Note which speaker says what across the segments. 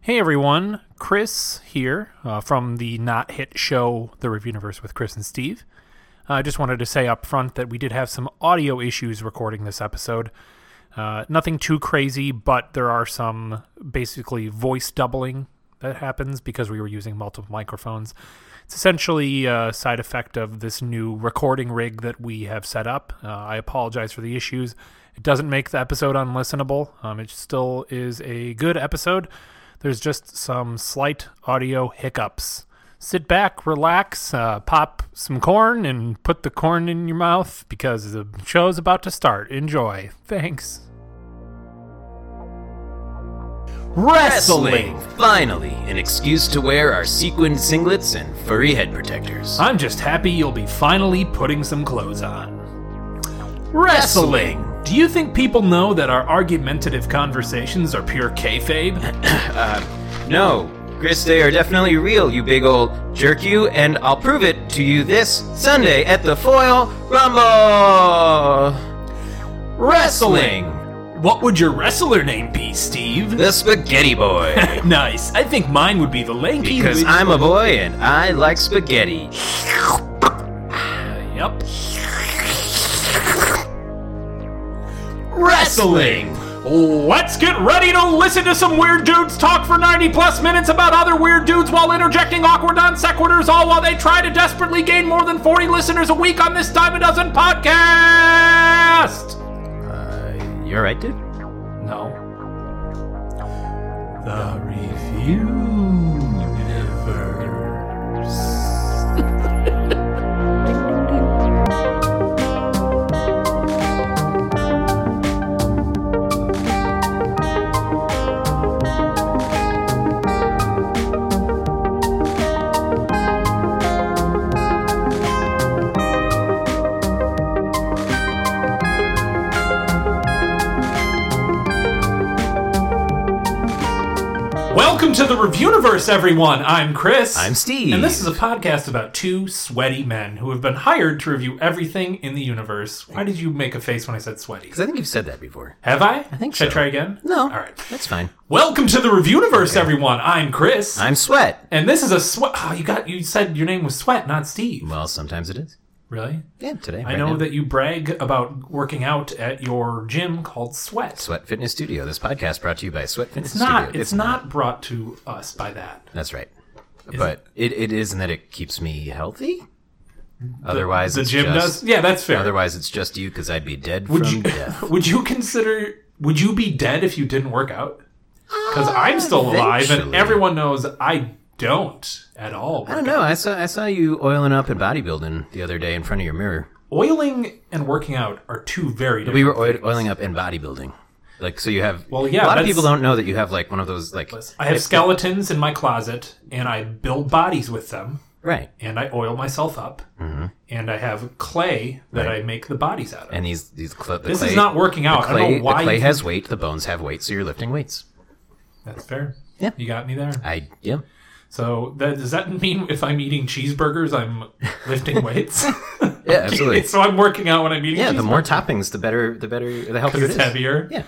Speaker 1: Hey everyone, Chris here uh, from the Not Hit Show, The Review Universe with Chris and Steve. Uh, I just wanted to say up front that we did have some audio issues recording this episode. Uh, nothing too crazy, but there are some basically voice doubling that happens because we were using multiple microphones. It's essentially a side effect of this new recording rig that we have set up. Uh, I apologize for the issues. It doesn't make the episode unlistenable. Um, it still is a good episode. There's just some slight audio hiccups. Sit back, relax, uh, pop some corn, and put the corn in your mouth because the show's about to start. Enjoy. Thanks.
Speaker 2: Wrestling! Finally, an excuse to wear our sequined singlets and furry head protectors.
Speaker 1: I'm just happy you'll be finally putting some clothes on. Wrestling! Do you think people know that our argumentative conversations are pure kayfabe?
Speaker 2: No, Chris, they are definitely real, you big old jerk you, and I'll prove it to you this Sunday at the Foil Rumble! Wrestling!
Speaker 1: What would your wrestler name be, Steve?
Speaker 2: The Spaghetti Boy!
Speaker 1: Nice. I think mine would be the lanky.
Speaker 2: Because
Speaker 1: witch-
Speaker 2: I'm a boy and I like spaghetti.
Speaker 1: Yep.
Speaker 2: Wrestling!
Speaker 1: Let's get ready to listen to some weird dudes talk for 90 plus minutes about other weird dudes while interjecting awkward non sequiturs, all while they try to desperately gain more than 40 listeners a week on this Dime a Dozen podcast!
Speaker 2: Uh, you alright, dude?
Speaker 1: No. The Review Universe. Welcome to the Review Universe, everyone. I'm Chris.
Speaker 2: I'm Steve.
Speaker 1: And this is a podcast about two sweaty men who have been hired to review everything in the universe. Why did you make a face when I said sweaty?
Speaker 2: I think you've said that before.
Speaker 1: Have I? I
Speaker 2: think
Speaker 1: Should I
Speaker 2: so.
Speaker 1: try again?
Speaker 2: No.
Speaker 1: All right.
Speaker 2: That's fine.
Speaker 1: Welcome to the Review Universe, everyone. I'm Chris.
Speaker 2: I'm Sweat.
Speaker 1: and this is a sweat. Oh, you got. You said your name was Sweat, not Steve.
Speaker 2: Well, sometimes it is.
Speaker 1: Really?
Speaker 2: Yeah, today.
Speaker 1: I know that you brag about working out at your gym called Sweat.
Speaker 2: Sweat Fitness Studio. This podcast brought to you by Sweat Fitness
Speaker 1: It's not.
Speaker 2: Studio.
Speaker 1: It's not brought to us by that.
Speaker 2: That's right. but it, it is in that it keeps me healthy. Otherwise,
Speaker 1: The
Speaker 2: it's
Speaker 1: gym
Speaker 2: just,
Speaker 1: does. Yeah, that's fair.
Speaker 2: Otherwise, it's just you because I'd be dead
Speaker 1: would
Speaker 2: from
Speaker 1: you
Speaker 2: death.
Speaker 1: would you consider would you be dead if you didn't work out because i'm still alive and
Speaker 2: Ah, eventually.
Speaker 1: everyone knows i don't at all
Speaker 2: I don't know. I saw I saw you oiling up and bodybuilding the other day in front of your mirror.
Speaker 1: oiling and working out are two very different
Speaker 2: We were oil, oiling up and bodybuilding. Like so, you have.
Speaker 1: Well, yeah,
Speaker 2: A lot of
Speaker 1: that's-
Speaker 2: people don't know that you have like one of those like.
Speaker 1: i have skeletons in my closet and i build bodies with them
Speaker 2: Right.
Speaker 1: and i oil myself up and i have clay that i make the bodies out of
Speaker 2: Mm-hmm. And these these cl- the
Speaker 1: this
Speaker 2: clay,
Speaker 1: is not working out
Speaker 2: Clay,
Speaker 1: i don't know why
Speaker 2: the clay
Speaker 1: you-
Speaker 2: has weight. The bones have weight, so you're lifting weights.
Speaker 1: that's fair
Speaker 2: Yeah.
Speaker 1: you got me there
Speaker 2: I yeah.
Speaker 1: so that, does that mean if i'm eating cheeseburgers i'm lifting weights
Speaker 2: Yeah, absolutely.
Speaker 1: so I'm working out when I'm eating.
Speaker 2: Yeah, the
Speaker 1: cheeseburger
Speaker 2: more toppings, the better. The better. The healthier it
Speaker 1: it's
Speaker 2: is.
Speaker 1: heavier.
Speaker 2: Yeah.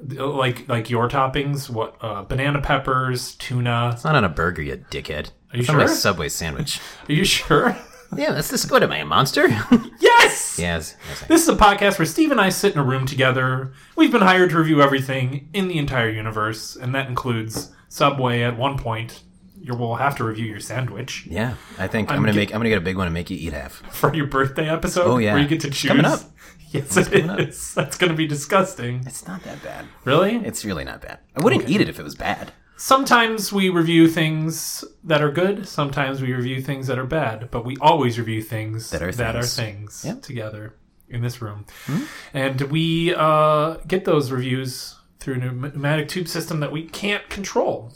Speaker 1: Like like your toppings, what uh, banana peppers, tuna.
Speaker 2: It's not on a burger, you dickhead.
Speaker 1: Are you
Speaker 2: it's on a
Speaker 1: sure?
Speaker 2: Subway sandwich.
Speaker 1: Are you sure?
Speaker 2: yeah, that's the What am I, a monster?
Speaker 1: yes.
Speaker 2: yes. yes, I-
Speaker 1: This is a podcast where Steve and I sit in a room together. We've been hired to review everything in the entire universe, and that includes Subway. At one point, you will have to review your sandwich
Speaker 2: Yeah, I think I'm, gonna make. I'm gonna get a big one and make you eat half.
Speaker 1: for your birthday episode.
Speaker 2: Oh, yeah.
Speaker 1: where you get to
Speaker 2: It's
Speaker 1: choose.
Speaker 2: coming up.
Speaker 1: Yes, it's That's going to be disgusting.
Speaker 2: It's not that bad.
Speaker 1: Really?
Speaker 2: It's really not bad. I wouldn't eat it if it was bad.
Speaker 1: sometimes we review things that are good sometimes we review things that are bad but we always review things that
Speaker 2: are things. Hmm?
Speaker 1: things
Speaker 2: Yep.
Speaker 1: together in this room and we uh, get those reviews through a pneumatic tube system that we can't control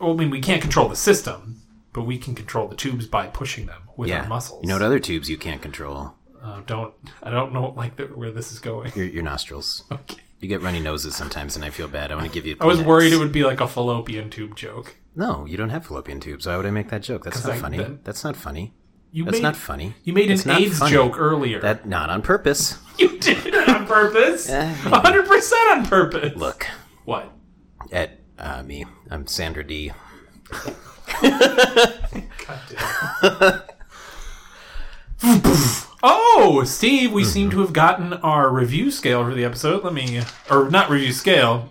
Speaker 1: well, i mean we can't control the system but we can control the tubes by pushing them with
Speaker 2: Yeah.
Speaker 1: our muscles
Speaker 2: You know what other tubes you can't control?
Speaker 1: uh, don't i don't know like the, where this is going
Speaker 2: Your, your nostrils.
Speaker 1: Okay.
Speaker 2: You get runny noses sometimes, and I feel bad. I want to give you.
Speaker 1: i was worried it would be like a fallopian tube joke
Speaker 2: No, you don't have fallopian tubes. Why would I make that joke? That's not
Speaker 1: I-
Speaker 2: funny.
Speaker 1: that-
Speaker 2: That's not funny.
Speaker 1: you
Speaker 2: That's
Speaker 1: made,
Speaker 2: not funny.
Speaker 1: you made
Speaker 2: It's
Speaker 1: an
Speaker 2: not
Speaker 1: aids
Speaker 2: funny.
Speaker 1: joke earlier
Speaker 2: That not on purpose.
Speaker 1: You did it on purpose.
Speaker 2: Eh, maybe.
Speaker 1: hundred percent on purpose.
Speaker 2: Look
Speaker 1: What?
Speaker 2: at Uh, me. I'm Sandra D.
Speaker 1: Oh, Steve, we seem to have gotten our review scale for the episode. Let me, or not review scale,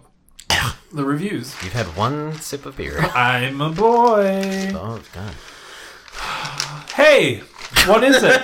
Speaker 1: the reviews.
Speaker 2: You've had one sip of beer.
Speaker 1: I'm a boy.
Speaker 2: Oh, God.
Speaker 1: Hey, what is it?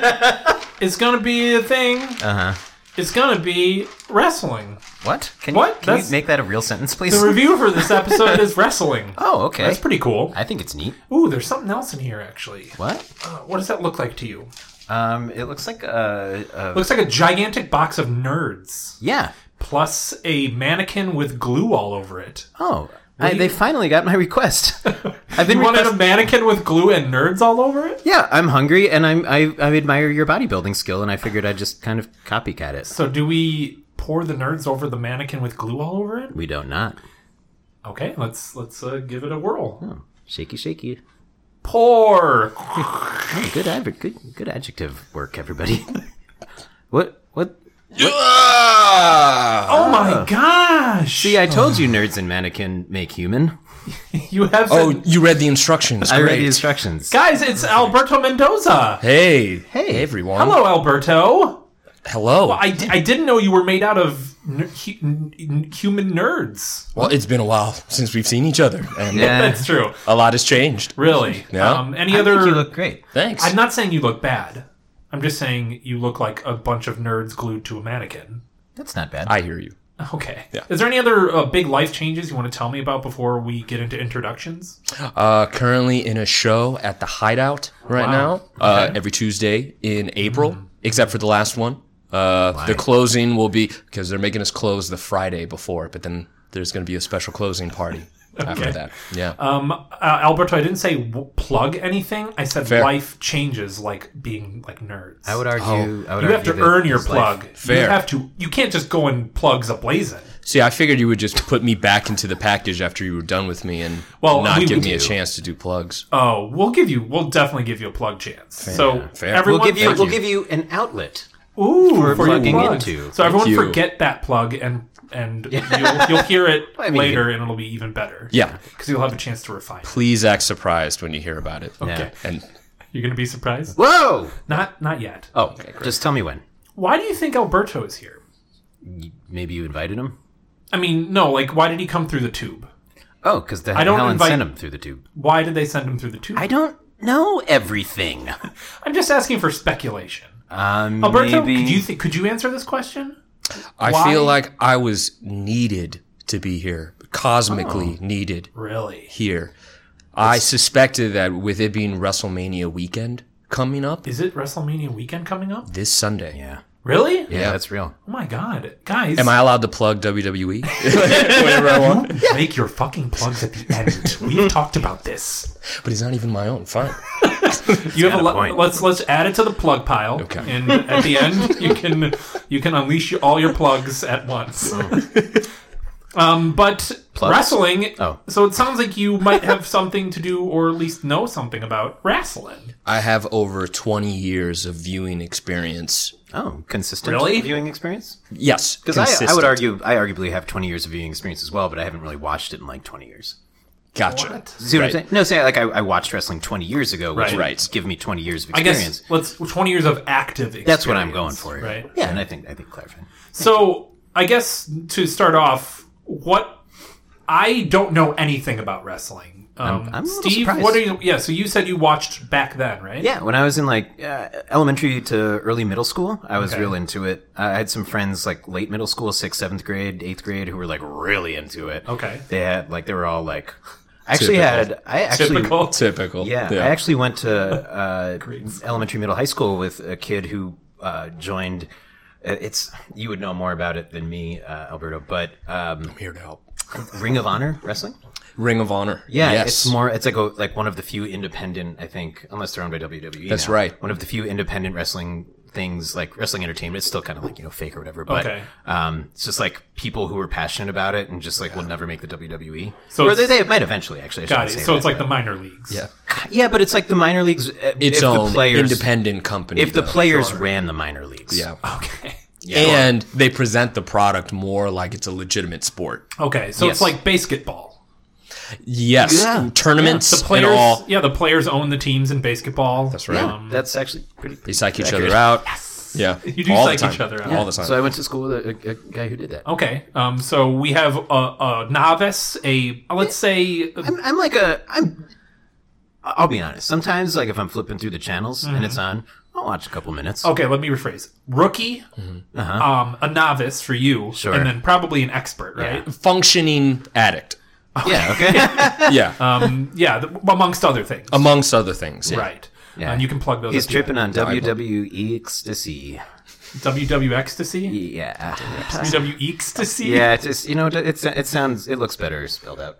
Speaker 1: it's gonna be a thing.
Speaker 2: Uh huh.
Speaker 1: It's gonna be wrestling.
Speaker 2: What? Can
Speaker 1: What?
Speaker 2: You, can you
Speaker 1: That's-
Speaker 2: make that a real sentence, please?
Speaker 1: The review for this episode is wrestling.
Speaker 2: oh, okay.
Speaker 1: That's pretty cool.
Speaker 2: I think it's neat.
Speaker 1: Ooh, there's something else in here actually.
Speaker 2: What?
Speaker 1: Uh, what does that look like to you?
Speaker 2: Um, it looks like a. a
Speaker 1: Looks like a gigantic box of nerds,
Speaker 2: yeah.
Speaker 1: plus a mannequin with glue all over it.
Speaker 2: Oh, I, they finally got my request. I've been
Speaker 1: You wanted
Speaker 2: request-
Speaker 1: a mannequin with glue and nerds all over it?
Speaker 2: Yeah, I'm hungry, and I'm I, I admire your bodybuilding skill, and I figured I'd just kind of copycat it.
Speaker 1: So do we pour the nerds over the mannequin with glue all over it?
Speaker 2: We don't not
Speaker 1: Okay, let's let's uh, give it a whirl.
Speaker 2: oh, shaky, shaky.
Speaker 1: Pour.
Speaker 2: Oh, good, adver- good, good adjective work, everybody. what what?
Speaker 1: Oh my gosh!
Speaker 2: See, I told you, nerds and mannequin make human.
Speaker 1: you have
Speaker 3: Oh,
Speaker 1: said-
Speaker 3: you read the instructions.
Speaker 2: I read
Speaker 3: Great.
Speaker 2: the instructions.
Speaker 1: guys. It's Alberto Mendoza.
Speaker 3: Hey,
Speaker 2: Hey.
Speaker 3: hey, everyone.
Speaker 1: Hello, Alberto.
Speaker 3: Hello.
Speaker 1: I, d- I didn't know you were made out of n- hu- n- n- human nerds.
Speaker 3: well, it's been a while since we've seen each other, and
Speaker 2: Yeah.
Speaker 1: That's true.
Speaker 3: a lot has changed.
Speaker 1: Really.
Speaker 3: Yeah.
Speaker 1: Um, any
Speaker 2: I
Speaker 1: other?
Speaker 2: think you look great.
Speaker 3: Thanks.
Speaker 1: I'm not saying you look bad. I'm just saying you look like a bunch of nerds glued to a mannequin.
Speaker 2: That's not bad.
Speaker 3: I hear you.
Speaker 1: Okay. Is there any other uh, big life changes you want to tell me about before we get into introductions?
Speaker 3: Uh, currently in a show at the Hideout right
Speaker 1: Wow.
Speaker 3: now. Uh, every Tuesday in April, except for the last one. Uh, the closing will be because they're making us close the Friday before, but then there's going to be a special closing party after that. Yeah.
Speaker 1: Um, uh, Alberto, I didn't say w- plug anything. I said
Speaker 3: Fair.
Speaker 1: life changes, like being like nerds.
Speaker 2: I would argue. I would
Speaker 1: you have to
Speaker 2: argue that
Speaker 1: earn your
Speaker 2: his life-
Speaker 1: plug. You
Speaker 3: Fair.
Speaker 1: have to. You can't just go and plugs a blazing.
Speaker 3: See, I figured you would just put me back into the package after you were done with me and
Speaker 1: Well,
Speaker 3: not
Speaker 1: we-
Speaker 3: give
Speaker 1: we
Speaker 3: me a
Speaker 1: do.
Speaker 3: chance to do plugs.
Speaker 1: Oh, we'll give you. We'll definitely give you a plug chance. so
Speaker 3: fair.
Speaker 1: everyone,
Speaker 2: We'll give you.
Speaker 1: thank
Speaker 2: We'll give you an outlet.
Speaker 1: Ooh, for, your
Speaker 2: plugging
Speaker 1: plugs.
Speaker 2: into.
Speaker 1: So everyone
Speaker 3: you.
Speaker 1: forget that plug and and you'll, you'll hear it
Speaker 2: I mean-
Speaker 1: later and it'll be even better.
Speaker 3: Yeah.
Speaker 1: because you'll have a chance to refine. it.
Speaker 3: Please act surprised when you hear about it.
Speaker 1: Okay,
Speaker 3: And
Speaker 1: you're gonna be surprised.
Speaker 2: Whoa!
Speaker 1: Not not yet.
Speaker 2: Oh, just tell me when.
Speaker 1: Why do you think Alberto is here?
Speaker 2: Maybe you invited him.
Speaker 1: I mean, no. Like, why did he come through the tube?
Speaker 2: Oh, because the
Speaker 1: don't
Speaker 2: Helen
Speaker 1: invite-
Speaker 2: sent him through the tube.
Speaker 1: Why did they send him through the tube?
Speaker 2: I don't know everything.
Speaker 1: I'm just asking for speculation.
Speaker 2: Um,
Speaker 1: Alberto,
Speaker 2: maybe-
Speaker 1: could you th- could you answer this question?
Speaker 3: I
Speaker 1: Why?
Speaker 3: feel like I was needed to be here,
Speaker 1: Oh.
Speaker 3: cosmically needed
Speaker 1: Really?
Speaker 3: here. I suspected that with it being WrestleMania weekend coming up
Speaker 1: Is it WrestleMania weekend coming up?
Speaker 3: this Sunday.
Speaker 2: yeah.
Speaker 1: Really?
Speaker 2: yeah, that's real.
Speaker 1: Oh my god, guys!
Speaker 3: Am I allowed to plug WWE? Whatever I want.
Speaker 1: Make your fucking plugs at the end. We've talked about this.
Speaker 3: But it's not even my own. Fine.
Speaker 1: You have a,
Speaker 2: got a
Speaker 1: le-
Speaker 2: point.
Speaker 1: let's let's add it to the plug pile.
Speaker 3: Okay.
Speaker 1: And at the end, you can you can unleash all your plugs at once. um, but
Speaker 2: Oh. Plugs?
Speaker 1: wrestling.
Speaker 2: Oh.
Speaker 1: So it sounds like you might have something to do, or at least know something about wrestling.
Speaker 3: I have over 20 years of viewing experience.
Speaker 2: Oh, consistent
Speaker 1: Really?
Speaker 2: viewing experience?
Speaker 3: Yes.
Speaker 2: Because I,
Speaker 3: consistent.
Speaker 2: would argue, I arguably have 20 years of viewing experience as well, but I haven't really watched it in like 20 years.
Speaker 3: Gotcha.
Speaker 2: See what I'm
Speaker 3: Right.
Speaker 2: saying? No, say like I, I watched wrestling 20 years ago, which
Speaker 1: Right.
Speaker 2: would
Speaker 3: Right.
Speaker 2: give me 20 years of
Speaker 1: I
Speaker 2: experience.
Speaker 1: guess let's twenty years of active. Experience,
Speaker 2: That's what I'm going for. here.
Speaker 1: Right.
Speaker 2: Yeah, and I think I think clarifying.
Speaker 1: So I guess to start off, what I don't know anything about wrestling. Um,
Speaker 2: I'm a little
Speaker 1: Steve,
Speaker 2: surprised.
Speaker 1: what are you? Yeah, so you said you watched back then, right?
Speaker 2: Yeah, when I was in like uh, elementary to early middle school, I was
Speaker 1: Okay.
Speaker 2: real into it. I I had some friends like late middle school, sixth, seventh grade, eighth grade, who were like really into it.
Speaker 1: Okay.
Speaker 2: they had like they were all like. I actually
Speaker 3: Typical.
Speaker 2: had I actually
Speaker 1: Typical.
Speaker 3: Typical.
Speaker 2: yeah, I actually went to uh, elementary middle high school with a kid who uh, joined. uh, It's you would know more about it than me, uh, Alberto, but um,
Speaker 3: I'm here to help.
Speaker 2: Ring of Honor wrestling.
Speaker 3: Ring of Honor.
Speaker 2: Yeah,
Speaker 3: Yes.
Speaker 2: it's more. It's like a, like one of the few independent, I think, unless they're owned by WWE.
Speaker 3: That's
Speaker 2: now,
Speaker 3: right.
Speaker 2: One of the few independent wrestling things, like wrestling entertainment. It's still kind of like you know fake or whatever, but
Speaker 1: Okay.
Speaker 2: um, it's just like people who are passionate about it and just like will never make the WWE.
Speaker 1: So
Speaker 2: So or they,
Speaker 1: it's-
Speaker 2: they might eventually actually. I
Speaker 1: Got
Speaker 2: shouldn't
Speaker 1: it.
Speaker 2: say
Speaker 1: So it's
Speaker 2: that,
Speaker 1: like the minor leagues.
Speaker 3: yeah.
Speaker 2: but- yeah, but it's like the minor leagues. uh,
Speaker 3: its
Speaker 2: if
Speaker 3: own
Speaker 2: the players,
Speaker 3: independent company.
Speaker 2: If the
Speaker 3: though.
Speaker 2: players ran the minor leagues,
Speaker 3: yeah.
Speaker 1: Okay.
Speaker 3: and they present the product more like it's a legitimate sport.
Speaker 1: Okay. So
Speaker 2: Yes.
Speaker 1: it's like basketball.
Speaker 3: Yes,
Speaker 2: Yeah.
Speaker 3: tournaments
Speaker 1: The players,
Speaker 3: and all.
Speaker 1: yeah, the players own the teams in basketball. That's
Speaker 3: right.
Speaker 2: That's actually pretty.
Speaker 3: They psych each
Speaker 2: accurate.
Speaker 3: other out. Yeah,
Speaker 1: You do
Speaker 3: all the
Speaker 1: psych
Speaker 3: time.
Speaker 1: each other out.
Speaker 3: all the time.
Speaker 2: So I went to school with a, a, a guy who did that.
Speaker 1: Okay, um, so we have a, a novice, a let's say,
Speaker 2: I'm, I'm like a I'm. I'll be honest. Sometimes, like if I'm flipping through the channels and it's on, I'll watch a couple minutes.
Speaker 1: okay, let me rephrase: rookie, um, a novice for you,
Speaker 2: Mm-hmm. Uh-huh. Sure.
Speaker 1: and then probably an expert, right?
Speaker 3: Functioning addict.
Speaker 2: yeah, okay.
Speaker 3: Yeah,
Speaker 1: Um, yeah, th- amongst other things,
Speaker 3: amongst other things. Yeah.
Speaker 1: right?
Speaker 2: Oh, Yeah.
Speaker 1: And you can plug those.
Speaker 2: He's
Speaker 1: at the end.
Speaker 2: tripping on WWE ecstasy.
Speaker 1: WW ecstasy,
Speaker 2: Yeah,
Speaker 1: WW ecstasy.
Speaker 2: yeah. It's just you know, it, it's it sounds it looks better spelled out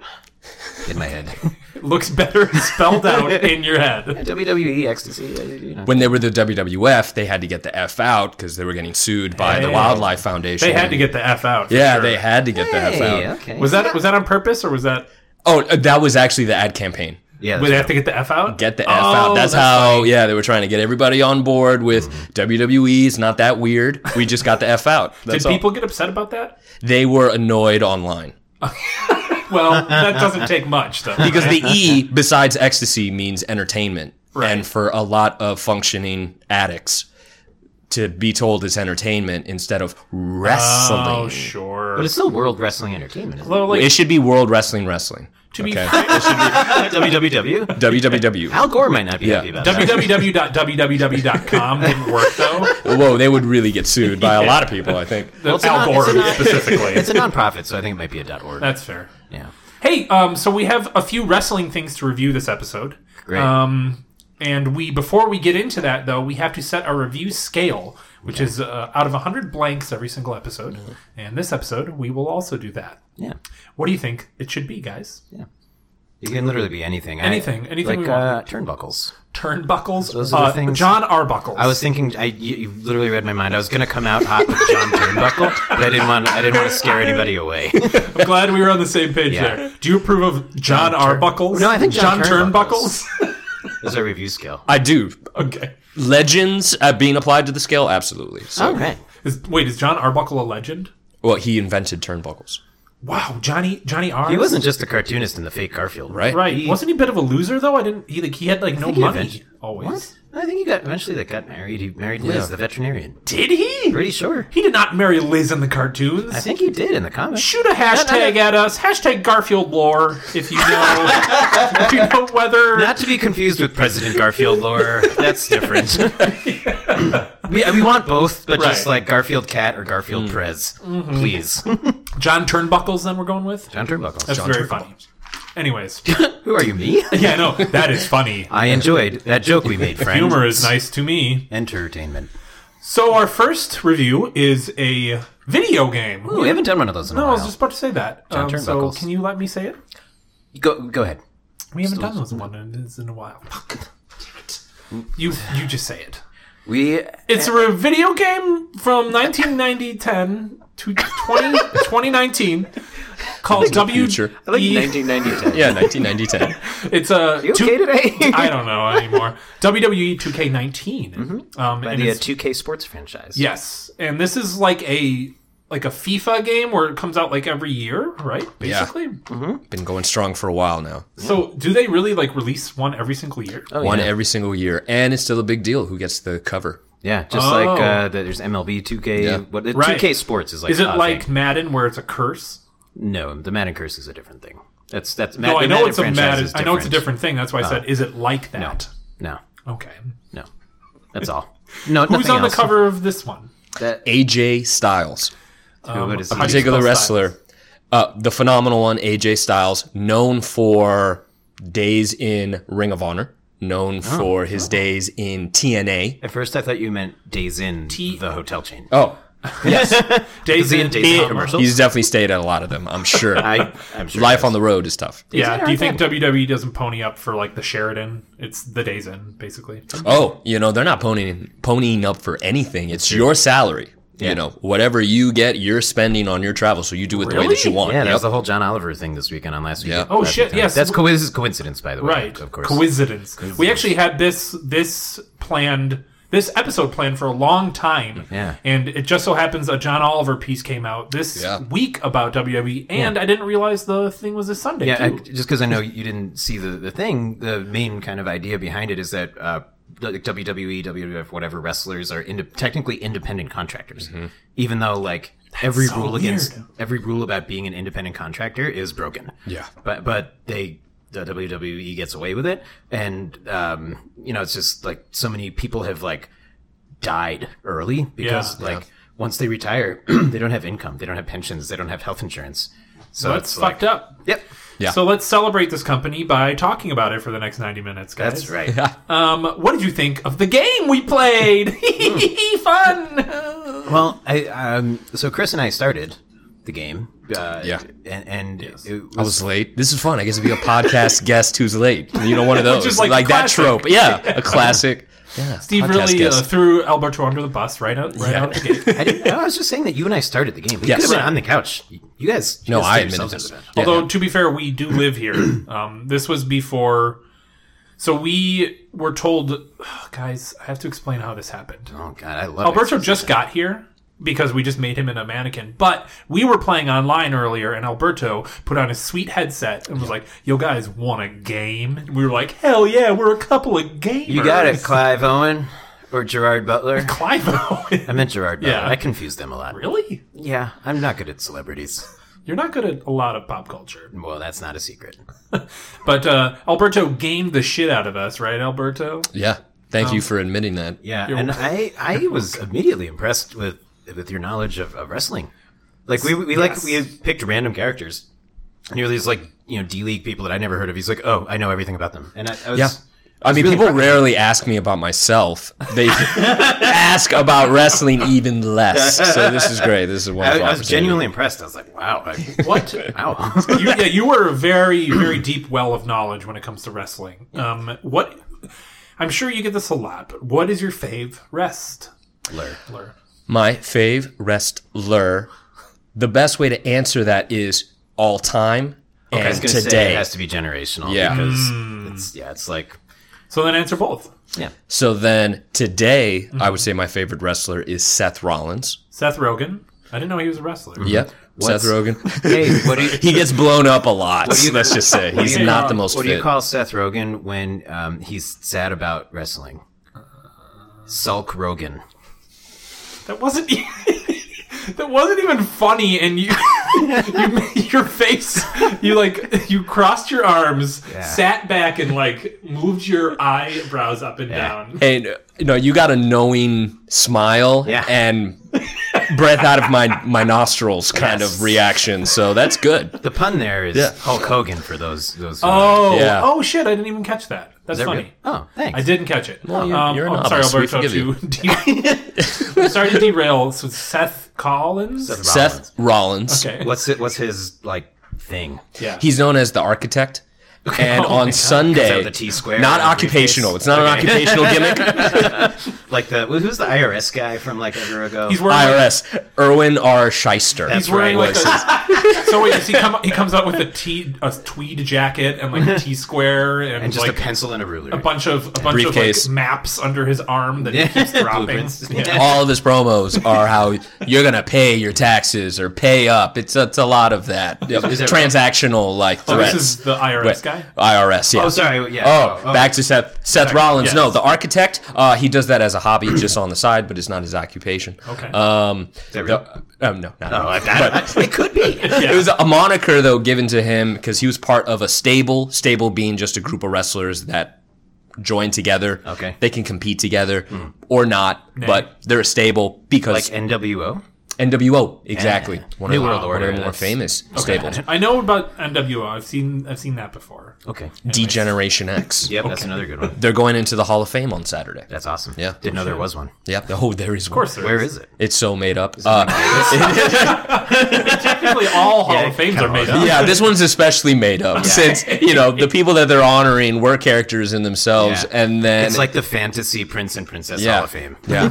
Speaker 2: in my head.
Speaker 1: looks better spelled out in your head.
Speaker 2: WWE ecstasy. uh, You know.
Speaker 3: When they were the WWF, they had to get the F out because they were getting sued by the
Speaker 1: Hey.
Speaker 3: Wildlife Foundation.
Speaker 1: They had to get the f out. for
Speaker 3: Yeah,
Speaker 1: sure.
Speaker 3: they had to get the F out.
Speaker 2: Hey, okay.
Speaker 1: Was that was that on purpose or was that?
Speaker 3: Oh, uh, that was actually the ad campaign.
Speaker 2: Yeah.
Speaker 1: Would they have to get the f out?
Speaker 3: Get the F
Speaker 1: Oh,
Speaker 3: out. That's,
Speaker 1: that's
Speaker 3: how, yeah, they were trying to get everybody on board with WWE's not that weird. We just got the F out. That's
Speaker 1: Did
Speaker 3: all.
Speaker 1: people get upset about that?
Speaker 3: They were annoyed online.
Speaker 1: Well, that doesn't take much though.
Speaker 3: Because the E, besides ecstasy, means entertainment.
Speaker 1: Right.
Speaker 3: And for a lot of functioning addicts, to be told it's entertainment instead of
Speaker 1: oh
Speaker 3: wrestling.
Speaker 1: sure.
Speaker 2: But it's still World Wrestling Entertainment. Isn't it?
Speaker 1: Well, Oh, like,
Speaker 3: it should be World Wrestling Wrestling.
Speaker 1: to be
Speaker 3: okay.
Speaker 1: fair,
Speaker 2: WWW.
Speaker 3: WWW.
Speaker 2: E? Al Gore might not be
Speaker 3: Yeah.
Speaker 2: happy about that.
Speaker 1: www.www.com didn't work though.
Speaker 3: Whoa, they would really get sued by a lot of people, I think.
Speaker 1: That's
Speaker 2: a
Speaker 1: Al
Speaker 2: non-
Speaker 1: Gore
Speaker 2: it's a non-
Speaker 1: specifically.
Speaker 2: It's a nonprofit, so I think it might be a dot .org.
Speaker 1: That's fair.
Speaker 2: yeah.
Speaker 1: Hey, um, so we have a few wrestling things to review this episode.
Speaker 2: Great.
Speaker 1: Um, and we before we get into that though, we have to set our review scale, which is uh, out of 100 blanks every single episode.
Speaker 2: Mm-hmm.
Speaker 1: And this episode, we will also do that.
Speaker 2: yeah.
Speaker 1: What do you think it should be, guys?
Speaker 2: You can literally be anything. I-
Speaker 1: Anything, anything
Speaker 2: Like
Speaker 1: we
Speaker 2: uh, turnbuckles.
Speaker 1: Turnbuckles,
Speaker 2: Those are the
Speaker 1: Uh,
Speaker 2: things-
Speaker 1: John Arbuckles.
Speaker 2: I was thinking, I you, you literally read my mind. I was gonna come out hot with John Turnbuckle, but I didn't want I didn't want to scare anybody away.
Speaker 1: I'm glad we were on the same page
Speaker 2: Yeah.
Speaker 1: there. Do you approve of John, Arbuckles?
Speaker 2: No, I think John
Speaker 1: Turnbuckles.
Speaker 2: There's our review scale.
Speaker 3: I do.
Speaker 1: okay.
Speaker 3: Legends uh, being applied to the scale? Absolutely. So,
Speaker 2: All right.
Speaker 1: Is, wait, is John Arbuckle a legend?
Speaker 3: Well, he invented turnbuckles,
Speaker 1: Wow, Johnny Johnny R.
Speaker 2: He wasn't just a cartoonist in the fake Garfield,
Speaker 3: right?
Speaker 1: right. wasn't he a bit of a loser though? I didn't. He like he had like no
Speaker 2: he
Speaker 1: money
Speaker 2: eventually-
Speaker 1: always.
Speaker 2: What? I think he got eventually they got married. He married Liz, the veterinarian.
Speaker 1: Did he?
Speaker 2: Pretty sure.
Speaker 1: He did not marry Liz in the cartoons.
Speaker 2: I think he did in the comics.
Speaker 1: Shoot a hashtag at us. Hashtag Garfield lore if you know if you know whether
Speaker 2: Not to be confused with President Garfield lore. That's different. we, we want both, but just
Speaker 1: Right. Mm. Mm-hmm.
Speaker 2: like Garfield Cat or Garfield Prez. Please.
Speaker 1: John Turnbuckles. Then we're going with.
Speaker 2: John Turnbuckle.
Speaker 1: That's
Speaker 2: John
Speaker 1: very
Speaker 2: Turnbuckle.
Speaker 1: funny. Anyways,
Speaker 2: Who are you, me?
Speaker 1: yeah, no, that is funny.
Speaker 2: I enjoyed that joke we made, friend.
Speaker 1: Humor is nice to me.
Speaker 2: Entertainment.
Speaker 1: So our first review is a video game.
Speaker 2: Ooh, we haven't done one of those in a
Speaker 1: no, I
Speaker 2: while.
Speaker 1: was just about to say that. Um, so
Speaker 2: Turnbuckles.
Speaker 1: can you let me say it?
Speaker 2: Go, go ahead.
Speaker 1: We haven't done those one in, it's in a while. Fuck. Damn it. You you just say it.
Speaker 2: We
Speaker 1: It's a re- video game from 1990-10 to 20, 2019 called W.
Speaker 3: future.
Speaker 2: I like
Speaker 1: E-
Speaker 2: 1990.
Speaker 3: Yeah, 1990
Speaker 1: It's a
Speaker 2: You okay today? uh,
Speaker 1: I don't know anymore. E WWE 2K19. Um,
Speaker 2: By
Speaker 1: and
Speaker 2: the uh,
Speaker 1: it's-
Speaker 2: 2K sports franchise.
Speaker 1: Yes, and this is like a like a FIFA game where it comes out like every year, right? Basically.
Speaker 2: Mm-hmm.
Speaker 3: Been going strong for a while now.
Speaker 1: So do they really like release one every single year?
Speaker 2: Oh,
Speaker 3: One
Speaker 2: yeah.
Speaker 3: every single year. And it's still a big deal who gets the cover.
Speaker 2: Yeah, just
Speaker 1: Oh.
Speaker 2: like uh, the, there's MLB 2K.
Speaker 3: Yeah.
Speaker 2: What,
Speaker 1: Right.
Speaker 2: 2K sports is like.
Speaker 1: Is it
Speaker 2: a
Speaker 1: like
Speaker 2: thing.
Speaker 1: Madden where it's a curse?
Speaker 2: No, the Madden curse is a different thing. That's that's. Mad,
Speaker 1: No, Oh, I
Speaker 2: the
Speaker 1: know
Speaker 2: Madden
Speaker 1: it's a
Speaker 2: franchise
Speaker 1: Madden.
Speaker 2: is
Speaker 1: I know it's a different
Speaker 2: different. Uh,
Speaker 1: thing. That's why I said, is it like that?
Speaker 2: No,
Speaker 1: Okay.
Speaker 2: no, that's all. No,
Speaker 1: Who's on the cover of this one?
Speaker 2: That,
Speaker 3: AJ Styles,
Speaker 1: Um,
Speaker 2: what is
Speaker 1: how
Speaker 2: he?
Speaker 1: do you
Speaker 3: particular
Speaker 1: spell
Speaker 3: wrestler.
Speaker 1: Styles?
Speaker 3: Uh, the phenomenal one, AJ Styles, known for days in Ring of Honor, known
Speaker 1: Oh.
Speaker 3: for his days in TNA.
Speaker 2: at first, I thought you meant Days in the hotel chain.
Speaker 3: Oh,
Speaker 1: Days
Speaker 2: he in
Speaker 1: in
Speaker 2: Days
Speaker 1: Days
Speaker 2: in
Speaker 1: in
Speaker 2: Commercial?
Speaker 1: Commercial?
Speaker 3: he's definitely stayed at a lot of them, I'm sure.
Speaker 2: I, I'm sure.
Speaker 3: Life on the road is tough.
Speaker 1: Yeah.
Speaker 2: in
Speaker 1: Do you
Speaker 2: or
Speaker 1: think WWE doesn't pony up for like the Sheridan? It's the Days in, basically.
Speaker 3: Oh, you know, they're not ponying ponying up for anything. It's your salary. You know, whatever you get, you're spending on your travel, so you do it the way that you
Speaker 1: Really?
Speaker 3: want.
Speaker 2: Yeah, that
Speaker 3: Yep.
Speaker 2: was the whole John Oliver thing this weekend on last week.
Speaker 3: Yeah.
Speaker 1: Oh, shit, yes.
Speaker 2: That's co- this is coincidence, by the way.
Speaker 1: Right.
Speaker 2: Of course.
Speaker 1: Coincidence. We actually had this this planned this episode planned for a long time.
Speaker 2: Yeah.
Speaker 1: And it just so happens a John Oliver piece came out this
Speaker 3: Yeah.
Speaker 1: week about WWE, and I didn't realize the thing was this Sunday.
Speaker 2: Yeah, I,
Speaker 1: too.
Speaker 2: just because I know you didn't see the, the thing, the main kind of idea behind it is that uh, like E, WWE, WWF, whatever wrestlers are inde- technically independent contractors, even though like every
Speaker 1: Mm-hmm. so
Speaker 2: rule against
Speaker 1: weird.
Speaker 2: every rule about being an independent contractor is broken.
Speaker 3: Yeah.
Speaker 2: but but they the WWE gets away with it, and um, you know it's just like so many people have like died early because
Speaker 1: Yeah.
Speaker 2: like once they retire, they don't have income, they don't have pensions, they don't have health insurance. So
Speaker 1: That's
Speaker 2: it's like,
Speaker 1: fucked up.
Speaker 2: Yep.
Speaker 3: Yeah.
Speaker 1: So let's celebrate this company by talking about it for the next 90 minutes, guys.
Speaker 2: That's right.
Speaker 1: Um, what did you think of the game we played?
Speaker 2: Hmm.
Speaker 1: Fun.
Speaker 2: Well, I um, so Chris and I started the game. Uh,
Speaker 3: Yeah.
Speaker 2: and, and it was,
Speaker 3: I was late. This is fun. I guess to be a podcast guest who's late. You know, one of
Speaker 1: Which
Speaker 3: those
Speaker 1: is like
Speaker 3: like,
Speaker 1: the
Speaker 3: that
Speaker 1: classic.
Speaker 3: trope. Yeah, a classic. Yeah,
Speaker 1: Steve
Speaker 3: podcast
Speaker 1: really uh,
Speaker 3: guest.
Speaker 1: threw Alberto under the bus right out, right out the gate.
Speaker 2: I, didn't, no, I was just saying that you and I started the game. We
Speaker 3: Yes.
Speaker 2: could have been on the couch. You guys, you
Speaker 3: No,
Speaker 2: guys
Speaker 3: I
Speaker 2: threw
Speaker 3: admitted
Speaker 2: yourselves
Speaker 3: this.
Speaker 2: into that.
Speaker 3: Yeah,
Speaker 1: Although
Speaker 3: yeah.
Speaker 1: to be fair, we do live here. Um, this was before, so we were told, guys. I have to explain how this happened.
Speaker 2: Oh God, I love
Speaker 1: Alberto
Speaker 2: it.
Speaker 1: just got here because we just made him in a mannequin. But we were playing online earlier, and Alberto put on his sweet headset and was like, "Yo, guys, want a game?" And we were like, "Hell yeah, we're a couple of gamers."
Speaker 2: You got it, Clive Owen or Gerard Butler.
Speaker 1: Clive
Speaker 2: I
Speaker 1: Owen.
Speaker 2: meant Gerard Butler.
Speaker 1: Yeah.
Speaker 2: I confuse them a lot.
Speaker 1: really?
Speaker 2: Yeah, I'm not good at celebrities.
Speaker 1: You're not good at a lot of pop culture.
Speaker 2: Well, that's not a secret.
Speaker 1: But uh, Alberto gamed the shit out of us, right, Alberto?
Speaker 3: yeah. Thank
Speaker 1: um,
Speaker 3: you for admitting that.
Speaker 2: Yeah, and I I was immediately impressed with with your knowledge of, of wrestling. Like we we like we had picked random characters, and you're these like you know D League people that I never heard of. He's like, oh, I know everything about them, and I, I was
Speaker 3: Yeah. I mean, people rarely ask me about myself. They ask about wrestling even less. So this is great. This is a
Speaker 2: I,
Speaker 3: wonderful.
Speaker 2: I was
Speaker 3: opportunity.
Speaker 2: genuinely impressed. I was like, wow, I,
Speaker 1: What?
Speaker 2: wow.
Speaker 1: you, yeah, you were a very, very deep well of knowledge when it comes to wrestling. Um, what? I'm sure you get this a lot, but what is your fave rest? Blur.
Speaker 3: My fave wrestler. The best way to answer that is all time
Speaker 2: I
Speaker 3: and
Speaker 2: was gonna say
Speaker 3: today. Hmm.
Speaker 2: it has to be generational.
Speaker 3: Yeah.
Speaker 2: because it's yeah, it's like
Speaker 1: So then answer both.
Speaker 2: yeah.
Speaker 3: so then today,
Speaker 2: Mm-hmm.
Speaker 3: I would say my favorite wrestler is Seth Rollins.
Speaker 1: Seth Rogen. I didn't know he was a wrestler.
Speaker 2: Mm-hmm.
Speaker 3: Yep.
Speaker 2: What's-
Speaker 3: Seth Rogen.
Speaker 2: Hey, what do you,
Speaker 3: he gets blown up a lot.
Speaker 2: do you-
Speaker 3: let's just say he's
Speaker 1: do you
Speaker 3: not
Speaker 1: call-
Speaker 3: the most
Speaker 2: what do
Speaker 3: fit.
Speaker 2: you call Seth Rogen when um, he's sad about wrestling? Sulk Rogan.
Speaker 1: That wasn't. e- that wasn't even funny, and you, you made your face. You like you crossed your arms, sat back, and like moved your eyebrows up and down.
Speaker 3: and uh, you know you got a knowing smile
Speaker 2: Yeah.
Speaker 3: and breath out of my my nostrils kind
Speaker 2: Yes.
Speaker 3: of reaction. So that's good.
Speaker 2: The pun there is
Speaker 3: Yeah.
Speaker 2: Hulk Hogan for those those. who-
Speaker 1: Oh,
Speaker 3: Yeah.
Speaker 1: oh shit! I didn't even catch that. That's
Speaker 2: Is that
Speaker 1: funny.
Speaker 2: real? Oh, thanks.
Speaker 1: I didn't catch it. Um, oh,
Speaker 3: you're- you're a
Speaker 1: I'm
Speaker 3: novice.
Speaker 1: sorry,
Speaker 3: We
Speaker 1: Alberto. To
Speaker 3: forgive
Speaker 1: de- I'm sorry to derail. So Seth Collins.
Speaker 2: Seth
Speaker 3: Seth Rollins.
Speaker 1: okay.
Speaker 2: What's it? What's his like thing?
Speaker 1: yeah.
Speaker 3: He's known as the architect. And
Speaker 1: Oh my
Speaker 3: on
Speaker 1: God.
Speaker 2: Comes out
Speaker 3: Sunday,
Speaker 2: with a T-square and
Speaker 3: not
Speaker 2: a
Speaker 3: occupational.
Speaker 2: briefcase.
Speaker 3: It's not an occupational gimmick.
Speaker 2: Like the who's the IRS guy from like a year ago?
Speaker 1: he's wearing. like-
Speaker 3: IRS. Erwin R. Shyster.
Speaker 1: He's wearing
Speaker 3: right.
Speaker 1: like a, so wait, does he come? He comes out with a t a tweed jacket and like a T square and,
Speaker 2: and just
Speaker 1: like
Speaker 2: a pencil and a ruler. Oh,
Speaker 1: a bunch of a bunch
Speaker 3: briefcase.
Speaker 1: of like maps under his arm that he keeps dropping.
Speaker 2: Blueprints.
Speaker 1: Yeah.
Speaker 3: All of his promos are how you're gonna pay your taxes or pay up. It's it's a lot of that
Speaker 2: that-
Speaker 3: transactional like
Speaker 1: This
Speaker 3: threats.
Speaker 1: is the IRS
Speaker 3: Right.
Speaker 1: guy.
Speaker 3: IRS. Yeah.
Speaker 2: Oh, sorry. Yeah.
Speaker 3: Oh,
Speaker 2: oh.
Speaker 3: back to Seth. Seth Rollins.
Speaker 1: yes.
Speaker 3: No, the architect. Uh, he does that as a hobby, just on the side, but it's not his occupation.
Speaker 1: Okay.
Speaker 2: Uh,
Speaker 3: Um,
Speaker 2: that
Speaker 3: the-
Speaker 2: real?
Speaker 3: um, no, not
Speaker 2: Oh, I- I- it could be.
Speaker 3: It was a moniker though given to him because he was part of a stable. Stable being just a group of wrestlers that join together.
Speaker 2: Okay. Hmm.
Speaker 3: They can compete together or not, but they're a stable
Speaker 2: Like
Speaker 3: because
Speaker 2: NWO.
Speaker 3: NWO exactly one
Speaker 2: New
Speaker 3: of the-
Speaker 2: World
Speaker 3: one
Speaker 2: Order,
Speaker 3: of the more
Speaker 2: that's-
Speaker 3: famous stables.
Speaker 1: I know about NWO. I've seen I've seen that before.
Speaker 2: Okay.
Speaker 3: Degeneration X.
Speaker 2: Yep, that's another good one.
Speaker 3: They're going into the Hall of Fame on Saturday.
Speaker 2: That's awesome.
Speaker 3: Yeah.
Speaker 2: Didn't know there was one.
Speaker 3: Yeah. Oh, there is. Of
Speaker 1: Of course, there
Speaker 2: Where
Speaker 1: is.
Speaker 2: is it?
Speaker 3: It's so made up. Uh,
Speaker 1: Technically, all Hall
Speaker 2: Yeah,
Speaker 1: of Fames
Speaker 2: kinda
Speaker 1: are made
Speaker 2: was.
Speaker 1: up.
Speaker 3: yeah, this one's especially made up since you know the people that they're honoring were characters in themselves,
Speaker 2: Yeah.
Speaker 3: and then
Speaker 2: It's like the Fantasy Prince and Princess
Speaker 3: yeah,
Speaker 2: Hall of Fame.
Speaker 3: yeah.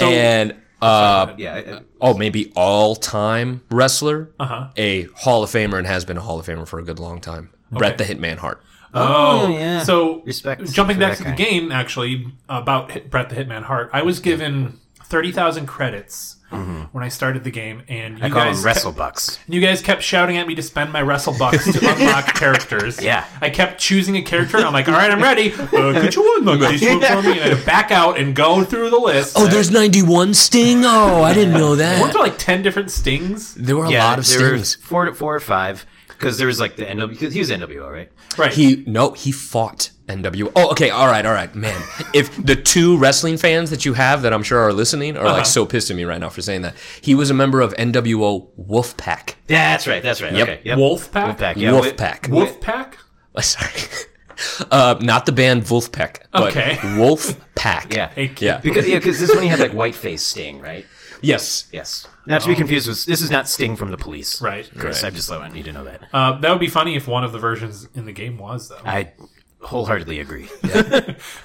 Speaker 3: and uh,
Speaker 2: Yeah. I-
Speaker 3: oh, maybe all time wrestler,
Speaker 1: Uh-huh.
Speaker 3: a Hall of Famer, and has been a Hall of Famer for a good long time. Bret the Hitman Hart.
Speaker 1: Oh,
Speaker 2: yeah.
Speaker 1: So,
Speaker 2: Respect
Speaker 1: jumping
Speaker 2: for
Speaker 1: back to
Speaker 2: that guy.
Speaker 1: the game, actually, about Hit- Bret the Hitman Hart, I was given 30,000 credits
Speaker 3: Mm-hmm.
Speaker 1: when I started the game, and you
Speaker 2: I call
Speaker 1: guys
Speaker 2: them wrestle bucks.
Speaker 1: You guys kept shouting at me to spend my wrestle bucks to unlock characters.
Speaker 2: Yeah.
Speaker 1: I kept choosing a character. and I'm like, all right, I'm ready. Uh, could you unlock this one for me? And I had to back out and go through the list.
Speaker 3: Oh, there's 91 Sting. Oh, I didn't know
Speaker 1: weren't
Speaker 3: that.
Speaker 1: there like ten different stings?
Speaker 3: There were a lot of
Speaker 2: there
Speaker 3: Stings.
Speaker 2: were four, four or five because there was like the NW. Because he was NWO, right?
Speaker 1: Right.
Speaker 3: He no, he fought NWO. Oh, okay, all right, all right, man. If the two wrestling fans that you have that I'm sure are listening
Speaker 2: Uh-huh.
Speaker 3: are like so pissed at me right now for saying that, he was a member of NWO Wolfpack.
Speaker 2: Yeah, that's right. That's right. Okay. Yep.
Speaker 1: Wolfpack.
Speaker 2: Wolfpack. Yeah.
Speaker 3: Wolfpack.
Speaker 1: Wolfpack?
Speaker 3: Sorry, uh, not the band Wolfpack, but
Speaker 1: Okay.
Speaker 3: Wolfpack.
Speaker 2: Yeah.
Speaker 1: Thank
Speaker 3: yeah,
Speaker 2: Because yeah, because this one he had like white face Sting, right?
Speaker 3: yes.
Speaker 2: Yes. Not to be confused with this is not Sting from the Police,
Speaker 1: Right.
Speaker 2: Chris, I just I need to know that.
Speaker 1: Uh, that would be funny if one of the versions in the game was though.
Speaker 2: I wholeheartedly agree.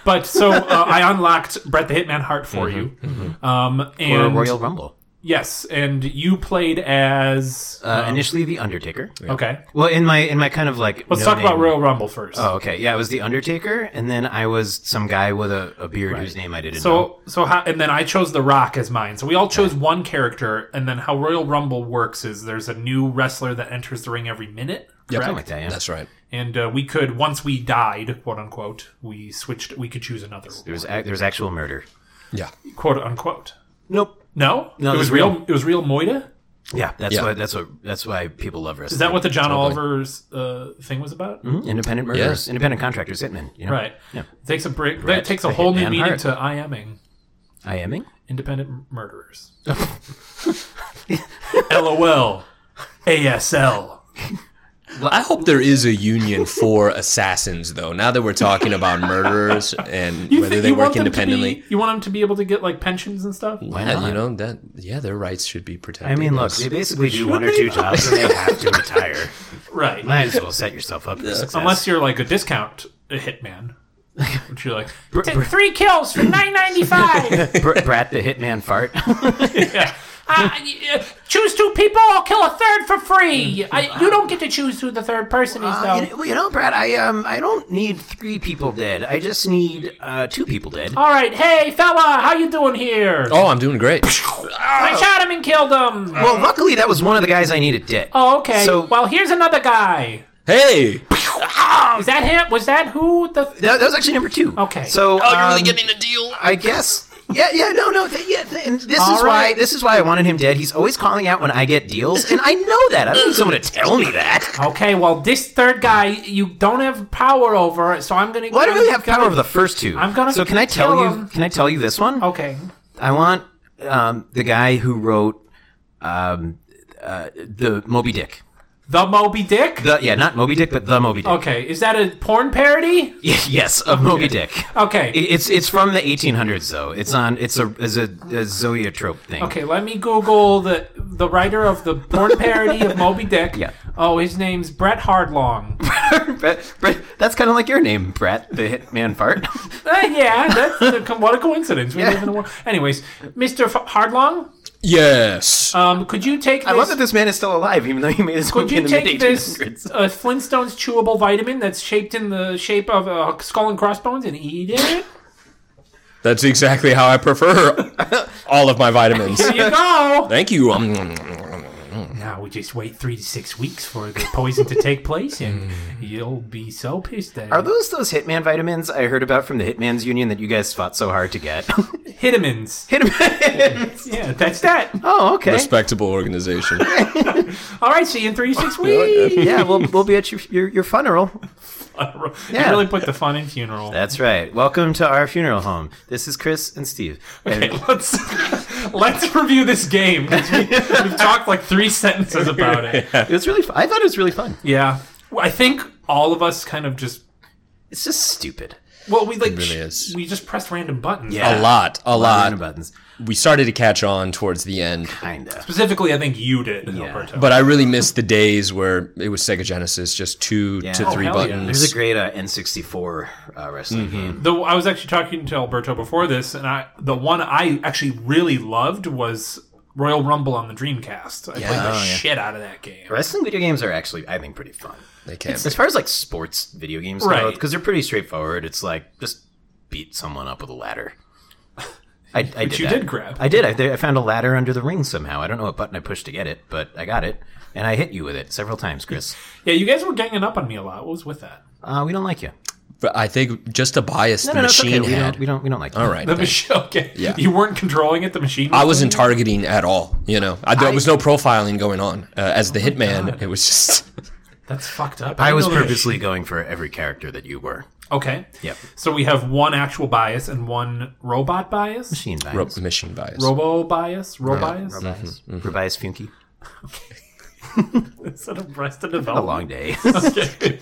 Speaker 1: But so uh, I unlocked Bret the Hitman Hart for you. Um,
Speaker 2: Or
Speaker 1: and
Speaker 2: Royal Rumble.
Speaker 1: yes, and you played as
Speaker 2: Uh, initially the Undertaker.
Speaker 1: okay.
Speaker 2: Well, in my in my kind of like
Speaker 1: Let's talk about Royal Rumble first.
Speaker 2: Oh, okay. Yeah, it was the Undertaker, and then I was some guy with a, a beard whose name I didn't know.
Speaker 1: So so how, and then I chose The Rock as mine. So we all chose one character, and then how Royal Rumble works is there's a new wrestler that enters the ring every minute, correct?
Speaker 2: Something like that. Yeah.
Speaker 3: That's right.
Speaker 1: And uh, we could once we died, quote unquote, we switched. We could choose another
Speaker 2: There was ac- there was actual murder.
Speaker 3: Yeah.
Speaker 1: quote unquote.
Speaker 2: Nope.
Speaker 1: No,
Speaker 2: No,
Speaker 1: it was
Speaker 2: there's
Speaker 1: real. It was real Moida.
Speaker 2: Yeah, that's
Speaker 3: Yeah.
Speaker 2: why that's what that's why people love wrestling.
Speaker 1: Is that what the John Oliver's uh, thing was about?
Speaker 2: independent murderers, independent contractors, hitmen? You know?
Speaker 1: Right.
Speaker 2: Mm-hmm. Yeah.
Speaker 1: Takes a break. That takes a
Speaker 2: the
Speaker 1: whole new
Speaker 2: Hitman
Speaker 1: meaning
Speaker 2: Hart.
Speaker 1: to I aming
Speaker 2: I aming.
Speaker 1: independent murderers. LOL. ASL.
Speaker 3: I hope there is a union for assassins, though. Now that we're talking about murderers and
Speaker 1: You
Speaker 3: whether
Speaker 1: think-
Speaker 3: they
Speaker 1: you
Speaker 3: work
Speaker 1: want them to be-
Speaker 3: independently,
Speaker 1: you want them to be able to get like pensions and stuff.
Speaker 3: yeah, you know that. Yeah, their rights should be protected.
Speaker 2: I mean, look, they basically do one or two jobs and they have to retire.
Speaker 1: Right.
Speaker 2: Might as well set yourself up for success.
Speaker 1: Unless you're like a discount hitman, which you're like
Speaker 4: Took three kills for nine ninety five.
Speaker 2: Br- Brat the Hitman fart.
Speaker 4: Uh, choose two people, I'll kill a third for
Speaker 1: Mm.
Speaker 4: free. I, you don't get to choose who the third person is,
Speaker 2: Uh,
Speaker 4: though.
Speaker 2: you, know, well, you know, Brad, I um, I don't need three people dead. I just need uh, two people dead.
Speaker 4: All right, hey fella, how you doing?
Speaker 1: doing here.
Speaker 3: oh, I'm doing great.
Speaker 4: I shot him and killed him.
Speaker 2: Well, luckily that was one of the guys I needed dead.
Speaker 4: Oh, okay.
Speaker 2: So-
Speaker 4: well, here's another guy.
Speaker 3: Hey,
Speaker 4: Is that him? Was that who the?
Speaker 2: That, that was actually number two.
Speaker 4: Okay.
Speaker 2: So
Speaker 3: oh, you're really
Speaker 2: um,
Speaker 3: getting a deal.
Speaker 2: I guess. Yeah, yeah, no, no, th- yeah. Th- and this is why
Speaker 4: right.
Speaker 2: this is why I wanted him dead. He's always calling out when I get deals, and I know that. I don't need someone to tell me that.
Speaker 4: Okay, well, this third guy you don't have power over, so I'm gonna.
Speaker 2: Why do we have power over the first two?
Speaker 4: I'm gonna
Speaker 2: So can I tell
Speaker 4: kill
Speaker 2: you?
Speaker 4: him. Oh.
Speaker 2: Can I tell you this one?
Speaker 4: Okay.
Speaker 2: I want um, the guy who wrote um, uh, the Moby Dick.
Speaker 1: The Moby Dick.
Speaker 2: The yeah, not Moby Dick, but the Moby Dick.
Speaker 1: Okay, is that a porn parody?
Speaker 2: yes, of Moby Dick.
Speaker 1: Okay.
Speaker 2: It- It's it's from the 1800s though. It's on. It's a is a, a zoetrope thing.
Speaker 1: Okay, let me Google the the writer of the porn parody of Moby Dick.
Speaker 2: Yeah.
Speaker 1: Oh, his name's Brett Hardlong.
Speaker 2: Brett, Brett, that's kind of like your name, Brett, the hitman fart.
Speaker 1: Uh, yeah, that's a, co- what a coincidence. We live in a world. Anyways, Mr. F- Hardlong,
Speaker 3: Yes.
Speaker 1: um, could you take? This,
Speaker 2: I love that this man is still alive, even though he made this
Speaker 1: Could
Speaker 2: movie in
Speaker 1: you
Speaker 2: the
Speaker 1: take
Speaker 2: mid
Speaker 1: this
Speaker 2: 1800s.
Speaker 1: uh, Flintstones chewable vitamin that's shaped in the shape of a skull and crossbones and eat it?
Speaker 3: That's exactly how I prefer all of my vitamins.
Speaker 1: There you go.
Speaker 3: Thank you. Um,
Speaker 1: Now we just wait three to six weeks for the poison to take place, and you'll be so pissed at
Speaker 2: Mm. Are those those hitman vitamins I heard about from the hitman's union that you guys fought so hard to get?
Speaker 1: Hitamins.
Speaker 2: hitman.
Speaker 1: Yeah, that's that.
Speaker 2: oh, okay.
Speaker 3: respectable organization.
Speaker 1: All right, see you in three to six weeks.
Speaker 2: Yeah, we'll we'll be at your your, your funeral.
Speaker 1: You really put the fun in funeral.
Speaker 2: That's right. Welcome to our funeral home. This is Chris and Steve. And-
Speaker 1: Okay, let's let's review this game. 'cause We, we've talked like three sentences about it.
Speaker 2: It was really. Fun. I thought it was really fun.
Speaker 1: Yeah, Well, I think all of us kind of just
Speaker 2: It's just stupid.
Speaker 1: well, we like
Speaker 3: really is.
Speaker 1: we just pressed random buttons.
Speaker 2: Yeah.
Speaker 3: A lot, a
Speaker 1: Uh,
Speaker 2: Random
Speaker 3: lot.
Speaker 2: buttons.
Speaker 3: We started to catch on towards the end,
Speaker 2: Kinda.
Speaker 1: Specifically, I think you did, Alberto.
Speaker 3: but I really missed the days where it was Sega Genesis, just two to
Speaker 2: Oh,
Speaker 3: three
Speaker 1: hell yeah.
Speaker 3: buttons.
Speaker 2: There's a great uh, N64 uh, wrestling
Speaker 1: Mm-hmm.
Speaker 2: game.
Speaker 1: Though I was actually talking to Alberto before this, and I the one I actually really loved was Royal Rumble on the Dreamcast. I played
Speaker 3: Oh,
Speaker 1: the shit out of that game.
Speaker 2: Wrestling video games are actually, I think, pretty fun.
Speaker 3: They can't.
Speaker 2: As far as like sports video games go,
Speaker 1: Right.
Speaker 2: because they're pretty straightforward. It's like just beat someone up with a ladder. I, I did
Speaker 1: you
Speaker 2: that.
Speaker 1: did grab.
Speaker 2: I did. I, I found a ladder under the ring somehow. I don't know what button I pushed to get it, but I got it, and I hit you with it several times, Chris.
Speaker 1: Yeah, you guys were ganging up on me a lot. What was with that?
Speaker 2: Uh, we don't like you.
Speaker 3: But I think just a bias the
Speaker 2: it's
Speaker 3: machine
Speaker 2: We
Speaker 3: had.
Speaker 2: don't, we don't. We don't like you.
Speaker 3: All right.
Speaker 1: The
Speaker 3: thank-
Speaker 1: machine. Okay. Yeah. You weren't controlling it. The machine.
Speaker 3: I wasn't targeting at all. You know, I, there was no profiling going on. Uh, as the hitman, it was just.
Speaker 1: That's fucked up.
Speaker 2: I
Speaker 1: didn't
Speaker 2: was
Speaker 1: know that.
Speaker 2: purposely going for every character that you were.
Speaker 1: Okay.
Speaker 2: Yep.
Speaker 1: So we have one actual bias and one robot bias.
Speaker 2: Machine
Speaker 3: Ro-
Speaker 2: bias.
Speaker 3: machine bias.
Speaker 1: Robo bias. Robias.
Speaker 2: Bias. Rubias Funky.
Speaker 1: Instead of breast and
Speaker 2: A
Speaker 1: development.
Speaker 2: long day.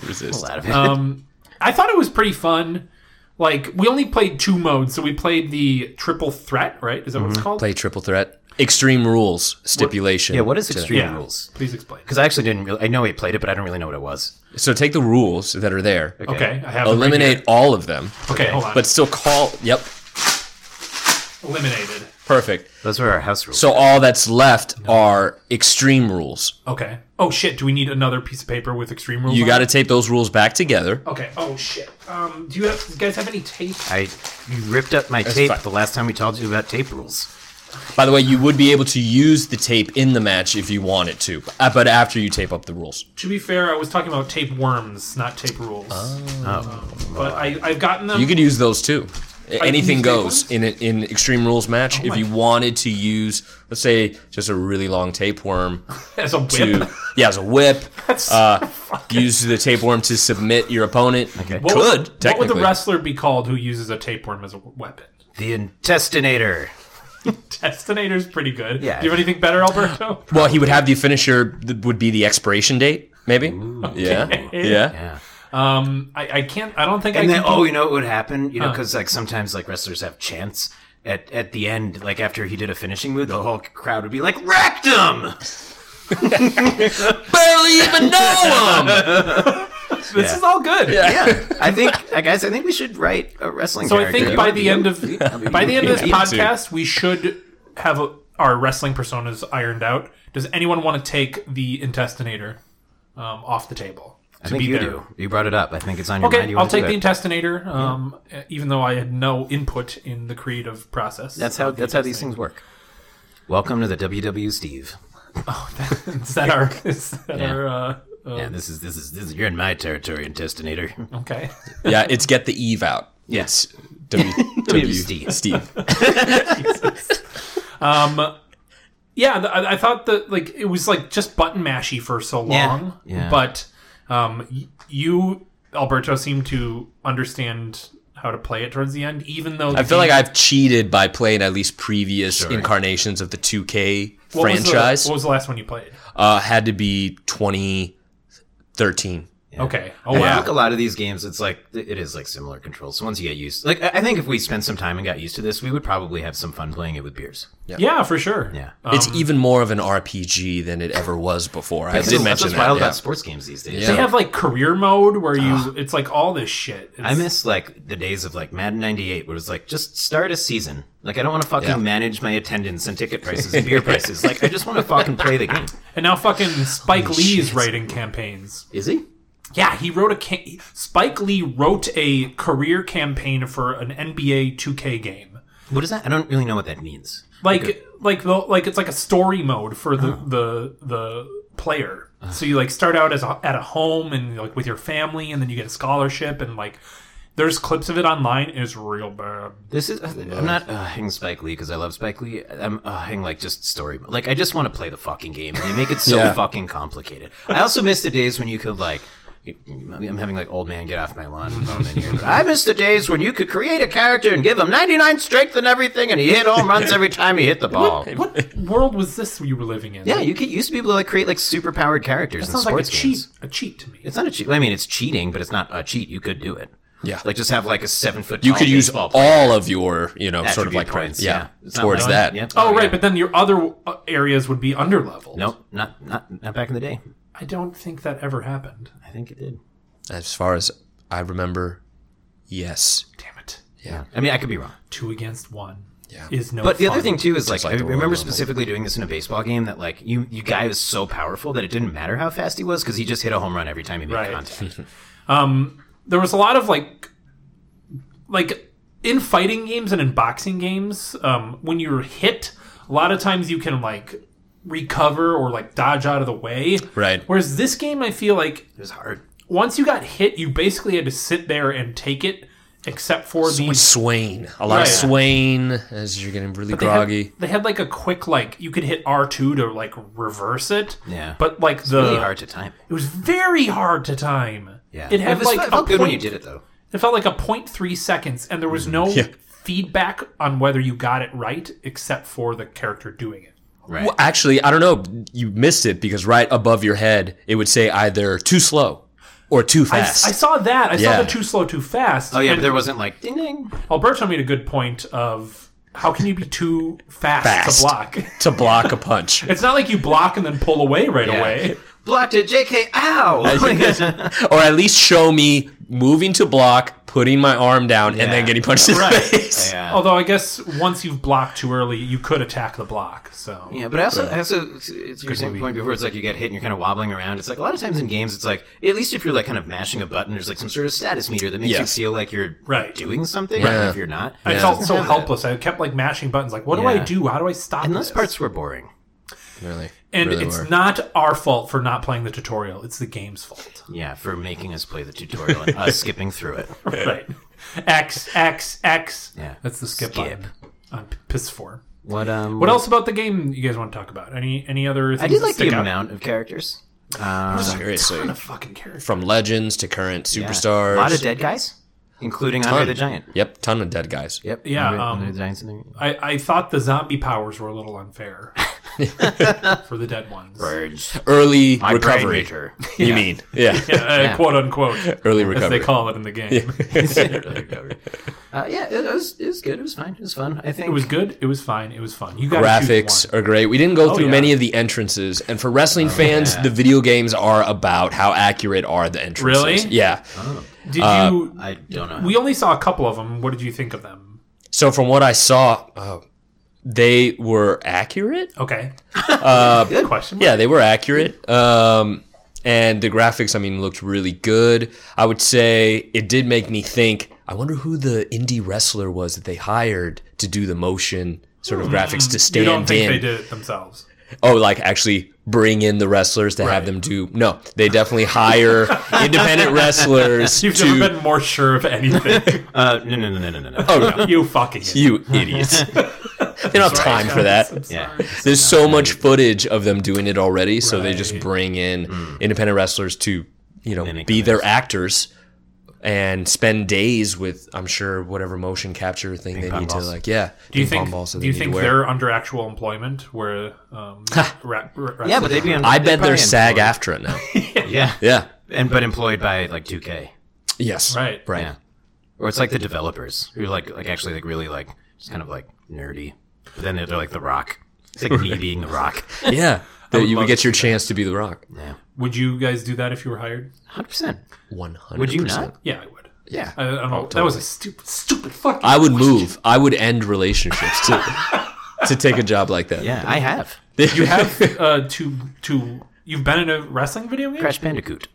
Speaker 3: Resist.
Speaker 2: Out of it.
Speaker 1: Um, I thought it was pretty fun. Like we only played two modes, so we played the triple threat, right? Is that what it's called?
Speaker 3: Play triple threat. Extreme rules stipulation.
Speaker 2: yeah. What is extreme
Speaker 1: yeah.
Speaker 2: rules?
Speaker 1: Please explain.
Speaker 2: Because I actually didn't. Really, I know we played it, but I don't really know what it was.
Speaker 3: So take the rules that are there.
Speaker 1: Okay, I have them right
Speaker 3: Eliminate all of them,
Speaker 1: here. okay, hold on.
Speaker 3: but
Speaker 1: But
Speaker 3: still call. Yep.
Speaker 1: eliminated.
Speaker 3: Perfect.
Speaker 2: Those were our house rules.
Speaker 3: So all that's left are extreme rules.
Speaker 1: Okay. Oh shit! Do we need another piece of paper with extreme rules?
Speaker 3: You
Speaker 1: on
Speaker 3: got to
Speaker 1: it?
Speaker 3: tape those rules back together.
Speaker 1: Okay. Oh shit. Um, do you, have, you guys have any tape?
Speaker 2: I you ripped up my tape
Speaker 3: fine.
Speaker 2: the last time we told you about tape rules.
Speaker 3: By the way, you would be able to use the tape in the match if you wanted to, uh, but after you tape up the rules.
Speaker 1: To be fair, I was talking about tape worms, not tape rules. Um,
Speaker 2: Oh,
Speaker 1: But I, I've gotten them.
Speaker 3: You could use those too. Anything
Speaker 1: use Oh fake ones?
Speaker 3: goes in a, in extreme rules match. if you wanted to use, let's say, just a really long tapeworm
Speaker 1: as a whip.
Speaker 3: to yeah, as a whip, uh, use the tapeworm to submit your opponent. You
Speaker 1: What would-
Speaker 3: could
Speaker 1: What would
Speaker 3: technically.
Speaker 1: the wrestler be called who uses a tapeworm as a weapon?
Speaker 2: the intestinator.
Speaker 1: Destinator's pretty good.
Speaker 2: Yeah.
Speaker 1: Do you have anything better, Alberto?
Speaker 3: well, he would have the finisher that would be the expiration date, maybe. Yeah, yeah.
Speaker 2: Yeah.
Speaker 1: Um, I, I can't. I don't think
Speaker 2: And
Speaker 1: I
Speaker 2: then
Speaker 1: can.
Speaker 2: oh, you know what would happen? You know, because like sometimes like wrestlers have chants. At, at the end, like after he did a finishing move, the whole crowd would be like, "Rectum!"
Speaker 3: Barely even know him.
Speaker 1: this is all good.
Speaker 2: Yeah, I think, I guys, I think we should write a wrestling.
Speaker 1: So I think
Speaker 2: character.
Speaker 1: by the end of by the end of this
Speaker 3: Yeah.
Speaker 1: podcast, we should have a, our wrestling personas ironed out. Does anyone want to take the intestinator um, off the table? To
Speaker 2: I think
Speaker 1: be
Speaker 2: you
Speaker 1: there?
Speaker 2: do. You brought it up. I think it's on your mind.
Speaker 1: Okay,
Speaker 2: You
Speaker 1: I'll
Speaker 2: wanna do
Speaker 1: take the
Speaker 2: it.
Speaker 1: intestinator, um, uh, even though I had no input in the creative process.
Speaker 2: That's how that's how these things work. Welcome to the WW Steve.
Speaker 1: is that our is that our uh, uh,
Speaker 2: Yeah, this is this is this is you're in my territory, intestinator.
Speaker 1: okay?
Speaker 3: Yeah, it's get the Eve out.
Speaker 2: Yes.
Speaker 3: W, w
Speaker 2: Steve.
Speaker 3: Steve.
Speaker 1: Yeah, th- I, I thought that like it was like just button mashy for so
Speaker 2: Yeah.
Speaker 1: long,
Speaker 2: Yeah.
Speaker 1: but um, y- you Alberto seemed to understand how to play it towards the end, even though
Speaker 3: I feel like I've cheated by playing at least previous incarnations of the 2K franchise.
Speaker 1: what was the last one you played?
Speaker 3: uh, had to be 2013.
Speaker 1: Okay, oh
Speaker 2: I
Speaker 1: wow,
Speaker 2: think a lot of these games, it's like it is like similar controls. So once you get used, like I I think if we spent some time and got used to this, we would probably have some fun playing it with beers.
Speaker 1: yeah, for sure.
Speaker 2: Yeah,
Speaker 3: it's
Speaker 1: Um,
Speaker 3: even more of an RPG than it ever was before. I
Speaker 2: That's
Speaker 3: did
Speaker 2: what's-
Speaker 3: mention
Speaker 2: that's what's wild
Speaker 3: that. yeah.
Speaker 2: about sports games these days.
Speaker 1: They
Speaker 3: Yeah.
Speaker 1: have like career mode where you it's like all this shit. It's,
Speaker 2: I miss like the days of like Madden '98, where it was like just start a season. Like I don't want to fucking manage my attendance and ticket prices and beer prices. Like I just want to fucking play the game.
Speaker 1: and now fucking Spike Lee's writing campaigns.
Speaker 2: Is he?
Speaker 1: Yeah, he wrote a ca- Spike Lee wrote a career campaign for an NBA 2K game.
Speaker 2: What is that? I don't really know what that means.
Speaker 1: Like like the like it's like a story mode for the
Speaker 2: Uh-huh.
Speaker 1: the the player. So you like start out as a, at a home and like with your family and then you get a scholarship and like there's clips of it online It's real bad.
Speaker 2: This is. I'm not uh, hang Spike Lee because I love Spike Lee. I'm uh, hang like just story. Like I just want to play the fucking game. They make it so
Speaker 3: Yeah.
Speaker 2: fucking complicated. I also miss the days when you could like. I'm having like old man get off my lawn moment here. But I miss the days when you could create a character and give him 99 strength and everything, and he hit home runs every time he hit the ball.
Speaker 1: What world was this you were living in?
Speaker 2: Yeah, you could, used to be able to like create like super powered characters in
Speaker 1: sounds like a
Speaker 2: sports
Speaker 1: cheat
Speaker 2: games.
Speaker 1: a cheat to me.
Speaker 2: It's not a cheat. I mean, it's cheating, but it's not a cheat. You could do it.
Speaker 3: Yeah.
Speaker 2: like just have like a seven foot.
Speaker 3: you could use all of your, you know, sort of
Speaker 2: Attribute
Speaker 3: like
Speaker 2: points,
Speaker 3: yeah,
Speaker 2: yeah. It's not
Speaker 3: towards
Speaker 2: like-
Speaker 3: that.
Speaker 2: yeah.
Speaker 1: Oh,
Speaker 2: Oh,
Speaker 1: right,
Speaker 2: yeah.
Speaker 1: but then your other uh, areas would be under level.
Speaker 2: Nope, not not not back in the day.
Speaker 1: I don't think that ever happened.
Speaker 2: I think it did.
Speaker 3: As far as I remember, yes.
Speaker 1: Damn it.
Speaker 2: I mean, I could be wrong.
Speaker 1: Two against one. is no.
Speaker 2: But the other
Speaker 1: fun.
Speaker 2: thing too is like,
Speaker 3: Just like
Speaker 2: I
Speaker 3: the Royal
Speaker 2: remember
Speaker 3: Rumble.
Speaker 2: specifically doing this in a baseball game that like you you guy was so powerful that it didn't matter how fast he was because he just hit a home run every time he made
Speaker 1: Right.
Speaker 2: contact.
Speaker 1: there was a lot of like like in fighting games and in boxing games um, when you're hit a lot of times you can like recover or like dodge out of the way
Speaker 3: Right.
Speaker 1: whereas this game i feel like
Speaker 2: It was hard.
Speaker 1: once you got hit you basically had to sit there and take it except for
Speaker 3: With
Speaker 1: these
Speaker 3: Swain. A lot of
Speaker 1: Yeah.
Speaker 3: Swain as you're getting really
Speaker 1: they had,
Speaker 3: groggy.
Speaker 1: they had like a quick like you could hit r2 to like reverse it
Speaker 2: Yeah.
Speaker 1: but like the
Speaker 2: Really hard to time.
Speaker 1: it was very hard to time
Speaker 2: Yeah,
Speaker 1: it had
Speaker 2: was,
Speaker 1: like
Speaker 2: it
Speaker 1: a
Speaker 2: felt good when you
Speaker 1: point-
Speaker 2: did it though.
Speaker 1: It felt like a 0.3 seconds, and there was no feedback on whether you got it right, except for the character doing it.
Speaker 2: Right.
Speaker 3: Well, actually, I don't know. You missed it because right above your head, it would say either too slow or too
Speaker 1: I, I
Speaker 3: fast.
Speaker 1: saw that. I
Speaker 3: Yeah.
Speaker 1: saw the too slow, too fast.
Speaker 2: Oh yeah, but
Speaker 1: and
Speaker 2: there wasn't like ding ding.
Speaker 1: Alberto made a good point of how can you be too fast,
Speaker 3: Fast.
Speaker 1: to block?
Speaker 3: to block a punch.
Speaker 1: It's not like you block and then pull away right away.
Speaker 2: Blocked it, JK. Ow!
Speaker 3: or at least show me moving to block, putting my arm down, and
Speaker 2: Yeah.
Speaker 3: then getting punched in the
Speaker 1: Right.
Speaker 3: face.
Speaker 2: yeah.
Speaker 1: Although I guess once you've blocked too early, you could attack the block. So
Speaker 2: Yeah, but I also,
Speaker 3: uh,
Speaker 2: I also it's, it's your same point before. It's like you get hit and you're kind of wobbling around. It's like a lot of times in games, it's like at least if you're like kind of mashing a button, there's like some sort of status meter that makes you
Speaker 3: Yes.
Speaker 2: feel like you're
Speaker 1: Right.
Speaker 2: doing something,
Speaker 3: Right.
Speaker 2: even if you're not.
Speaker 1: I
Speaker 3: Yeah.
Speaker 1: felt so helpless. I kept like mashing buttons. Like, what do I
Speaker 2: Yeah.
Speaker 1: do? How do I stop?
Speaker 2: And those
Speaker 1: this?
Speaker 2: parts were boring.
Speaker 3: Really.
Speaker 1: and
Speaker 3: really
Speaker 1: it's
Speaker 3: were.
Speaker 1: not our fault for not playing the tutorial. It's the game's fault.
Speaker 2: Yeah, for making us play the tutorial and us skipping through it.
Speaker 1: right. X X X.
Speaker 2: Yeah.
Speaker 1: That's the skip,
Speaker 2: Skip.
Speaker 1: button on P- PS4.
Speaker 2: What um?
Speaker 1: What else about the game you guys want to talk about? Any any other? Things
Speaker 2: I did like
Speaker 1: that
Speaker 2: the
Speaker 1: stick out?
Speaker 2: amount of characters. Uh,
Speaker 1: Ton
Speaker 3: seriously.
Speaker 1: of fucking characters.
Speaker 3: From legends to current
Speaker 2: yeah.
Speaker 3: superstars.
Speaker 2: A lot of dead guys, including Andre the Giant.
Speaker 3: Yep, ton of dead guys.
Speaker 2: Yep.
Speaker 1: Yeah,
Speaker 2: Andre,
Speaker 1: um,
Speaker 2: Andre the Giant's in there.
Speaker 1: I, I thought the zombie powers were a little unfair for the dead ones.
Speaker 2: Urge.
Speaker 3: Early
Speaker 2: My brain
Speaker 3: recovery.
Speaker 2: meter.
Speaker 3: You mean? Yeah.
Speaker 1: Yeah, uh, Quote unquote,
Speaker 3: Early
Speaker 1: as
Speaker 3: recovery.
Speaker 1: they call it in the game.
Speaker 2: Uh, yeah, it was it was good. It was fine. It was fun. I think
Speaker 1: It was good. It was fine. It was fun. You got
Speaker 3: graphics are great. We didn't go through
Speaker 1: Oh, yeah.
Speaker 3: many of the entrances, and for wrestling fans, the video games are about how accurate are the entrances.
Speaker 1: Really?
Speaker 3: Yeah.
Speaker 1: Did you?
Speaker 2: I don't know.
Speaker 1: we only saw a couple of them. What did you think of them?
Speaker 3: So from what I saw, oh, they were accurate.
Speaker 1: Okay. good question.
Speaker 3: Yeah, they were accurate. Um, and the graphics, I mean, looked really good. I would say it did make me think. I wonder who the indie wrestler was that they hired to do the motion sort of graphics to
Speaker 1: Hmm. You
Speaker 3: stand
Speaker 1: don't think
Speaker 3: in.
Speaker 1: they did it themselves?
Speaker 3: oh, like actually bring in the wrestlers to have them do. No, they definitely hire independent wrestlers
Speaker 1: You've
Speaker 3: to.
Speaker 1: never been more sure of anything.
Speaker 2: Uh, no, no, no, no, no, no, no.
Speaker 3: oh no,
Speaker 1: you fucking idiot.
Speaker 3: you idiots! they don't have time for that.
Speaker 2: yeah.
Speaker 3: There's so much footage of them doing it already, so they just bring in
Speaker 1: Hmm.
Speaker 3: independent wrestlers to, you know,
Speaker 2: Mimic
Speaker 3: be
Speaker 2: them.
Speaker 3: their actors and spend days with, I'm sure, whatever motion capture thing they
Speaker 2: pong
Speaker 3: need
Speaker 2: balls.
Speaker 3: to, like, yeah.
Speaker 1: Do you
Speaker 3: ping pong
Speaker 1: think?
Speaker 3: balls that
Speaker 1: do you
Speaker 3: they need to
Speaker 1: think
Speaker 3: wear.
Speaker 1: they're under actual employment? Where? Um, ra- ra-
Speaker 2: Yeah, but they'd be.
Speaker 3: I bet they're SAG after it now.
Speaker 2: Yeah.
Speaker 3: yeah.
Speaker 2: and but employed by like 2K,
Speaker 3: Yes.
Speaker 1: Right.
Speaker 3: Right.
Speaker 2: Yeah. or it's like the developers who like like actually like really like just kind of like nerdy. But then they're, they're like the Rock. It's like me being the Rock.
Speaker 3: Yeah. That you
Speaker 1: love
Speaker 3: would get your chance to be the rock.
Speaker 2: Yeah,
Speaker 1: would you guys do that if you were hired?
Speaker 2: hundred percent.
Speaker 3: 100%.
Speaker 2: Would you not? Uh,
Speaker 1: Yeah, I would.
Speaker 2: Yeah.
Speaker 1: I, I don't know. That was a stupid, stupid fucking.
Speaker 3: I would move. I would end relationships to, to take a job like that.
Speaker 2: yeah, I have
Speaker 3: You
Speaker 1: have uh, to to. You've been in a wrestling video game.
Speaker 2: Crash Bandicoot.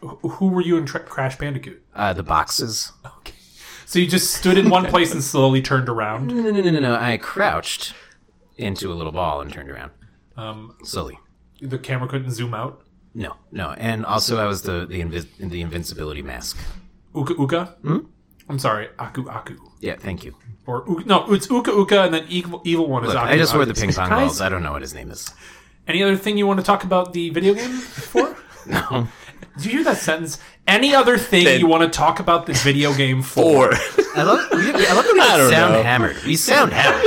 Speaker 1: Who were you in Tra- Crash Bandicoot?
Speaker 2: Uh, the boxes.
Speaker 1: Okay. So you just stood in one place and slowly turned around.
Speaker 2: No, no, no, no, no. I crouched into a little ball and turned around
Speaker 1: Um,
Speaker 2: slowly.
Speaker 1: the camera couldn't zoom out.
Speaker 2: No, no, and also I was the the, invis- the invincibility mask.
Speaker 1: Uka Uka. Hmm? I'm sorry, Aku Aku.
Speaker 2: Yeah, thank you.
Speaker 1: Or U- no, it's Uka Uka, and then evil, evil one is
Speaker 2: Look,
Speaker 1: Aku
Speaker 2: I just
Speaker 1: Aku.
Speaker 2: wore the ping pong
Speaker 1: Guys,
Speaker 2: balls. I don't know what his name is.
Speaker 1: Any other thing you want to talk about the video game for?
Speaker 2: No.
Speaker 1: Did you hear that sentence? Any other thing you want to talk about the video game for?
Speaker 3: Or
Speaker 2: I love. We, I love that we
Speaker 3: don't
Speaker 2: sound
Speaker 3: know.
Speaker 2: hammered. We sound hammered.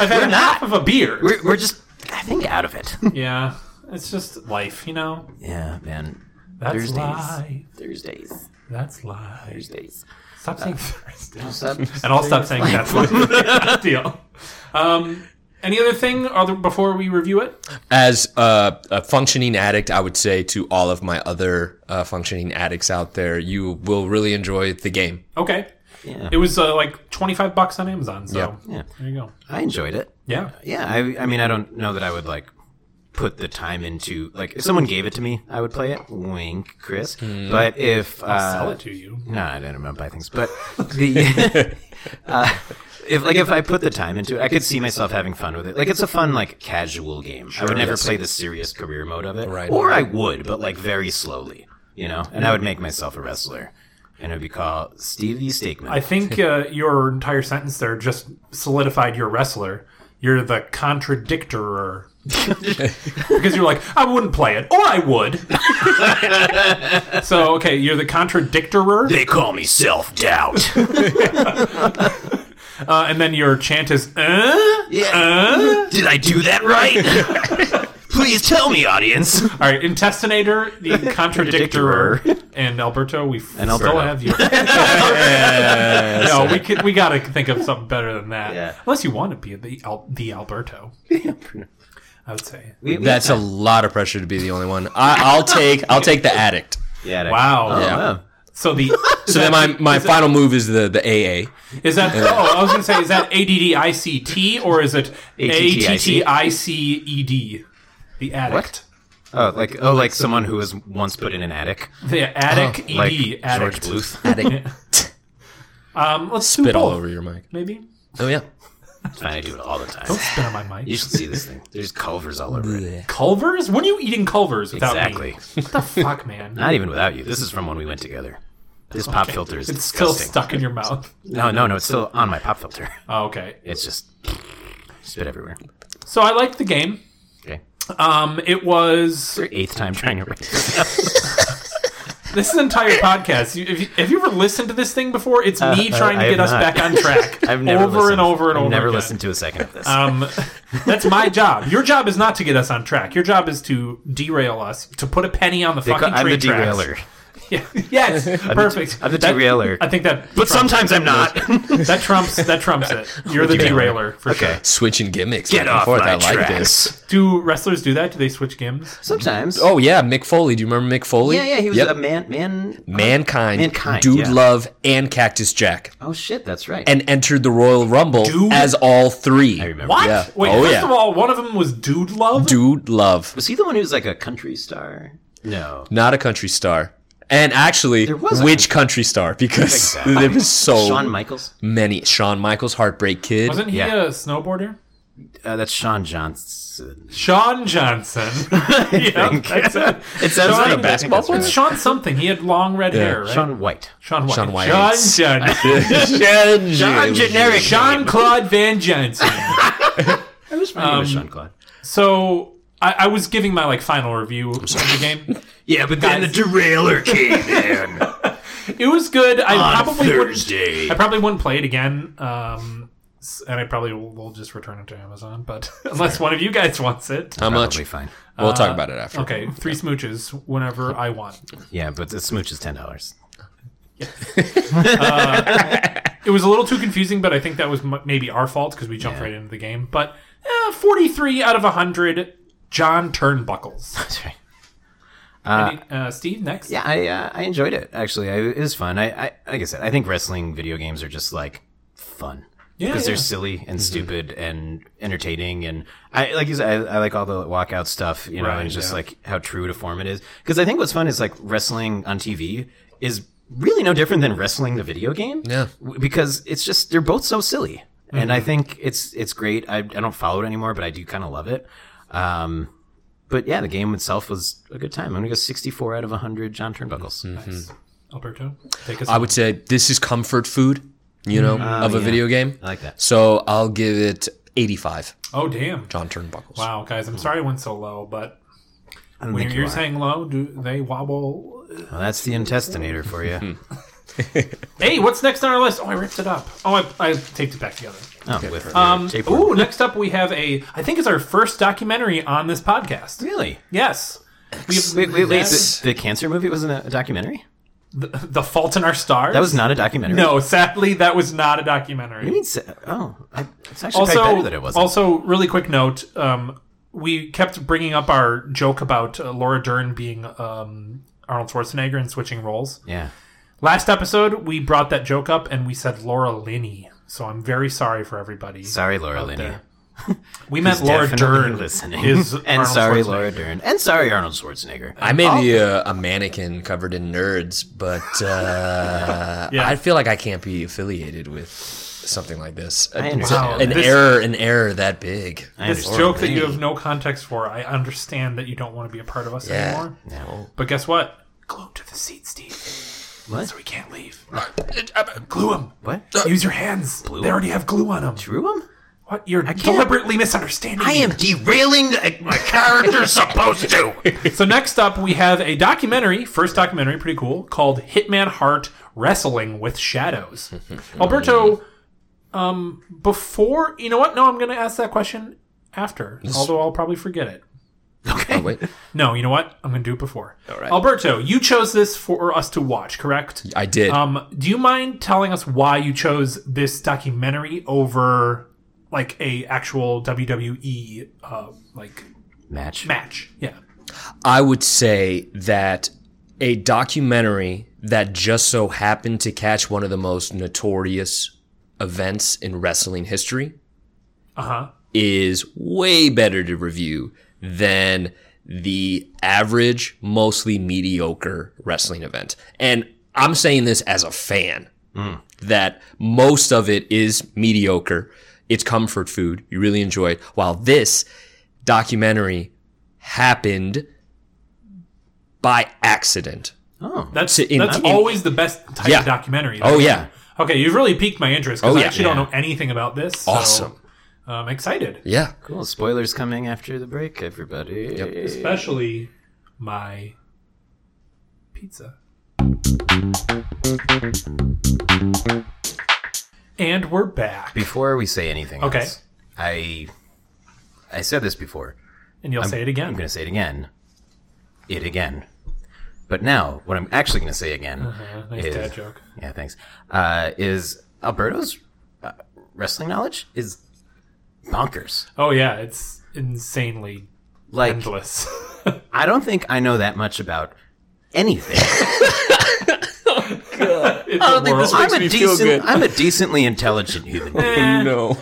Speaker 1: I've had half of a beer.
Speaker 2: we're, we're just, I think, out of it.
Speaker 1: yeah, it's just life, you know.
Speaker 2: Yeah, man.
Speaker 1: That's
Speaker 2: Thursdays.
Speaker 1: life.
Speaker 2: Thursdays,
Speaker 1: That's life.
Speaker 2: Thursdays.
Speaker 1: Stop saying Thursday.
Speaker 2: Stop.
Speaker 1: And I'll stop saying that's life. Deal. Um, any other thing other, before we review it?
Speaker 3: as a, a functioning addict, I would say to all of my other uh, functioning addicts out there, you will really enjoy the game.
Speaker 1: Okay.
Speaker 2: Yeah.
Speaker 1: It was uh, like 25 bucks on Amazon. So
Speaker 3: Yep.
Speaker 2: Yeah.
Speaker 1: there you go.
Speaker 2: I enjoyed it.
Speaker 1: Yeah.
Speaker 2: Yeah, I, I mean, I don't know that I would like put the time into like if someone gave it to me, I would play it. Wink, Chris. But if uh,
Speaker 1: Hmm. Sell it to you.
Speaker 2: no, I don't remember buy things, but the uh, if like if I put the time into it, I could see myself having fun with it. Like it's a fun like casual game. I would never
Speaker 3: yes.
Speaker 2: play the serious career mode of it,
Speaker 3: Right.
Speaker 2: Or I would, but like very slowly, you know. And I would make myself a wrestler, and it would be called Stevie Steakman.
Speaker 1: I think uh, your entire sentence there just solidified your wrestler. You're the contradictor. because you're like, I wouldn't play it, or I would. so, okay, you're the contradictor.
Speaker 2: they call me self doubt.
Speaker 1: Uh, and then your chant is, uh?
Speaker 2: Yeah. Did I do that right? Please tell me, audience.
Speaker 1: All right, intestinator, the contradictor, and Alberto, we still
Speaker 2: Alberto.
Speaker 1: have you. no, we could, we got to think of something better than that.
Speaker 2: Yeah.
Speaker 1: Unless you want to be the Al- the Alberto, I would say.
Speaker 3: That's a lot of pressure to be the only one. I, I'll take I'll take the addict.
Speaker 2: yeah.
Speaker 1: Wow.
Speaker 3: Yeah.
Speaker 1: So the
Speaker 3: So then my my final move is the the AA.
Speaker 1: is that oh I was gonna say is that ADDICT or is it
Speaker 2: ATTIC?
Speaker 1: ATTICED? E The addict.
Speaker 2: Oh, like oh, like someone who was once put in an attic,
Speaker 1: The addict ED
Speaker 2: Oh, like George
Speaker 1: addict.
Speaker 2: Bluth.
Speaker 3: Addict.
Speaker 1: Um, let's do
Speaker 3: Spit all
Speaker 1: both,
Speaker 3: over your mic.
Speaker 1: Maybe
Speaker 3: Oh yeah.
Speaker 2: It's fine, I do it all the time.
Speaker 1: spit on my
Speaker 2: You
Speaker 1: mic.
Speaker 2: should see this thing. There's culvers all over it.
Speaker 1: Culvers? When are you eating Culvers without
Speaker 2: Exactly.
Speaker 1: me? What the fuck, man?
Speaker 2: Not even without you. This is from when we went together. This pop filter is
Speaker 1: It's still
Speaker 2: disgusting.
Speaker 1: stuck in your mouth.
Speaker 2: No, no, no. It's still on my pop filter.
Speaker 1: Oh, okay.
Speaker 2: It's just spit everywhere.
Speaker 1: So I liked the game.
Speaker 2: Okay.
Speaker 1: Um, it was
Speaker 2: Your eighth time trying to write this. down.
Speaker 1: this is an entire podcast. You, if you, have you ever listened to this thing before? It's me
Speaker 2: uh,
Speaker 1: trying
Speaker 2: I
Speaker 1: to get
Speaker 2: have
Speaker 1: us
Speaker 2: not.
Speaker 1: back on track
Speaker 2: I've never
Speaker 1: over
Speaker 2: listened.
Speaker 1: and over and
Speaker 2: I've
Speaker 1: over.
Speaker 2: Never
Speaker 1: again.
Speaker 2: listened to a second of this.
Speaker 1: Um, that's my job. Your job is not to get us on track. Your job is to derail us, to put a penny on the fucking
Speaker 2: I'm
Speaker 1: train
Speaker 2: the
Speaker 1: tracks.
Speaker 2: derailer.
Speaker 1: Yeah. Yes, perfect.
Speaker 2: I'm the
Speaker 1: That-
Speaker 2: derailer.
Speaker 1: I think that,
Speaker 2: But sometimes I'm not.
Speaker 1: that trumps that trumps it. You're the derailer for
Speaker 2: okay.
Speaker 1: sure.
Speaker 3: Switching gimmicks.
Speaker 2: Get
Speaker 3: back and
Speaker 2: off
Speaker 3: forth.
Speaker 2: my
Speaker 3: I like
Speaker 2: tracks.
Speaker 3: this.
Speaker 1: Do wrestlers do that? Do they switch games?
Speaker 2: Sometimes.
Speaker 3: Oh yeah, Mick Foley. Do you remember Mick Foley?
Speaker 2: Yeah, yeah, he was
Speaker 3: Yep.
Speaker 2: a man. Man.
Speaker 3: Mankind,
Speaker 2: Mankind,
Speaker 3: Dude
Speaker 2: yeah.
Speaker 3: Love, and Cactus Jack,
Speaker 2: Oh shit, that's right.
Speaker 3: and entered the Royal Rumble
Speaker 1: Dude-
Speaker 3: as all three. I
Speaker 2: remember.
Speaker 1: What?
Speaker 3: Yeah.
Speaker 1: Wait,
Speaker 3: Oh,
Speaker 1: first
Speaker 3: yeah.
Speaker 1: of all, one of them was Dude Love.
Speaker 3: Dude Love,
Speaker 2: was he the one who was like a country star? No.
Speaker 3: not a country star. And actually,
Speaker 2: There was a
Speaker 3: which country star? Because
Speaker 2: Exactly.
Speaker 3: there was so
Speaker 2: Shawn Michaels.
Speaker 3: many. Shawn Michaels, Heartbreak Kid.
Speaker 1: Wasn't he
Speaker 2: Yeah.
Speaker 1: a snowboarder?
Speaker 2: Uh, that's Sean Johnson.
Speaker 1: Sean Johnson. yeah, that's it.
Speaker 2: It sounds
Speaker 1: Sean-
Speaker 2: like a basketball player.
Speaker 1: It's Sean something. He had long red hair, right?
Speaker 2: Sean White.
Speaker 1: Sean White.
Speaker 3: Sean White.
Speaker 1: Sean Johnson.
Speaker 3: John
Speaker 2: John generic.
Speaker 1: Sean Claude Van Johnson.
Speaker 2: I was familiar with Sean Claude.
Speaker 1: So I, I was giving my like final review of the game.
Speaker 2: Yeah, but then
Speaker 1: guys-
Speaker 2: the derailer came in on
Speaker 1: It was good. I probably wouldn't.
Speaker 2: Thursday.
Speaker 1: I probably wouldn't play it again. Um, s- and I probably will, will just return it to Amazon, but unless one of you guys wants it.
Speaker 3: How much?
Speaker 2: Probably fine.
Speaker 3: We'll talk about it after.
Speaker 1: Uh, Okay, three smooches whenever I want.
Speaker 2: Yeah, but the smooch is ten dollars.
Speaker 1: It was a little too confusing, but I think that was m- maybe our fault because we jumped right into the game. But eh, 43 out of 100 John Turnbuckles.
Speaker 2: That's right.
Speaker 1: Any- uh, Steve, next?
Speaker 2: Yeah, I uh, I enjoyed it actually. I, it was fun. I, I like I said, I think wrestling video games are just like fun.
Speaker 1: Yeah, yeah.
Speaker 2: because
Speaker 1: Mm-hmm.
Speaker 2: they're silly and stupid and entertaining and I like you said, I, I like all the walkout stuff, you know,
Speaker 1: Right,
Speaker 2: and just
Speaker 1: yeah.
Speaker 2: like how true to form it is. Because I think what's fun is like wrestling on TV is really no different than wrestling the video game.
Speaker 3: Yeah.
Speaker 2: W- because it's just they're both so silly, and
Speaker 1: Mm-hmm.
Speaker 2: I think it's it's great. I I don't follow it anymore, but I do kind of love it. Um, but yeah, the game itself was a good time. I'm gonna go 64 out of 100 John Turnbuckles.
Speaker 1: Nice. Alberto, take us
Speaker 2: Uh,
Speaker 3: I would say this is comfort food, you know,
Speaker 2: Mm. Oh,
Speaker 3: of a video game.
Speaker 2: I like that.
Speaker 3: So I'll give it 85.
Speaker 1: Oh, damn.
Speaker 3: John Turnbuckles.
Speaker 1: Wow, guys, I'm sorry I went so low, but
Speaker 2: I don't
Speaker 1: when
Speaker 2: think
Speaker 1: you're,
Speaker 2: you
Speaker 1: you're
Speaker 2: are.
Speaker 1: saying low, do they wobble?
Speaker 2: Well, that's the intestinator for
Speaker 1: Hmm.
Speaker 2: you.
Speaker 1: Hey, what's next on our list? Oh, I ripped it up. Oh, I, I taped it back together.
Speaker 2: oh, with your
Speaker 1: Um,
Speaker 2: tapeworm.
Speaker 1: ooh, next up we have a, I think it's our first documentary on this podcast.
Speaker 2: Really?
Speaker 1: Yes. We have
Speaker 2: Wait, wait, wait. The,
Speaker 1: Yes.
Speaker 2: the cancer movie wasn't a, a documentary?
Speaker 1: the, the Fault in Our Stars.
Speaker 2: That was not a documentary.
Speaker 1: No, sadly, that was not a documentary.
Speaker 2: I mean, so- oh, I, it's actually probably
Speaker 1: also,
Speaker 2: better that it wasn't.
Speaker 1: also, really quick note. Um, we kept bringing up our joke about uh, Laura Dern being um, Arnold Schwarzenegger and switching roles.
Speaker 2: yeah.
Speaker 1: Last episode, we brought that joke up and we said Laura Linney. So I'm very sorry for everybody.
Speaker 2: Sorry, Laura
Speaker 1: out
Speaker 2: Linney.
Speaker 1: there. We meant
Speaker 2: Who's
Speaker 1: Laura
Speaker 2: definitely
Speaker 1: Dern
Speaker 2: listening.
Speaker 1: is
Speaker 2: and
Speaker 1: Arnold
Speaker 2: sorry,
Speaker 1: Schwarzenegger.
Speaker 2: Laura Dern. And sorry, Arnold Schwarzenegger.
Speaker 3: I may be
Speaker 2: Oh.
Speaker 3: a, a mannequin covered in nerds, but uh,
Speaker 1: Yeah.
Speaker 3: I feel like I can't be affiliated with something like this.
Speaker 2: I
Speaker 3: It's
Speaker 2: understand.
Speaker 3: An
Speaker 1: This-
Speaker 3: error, an error that big.
Speaker 2: I
Speaker 1: This
Speaker 2: understand.
Speaker 1: joke that you have no context for, I understand that you don't want to be a part of us
Speaker 3: Yeah.
Speaker 1: anymore.
Speaker 2: No.
Speaker 1: But guess what? Glue him to the seat, Steve.
Speaker 2: What?
Speaker 1: So he can't leave. Glue him.
Speaker 2: What?
Speaker 1: Use your hands. they already have glue on them.
Speaker 2: Drew him?
Speaker 1: What? You're deliberately misunderstanding.
Speaker 2: I
Speaker 1: me.
Speaker 2: am derailing the, my character's supposed to.
Speaker 1: So next up, we have a documentary, first documentary, pretty cool, called Hitman Heart Wrestling with Shadows. Alberto, um, before you know what? No, I'm going to ask that question after, although I'll probably forget it.
Speaker 3: Oh, wait,
Speaker 1: No, you know what? I'm going to do it before. All right. Alberto, you chose this for us to watch, correct?
Speaker 3: I did.
Speaker 1: Um, do you mind telling us why you chose this documentary over like a actual WWE uh, like
Speaker 2: Match.
Speaker 1: match? Yeah.
Speaker 3: I would say that a documentary that just so happened to catch one of the most notorious events in wrestling history
Speaker 1: Uh huh.
Speaker 3: is way better to review than the average, mostly mediocre wrestling event. And I'm saying this as a fan
Speaker 1: Mm.
Speaker 3: that most of it is mediocre. It's comfort food. You really enjoy it. While this documentary happened by accident.
Speaker 2: Oh.
Speaker 1: That's
Speaker 3: To- in-
Speaker 1: that's
Speaker 3: in-
Speaker 1: always the best type
Speaker 3: Yeah.
Speaker 1: of documentary.
Speaker 3: Oh, yeah.
Speaker 1: Okay, you've really piqued my interest because
Speaker 3: Oh,
Speaker 1: I
Speaker 3: yeah.
Speaker 1: actually
Speaker 2: Yeah.
Speaker 1: don't know anything about this. so,
Speaker 3: Awesome.
Speaker 1: I'm excited,
Speaker 3: Yeah.
Speaker 2: Cool. Spoilers coming after the break, everybody.
Speaker 1: especially my pizza. And we're back,
Speaker 2: Before we say anything
Speaker 1: Okay.
Speaker 2: else, I I said this before.
Speaker 1: and you'll say it again.
Speaker 2: I'm going to say it again. It again. But now, what I'm actually going to say again
Speaker 1: Uh, nice
Speaker 2: is
Speaker 1: dad joke.
Speaker 2: Yeah, thanks. Uh, is Alberto's uh, wrestling knowledge is bonkers.
Speaker 1: Oh yeah, it's insanely
Speaker 2: Like
Speaker 1: endless.
Speaker 2: I don't think I know that much about anything.
Speaker 1: It's a world.
Speaker 2: I'm a
Speaker 3: feel good.
Speaker 2: decent. I'm a decently intelligent human. being.
Speaker 3: No.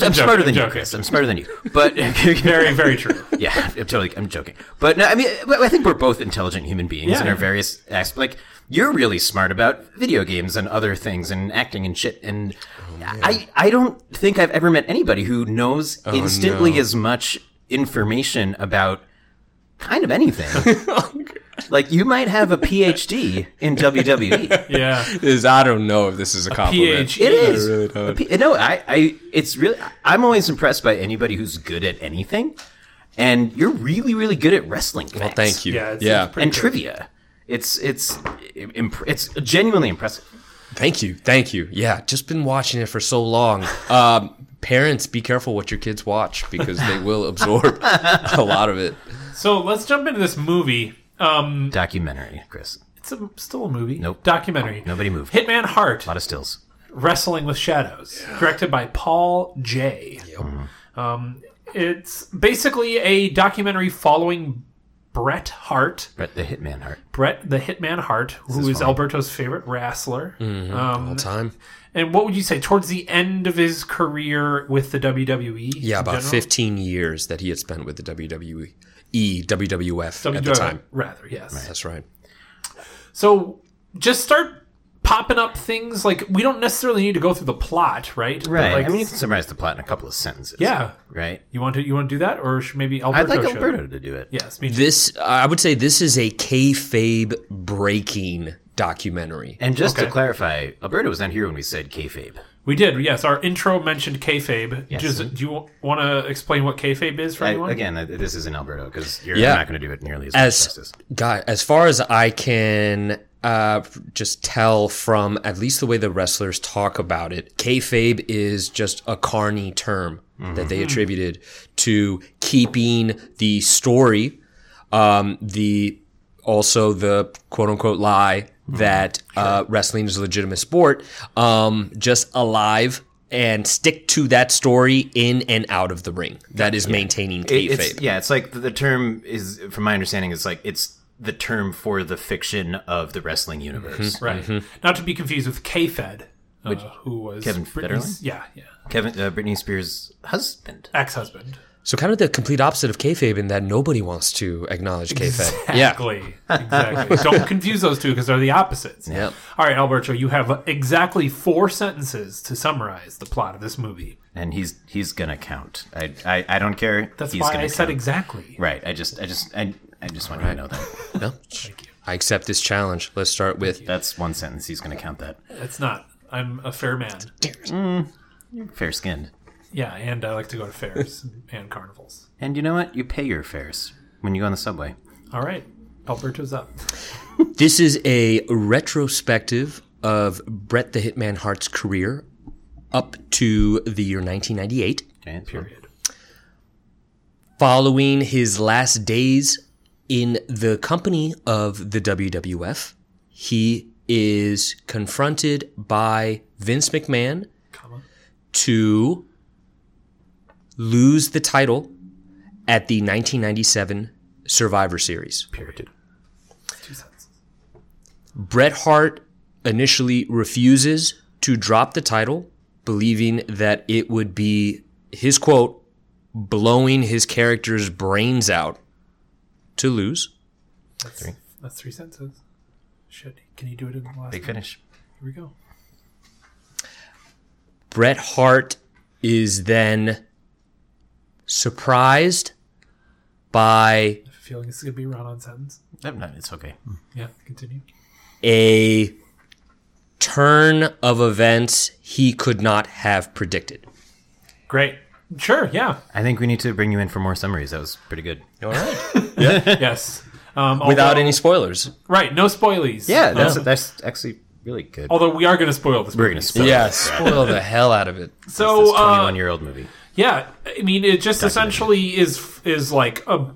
Speaker 2: I'm,
Speaker 1: joking,
Speaker 2: smarter than
Speaker 1: I'm
Speaker 2: you,
Speaker 1: joking.
Speaker 2: Chris. I'm smarter than you. But
Speaker 1: very very true.
Speaker 2: yeah, I'm totally. I'm joking. But no, I mean, but I think we're both intelligent human beings in
Speaker 1: Yeah.
Speaker 2: our various aspects. Like you're really smart about video games and other things and acting and shit. And
Speaker 3: Oh,
Speaker 2: I, I don't think I've ever met anybody who knows instantly as much information about kind of anything.
Speaker 3: Oh,
Speaker 2: like you might have a PhD in WWE.
Speaker 1: Yeah, E.
Speaker 3: This, I don't know if this is a compliment.
Speaker 1: PhD.
Speaker 2: It is.
Speaker 3: really don't.
Speaker 2: P- No, I, I, it's really, I'm always impressed by anybody who's good at anything. And you're really, really good at wrestling.
Speaker 3: Well,
Speaker 2: facts
Speaker 3: thank you.
Speaker 1: Yeah, it's-
Speaker 3: yeah.
Speaker 1: it's pretty-
Speaker 2: And trivia. It's, it's, imp- it's genuinely impressive.
Speaker 3: Thank you. Thank you. Yeah, just been watching it for so long. Um, parents, be careful what your kids watch because they will absorb a lot of it.
Speaker 1: So let's jump into this movie. Um,
Speaker 2: Documentary, Chris.
Speaker 1: it's a, still a movie.
Speaker 2: Nope.
Speaker 1: Documentary.
Speaker 2: Nobody moved. A
Speaker 1: Hitman Heart.
Speaker 2: lot of stills.
Speaker 1: Wrestling with Shadows, directed by Paul J. Um,
Speaker 2: Mm-hmm.
Speaker 1: it's basically a documentary following Bret Hart,
Speaker 2: But the Hitman Heart.
Speaker 1: Bret the Hitman Hart, who is Alberto's favorite wrestler.
Speaker 2: Mm.
Speaker 1: Um,
Speaker 3: All time.
Speaker 1: and what would you say towards the end of his career with the WWE?
Speaker 3: Yeah,
Speaker 1: in
Speaker 3: about
Speaker 1: general?
Speaker 3: 15 years that he had spent with the E, WWE, WWF at the
Speaker 1: WWE,
Speaker 3: time.
Speaker 1: E, rather yes.
Speaker 3: That's right.
Speaker 1: So just start popping up things like we don't necessarily need to go through the plot, right? But,
Speaker 2: Right.
Speaker 1: like,
Speaker 2: I mean, you can summarize the plot in a couple of sentences.
Speaker 1: yeah.
Speaker 2: Right.
Speaker 1: You want to you want to do that, or should maybe Alberto?
Speaker 2: I'd like
Speaker 1: should?
Speaker 2: Alberto to do it.
Speaker 1: Yes, me too.
Speaker 3: This, I would say, this is a kayfabe breaking documentary.
Speaker 2: And just to
Speaker 1: Okay.
Speaker 2: clarify, Alberto was not here when we said kayfabe.
Speaker 1: We did, yes. Our intro mentioned kayfabe.
Speaker 2: Yes.
Speaker 1: Just, do you want to explain what kayfabe is for
Speaker 2: I,
Speaker 1: anyone?
Speaker 2: again, I- this isn't Alberto because you're
Speaker 3: Yeah.
Speaker 2: not going to do it nearly as, much
Speaker 3: as
Speaker 2: justice.
Speaker 3: guy as far as I can uh, just tell from at least the way the wrestlers talk about it, kayfabe is just a carny term that they attributed to keeping the story, um, the also the quote unquote lie that uh, wrestling is a legitimate sport, um, just alive. And stick to that story in and out of the ring. That is maintaining
Speaker 2: It-
Speaker 3: kayfabe.
Speaker 2: it's, yeah, it's like the, the term is, from my understanding, it's like it's the term for the fiction of the wrestling universe.
Speaker 1: Mm-hmm. Right. Not to be confused with K Fed, uh, who was
Speaker 2: Kevin
Speaker 1: Britney's- Yeah, yeah.
Speaker 2: Kevin uh, Britney Spears' husband.
Speaker 1: Ex husband.
Speaker 3: So kind of the complete opposite of kayfabe in that nobody wants to acknowledge kayfabe.
Speaker 1: Exactly. Exactly. Don't confuse those two because they're the opposites.
Speaker 3: Yeah.
Speaker 1: All right, Alberto, you have exactly four sentences to summarize the plot of this movie.
Speaker 2: and he's he's gonna count. I I, I don't care.
Speaker 1: That's
Speaker 2: he's
Speaker 1: why I
Speaker 2: gonna
Speaker 1: said
Speaker 2: count.
Speaker 1: exactly.
Speaker 2: Right. I just I just I, I just want you to know that.
Speaker 3: Yeah. No. I accept this challenge. Let's start with
Speaker 2: That's one sentence. He's gonna count that.
Speaker 1: That's not. I'm a fair man.
Speaker 2: Fair skinned.
Speaker 1: Yeah, and I like to go to fairs and carnivals.
Speaker 2: And you know what? You pay your fares when you go on the subway.
Speaker 1: All right. Alberto's up.
Speaker 3: This is a retrospective of Brett the Hitman Hart's career up to the year 1998,
Speaker 2: Okay, that's fine.
Speaker 1: Period.
Speaker 3: following his last days in the company of the WWF. He is confronted by Vince McMahon
Speaker 1: Comma.
Speaker 3: to lose the title at the 1997 Survivor Series.
Speaker 1: Period. Two sentences.
Speaker 3: Bret Hart initially refuses to drop the title, believing that it would be his quote, blowing his character's brains out to lose.
Speaker 1: That's three. That's three sentences. Shit. Can you do it in the last?
Speaker 2: Big
Speaker 1: one?
Speaker 2: finish.
Speaker 1: Here we go.
Speaker 3: Bret Hart is then surprised by
Speaker 1: I have a feeling this is gonna be a run on sentence.
Speaker 2: No, no, it's okay.
Speaker 1: Yeah. Continue.
Speaker 3: a turn of events he could not have predicted.
Speaker 1: Great. Sure. Yeah.
Speaker 2: I think we need to bring you in for more summaries. That was pretty good.
Speaker 3: All right.
Speaker 1: yes. Um,
Speaker 3: Without
Speaker 1: although-
Speaker 3: any spoilers.
Speaker 1: Right. No spoilies.
Speaker 2: Yeah, that's
Speaker 1: Um,
Speaker 2: that's actually really good.
Speaker 1: although we are gonna spoil this.
Speaker 2: We're
Speaker 1: movie.
Speaker 2: gonna spoil
Speaker 3: spoil the hell out of it.
Speaker 2: this
Speaker 1: So. uh,
Speaker 2: twenty-one-year-old movie.
Speaker 1: Yeah, I mean, it just essentially is is like a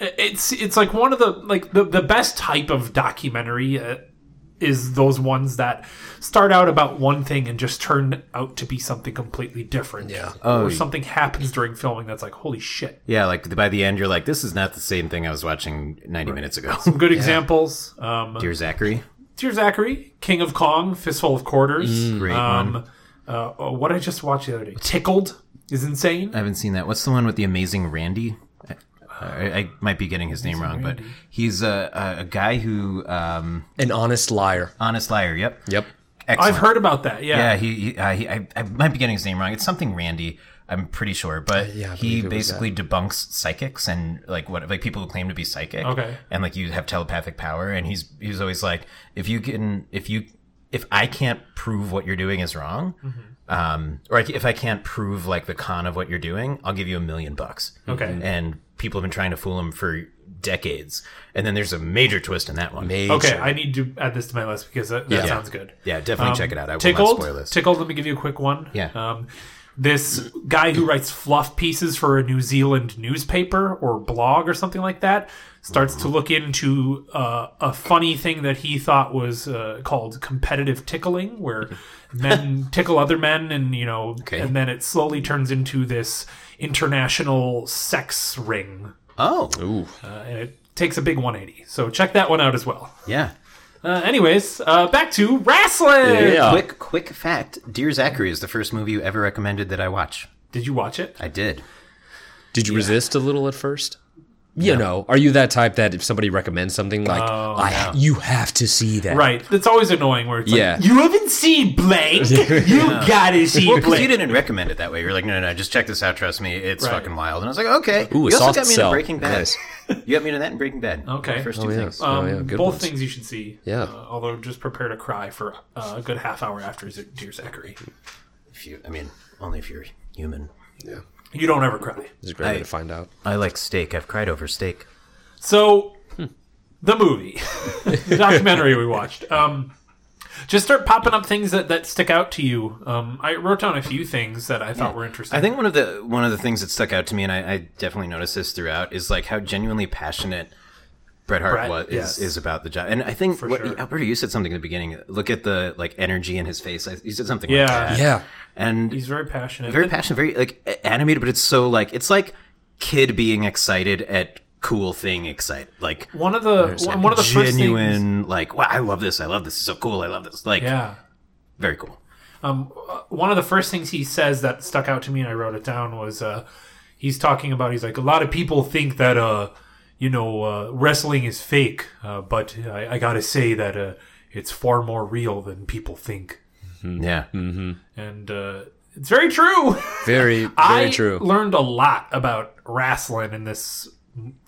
Speaker 1: it's it's like one of the like the the best type of documentary uh, is those ones that start out about one thing and just turn out to be something completely different. Yeah, or something happens during filming that's like holy shit.
Speaker 2: Oh, Yeah, like by the end, you're like, this is not the same thing I was watching ninety minutes ago.
Speaker 1: Good examples. Um,
Speaker 2: Dear Zachary,
Speaker 1: Dear Zachary, King of Kong, Fistful of Quarters.
Speaker 2: Mm, great one.
Speaker 1: um, uh, oh, what I just watched the other day, Tickled, is insane.
Speaker 2: I haven't seen that. What's the one with the amazing Randy? I, I, I might be getting his name wrong, but he's a, a, a guy who um,
Speaker 3: An honest liar.
Speaker 2: honest liar. Yep.
Speaker 3: Yep.
Speaker 2: Excellent.
Speaker 1: I've heard about that.
Speaker 2: Yeah, he, he, uh, he I, I might be getting his name wrong. It's something Randy. I'm pretty sure, but
Speaker 3: yeah, I
Speaker 2: he
Speaker 3: believe it was
Speaker 2: basically debunks psychics and like what like people who claim to be psychic.
Speaker 1: Okay.
Speaker 2: and like you have telepathic power, and he's he's always like, if you can, if you, if I can't prove what you're doing is wrong,
Speaker 1: Mm-hmm.
Speaker 2: um, or like, if I can't prove like the con of what you're doing, I'll give you a million bucks.
Speaker 3: Mm-hmm.
Speaker 1: Okay.
Speaker 2: and people have been trying to fool him for decades, and then there's a major twist in that one.
Speaker 3: Major.
Speaker 1: Okay, I need to add this to my list because that, that
Speaker 3: Yeah.
Speaker 1: sounds good.
Speaker 2: Yeah, definitely check it out. I
Speaker 1: Um,
Speaker 2: will
Speaker 1: tickled,
Speaker 2: not spoil this.
Speaker 1: tickled. Let me give you a quick one.
Speaker 2: Yeah.
Speaker 1: Um, this guy who writes fluff pieces for a New Zealand newspaper or blog or something like that starts to look into uh, a funny thing that he thought was uh, called competitive tickling, where men tickle other men, and you know, and then it slowly turns into this international sex ring,
Speaker 2: oh,
Speaker 1: uh, and it takes a big 180. So check that one out as well.
Speaker 2: yeah.
Speaker 1: Uh, anyways, uh, back to wrestling.
Speaker 3: Yeah.
Speaker 2: Quick, quick fact: Dear Zachary is the first movie you ever recommended that I watch.
Speaker 1: Did you watch it?
Speaker 2: I did.
Speaker 3: Did you resist a little at first? You know, are you that type that if somebody recommends something like, I, you have to see that?
Speaker 1: Oh, Right. It's always annoying where it's
Speaker 3: Yeah.
Speaker 1: like, you haven't seen Blake. you gotta see
Speaker 2: Well, because you
Speaker 1: Blake.
Speaker 2: didn't recommend it that way. You're like, no, no, no, just check this out. Trust me, it's
Speaker 1: Right.
Speaker 2: fucking wild. And I was like, okay.
Speaker 3: Ooh, a
Speaker 2: you also
Speaker 3: soft
Speaker 2: got me
Speaker 3: sell.
Speaker 2: into Breaking Bad.
Speaker 3: Nice.
Speaker 2: You got me into that and Breaking Bad.
Speaker 1: Okay.
Speaker 2: First two
Speaker 3: yeah.
Speaker 2: things.
Speaker 3: Oh,
Speaker 1: Um,
Speaker 3: yeah, good
Speaker 1: both
Speaker 3: ones.
Speaker 1: things you should see.
Speaker 3: Yeah.
Speaker 1: Uh, although just prepare to cry for uh, a good half hour after Z- Dear Zachary.
Speaker 2: If you, I mean, only if you're human.
Speaker 1: You don't ever cry.
Speaker 3: It's a great way
Speaker 2: I-
Speaker 3: to find out.
Speaker 2: I like steak. I've cried over steak.
Speaker 1: So, the movie, the documentary we watched. Um, just start popping up things that, that stick out to you. Um, I wrote down a few things that I thought were interesting.
Speaker 2: I think one of the one of the things that stuck out to me, and I, I definitely noticed this throughout, is like how genuinely passionate Bret Hart
Speaker 1: Bret,
Speaker 2: was is,
Speaker 1: yes.
Speaker 2: is about the job. And I think what,
Speaker 1: sure.
Speaker 2: Alberto, you said something at the beginning. Look at the like energy in his face. I, you said something.
Speaker 1: Yeah.
Speaker 2: like that.
Speaker 3: Yeah.
Speaker 2: And
Speaker 1: He's very passionate.
Speaker 2: very passionate, very like a- animated, but it's so like it's like kid being excited at cool thing excited. Like
Speaker 1: One of the one, one of the first things,
Speaker 2: genuine, like, wow, I love this. I love this. It's so cool. I love this. Like,
Speaker 1: yeah.
Speaker 2: very cool.
Speaker 1: Um, uh, one of the first things he says that stuck out to me, and I wrote it down, was uh, he's talking about he's like a lot of people think that uh, you know uh, wrestling is fake, uh, but I, I gotta say that uh, it's far more real than people think,
Speaker 2: Yeah.
Speaker 1: and uh, it's very true.
Speaker 3: Very, very
Speaker 1: I
Speaker 3: true.
Speaker 1: learned a lot about wrestling in this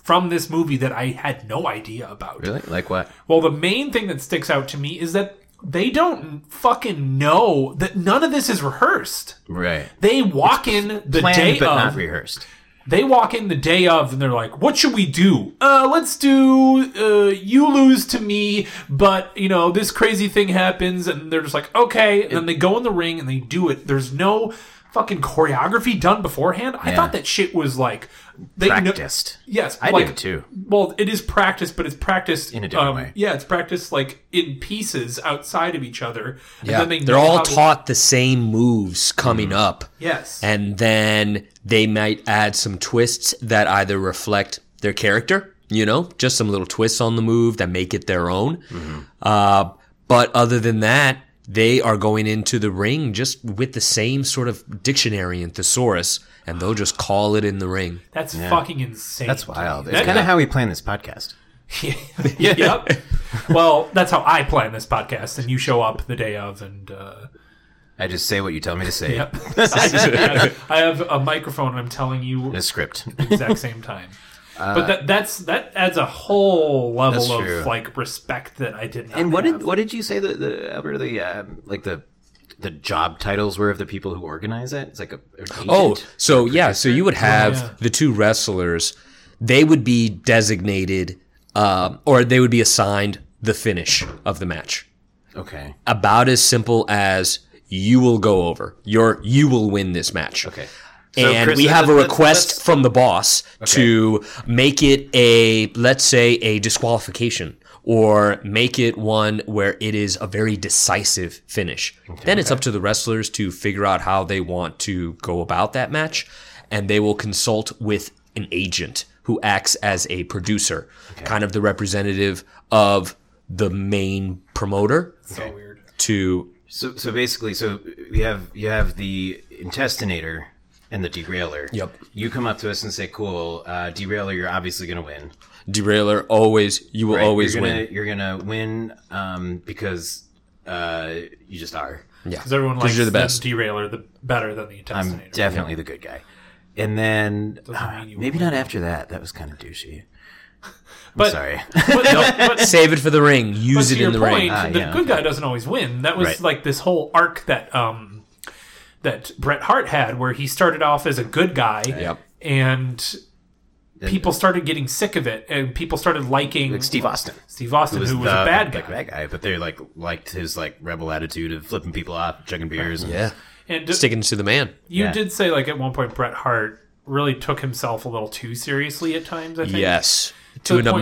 Speaker 1: from this movie that I had no idea about.
Speaker 2: Really? Like what?
Speaker 1: Well, the main thing that sticks out to me is that they don't fucking know that none of this is rehearsed.
Speaker 2: Right.
Speaker 1: They walk in the
Speaker 2: Planned
Speaker 1: day
Speaker 2: but not
Speaker 1: of.
Speaker 2: rehearsed.
Speaker 1: they walk in the day of, and they're like, "What should we do? Uh, let's do uh, you lose to me, but you know this crazy thing happens." And they're just like, "Okay." And then they go in the ring and they do it. There's no fucking choreography done beforehand. I thought that shit was like they kno-
Speaker 2: Practiced.
Speaker 1: yes,
Speaker 2: I
Speaker 1: like,
Speaker 2: did too.
Speaker 1: Well, it is practiced, but it's practiced
Speaker 2: In a different way.
Speaker 1: Yeah, it's practiced like in pieces outside of each other.
Speaker 3: Yeah,
Speaker 1: and then they
Speaker 3: they're
Speaker 1: know
Speaker 3: all
Speaker 1: how to-
Speaker 3: taught the same moves coming up.
Speaker 1: Yes.
Speaker 3: And then they might add some twists that either reflect their character, you know, just some little twists on the move that make it their own. Uh, but other than that, they are going into the ring just with the same sort of dictionary and thesaurus, and they'll just call it in the ring.
Speaker 1: That's fucking insane.
Speaker 2: That's
Speaker 1: to me.
Speaker 2: wild. It's
Speaker 1: That-
Speaker 2: kind of how we plan this podcast.
Speaker 1: yep. Well, that's how I plan this podcast, and you show up the day of, and uh,
Speaker 2: I just say what you tell me to say.
Speaker 1: yep. I have a microphone, and I'm telling you
Speaker 2: The script.
Speaker 1: at the exact same time. but that, that's that adds a whole level
Speaker 2: That's
Speaker 1: of
Speaker 2: true.
Speaker 1: like respect that I did not.
Speaker 2: And what
Speaker 1: have.
Speaker 2: did what did you say the the Albert the um, like the the job titles were of the people who organize it? It's like a, an
Speaker 3: Oh,
Speaker 2: agent?
Speaker 3: so yeah, so you would have
Speaker 1: yeah.
Speaker 3: the two wrestlers. They would be designated, um, or they would be assigned the finish of the match.
Speaker 2: okay,
Speaker 3: About as simple as you will go over. Your you will win this match.
Speaker 2: okay.
Speaker 3: and
Speaker 2: Chris,
Speaker 3: we have a
Speaker 2: let's-
Speaker 3: request
Speaker 2: let's-
Speaker 3: from the boss to make it a let's say a disqualification or make it one where it is a very decisive finish. then it's up to the wrestlers to figure out how they want to go about that match and they will consult with an agent who acts as a producer, kind of the representative of the main promoter
Speaker 1: so weird?
Speaker 3: to
Speaker 2: oh, So so basically, so you have you have the intestinator and the derailer.
Speaker 3: Yep.
Speaker 2: You come up to us and say, "Cool, uh, derailer, you're obviously going to win.
Speaker 3: derailer always you will
Speaker 2: Right?
Speaker 3: always
Speaker 2: you're gonna,
Speaker 3: win.
Speaker 2: You're going to win um, because uh, you just are.
Speaker 3: Yeah.
Speaker 1: Because everyone likes
Speaker 3: you're the
Speaker 1: the
Speaker 3: best.
Speaker 1: derailer the better than the
Speaker 3: Mm.
Speaker 2: I'm
Speaker 1: intestinator.
Speaker 2: definitely the good guy." And then uh,
Speaker 1: mean you
Speaker 2: maybe not after that. That was kind of douchey.
Speaker 1: but,
Speaker 2: Sorry.
Speaker 1: but, no, but
Speaker 3: Save it for the ring. Use
Speaker 1: But to
Speaker 3: it in
Speaker 1: your
Speaker 3: the
Speaker 1: point,
Speaker 3: ring.
Speaker 2: Ah,
Speaker 1: the
Speaker 2: yeah,
Speaker 1: good guy doesn't always win. That was
Speaker 2: Right.
Speaker 1: like this whole arc that um, that Bret Hart had, where he started off as a good guy,
Speaker 3: Yep.
Speaker 1: and people started getting sick of it, and people started liking
Speaker 2: Like Steve Austin.
Speaker 1: Steve Austin, who was
Speaker 2: the-
Speaker 1: a bad guy.
Speaker 2: like, bad guy, but they like liked his like rebel attitude of flipping people off, chugging beers. And,
Speaker 3: Yeah.
Speaker 1: And uh,
Speaker 3: sticking to the man.
Speaker 1: you
Speaker 2: yeah.
Speaker 1: did say like at one point Bret Hart really took himself a little too seriously at times. I think.
Speaker 3: Yes.
Speaker 1: To
Speaker 3: To an
Speaker 1: the point-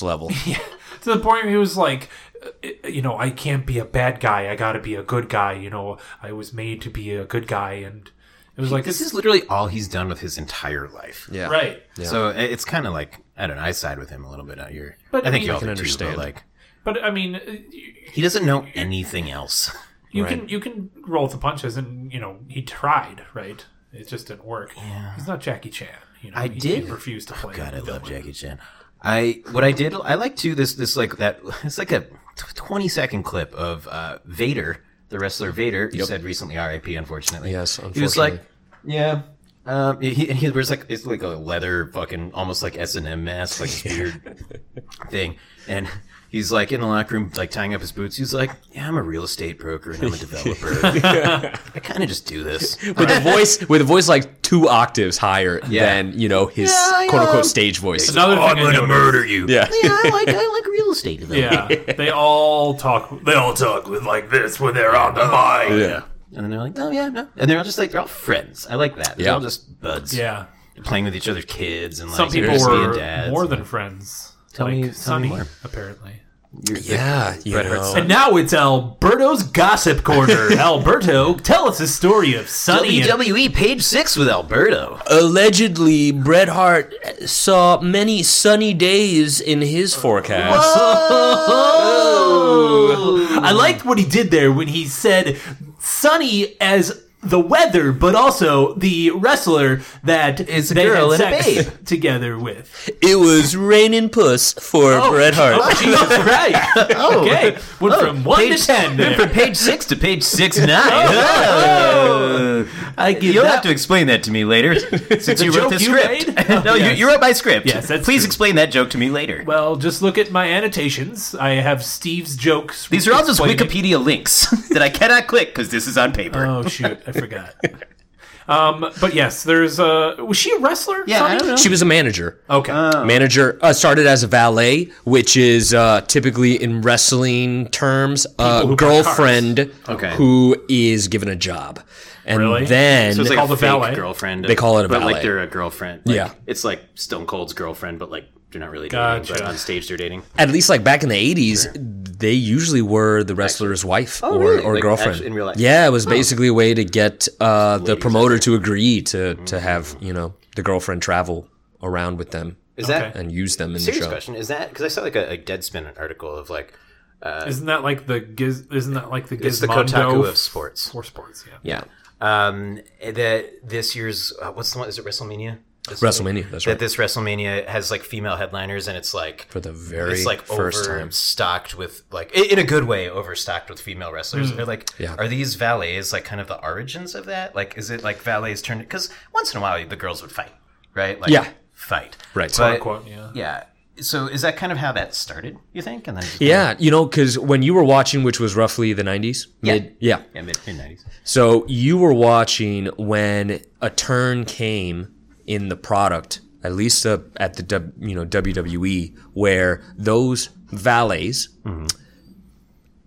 Speaker 3: level.
Speaker 1: to the point where he was like uh, you know i can't be a bad guy i gotta be a good guy you know i was made to be a good guy and it was like
Speaker 2: This is literally all he's done with his entire life.
Speaker 3: Yeah.
Speaker 1: right
Speaker 2: So i- it's kind of like I don't know. I side with him a little bit out here.
Speaker 1: But
Speaker 2: I think
Speaker 1: I mean-
Speaker 2: you all
Speaker 1: I
Speaker 2: can
Speaker 1: can
Speaker 2: understand.
Speaker 3: understand.
Speaker 2: like
Speaker 1: but i mean you-
Speaker 2: he doesn't know anything else.
Speaker 1: you can you can roll with the punches and you know he tried right it just didn't work yeah. he's not jackie chan you know
Speaker 2: I
Speaker 1: he,
Speaker 2: did- Oh,
Speaker 1: he refused to play
Speaker 3: Oh,
Speaker 2: God, I
Speaker 1: villain.
Speaker 2: love Jackie Chan. I what I did I like to this this like that it's like a twenty second clip of uh, Vader, the wrestler Vader. You said recently R.I.P. Unfortunately,
Speaker 3: Yes,
Speaker 2: he was like,
Speaker 3: unfortunately.
Speaker 2: yeah. Um, he, he he wears like it's like a leather fucking almost like S and M mask, like this weird thing, and he's like in the locker room, like tying up his boots. He's like, yeah, I'm a real estate broker and I'm a developer. I kind of just do this.
Speaker 3: With a voice with a voice like two octaves higher than, you know, his
Speaker 2: I
Speaker 3: quote unquote
Speaker 2: know.
Speaker 3: stage voice.
Speaker 1: another
Speaker 2: oh,
Speaker 1: thing
Speaker 2: I'm
Speaker 1: I
Speaker 2: going to
Speaker 1: noticed-
Speaker 2: murder you.
Speaker 3: Yeah.
Speaker 2: yeah, I like I like real estate. Development.
Speaker 1: yeah they all talk they all talk with like this when they're on the mic
Speaker 3: Yeah.
Speaker 2: And then they're like, oh yeah, no. And they're all just like they're all friends. I like that. They're
Speaker 3: Yeah.
Speaker 2: all just buds.
Speaker 1: yeah
Speaker 2: Playing with each other's kids and like
Speaker 1: some people
Speaker 2: just being
Speaker 1: were
Speaker 2: dads.
Speaker 1: more than friends
Speaker 2: Tell
Speaker 1: like
Speaker 2: me- tell me
Speaker 1: Sonny,
Speaker 2: more.
Speaker 1: apparently
Speaker 2: You're the-
Speaker 3: Yeah, you
Speaker 2: Bret Hart
Speaker 3: know.
Speaker 2: son.
Speaker 1: And now it's Alberto's Gossip Corner. Alberto, tell us the story of Sonny. and-
Speaker 2: WWE E, page six with Alberto.
Speaker 3: Allegedly, Bret Hart saw many sunny days in his forecast.
Speaker 1: I liked what he did there when he said Sonny as the weather, but also the wrestler that
Speaker 2: Is a
Speaker 1: they
Speaker 2: girl
Speaker 1: had
Speaker 2: and a
Speaker 1: sex together with.
Speaker 3: It was raining puss for Bret Hart.
Speaker 1: Oh, Jesus Christ. Okay. Went from 1 to 10 there.
Speaker 2: From Oh. page six to page six nine.
Speaker 1: Oh,
Speaker 2: I
Speaker 1: give
Speaker 2: You'll
Speaker 1: that-
Speaker 2: have to explain that to me later, since you wrote
Speaker 1: joke
Speaker 2: the
Speaker 1: you
Speaker 2: script.
Speaker 1: made?
Speaker 2: no,
Speaker 1: Yes.
Speaker 2: you, you wrote my script.
Speaker 1: Yes, that's
Speaker 2: please
Speaker 1: true.
Speaker 2: explain that joke to me later.
Speaker 1: Well, just look at my annotations. I have Steve's jokes.
Speaker 2: These are all just
Speaker 1: explaining-
Speaker 2: Wikipedia links that I cannot click because this is on paper.
Speaker 1: Oh shoot, I forgot. um, but yes, there's uh was she a wrestler?
Speaker 2: yeah, I
Speaker 1: Sonny?
Speaker 2: don't know.
Speaker 3: She was a manager.
Speaker 1: Oh. Okay.
Speaker 2: Oh.
Speaker 3: Manager uh, started as a valet, which is uh, typically in wrestling terms a
Speaker 1: who park
Speaker 3: girlfriend
Speaker 2: Okay.
Speaker 3: who is given a job, and
Speaker 1: Really?
Speaker 3: then
Speaker 2: So it's like
Speaker 1: Call
Speaker 2: a
Speaker 1: the
Speaker 2: fake
Speaker 1: valet.
Speaker 2: girlfriend.
Speaker 3: They call it a
Speaker 2: but
Speaker 3: valet.
Speaker 2: like they're a girlfriend. Like,
Speaker 3: Yeah.
Speaker 2: it's like Stone Cold's girlfriend, but like they're not really dating. But
Speaker 1: Gotcha.
Speaker 2: on stage they're dating.
Speaker 3: at least like back in the eighties, they usually were the wrestler's wife or,
Speaker 2: Oh, really?
Speaker 3: or
Speaker 2: Like,
Speaker 3: girlfriend
Speaker 2: actu- in real life?
Speaker 3: Yeah, it was basically a way to get uh, the promoter to agree to to
Speaker 2: Mm-hmm.
Speaker 3: have you know the girlfriend travel around with them
Speaker 2: Is that
Speaker 3: and use them in the
Speaker 2: serious
Speaker 3: show.
Speaker 2: question? Is that because I saw like a, a Deadspin article of like
Speaker 1: Isn't that like the giz isn't that like the
Speaker 2: it's the
Speaker 1: Gizmondo
Speaker 2: Kotaku
Speaker 1: f-
Speaker 2: of sports.
Speaker 1: for sports, yeah.
Speaker 3: Yeah,
Speaker 2: um, that this year's uh, what's the one? Is it WrestleMania? This-
Speaker 3: WrestleMania. That's
Speaker 2: That
Speaker 3: right.
Speaker 2: this WrestleMania has like female headliners, and it's like
Speaker 3: For the very
Speaker 2: it's like
Speaker 3: first time.
Speaker 2: overstocked with like i- in a good way overstocked with female wrestlers. They're like,
Speaker 3: Yeah.
Speaker 2: are these valets like kind of the origins of that? Like, is it like valets turned? Because once in a while the girls would fight, right? Like,
Speaker 3: Yeah.
Speaker 2: fight,
Speaker 3: Right.
Speaker 2: But-
Speaker 1: Quote, yeah.
Speaker 2: yeah. So is that kind of how that started? You think? And then
Speaker 3: Yeah, you know, because when you were watching, which was roughly the nineties,
Speaker 2: Yeah.
Speaker 3: yeah.
Speaker 2: yeah, mid nineties.
Speaker 3: So you were watching when a turn came in the product, at least uh, at the W- you know WWE, where those valets
Speaker 2: Mm-hmm.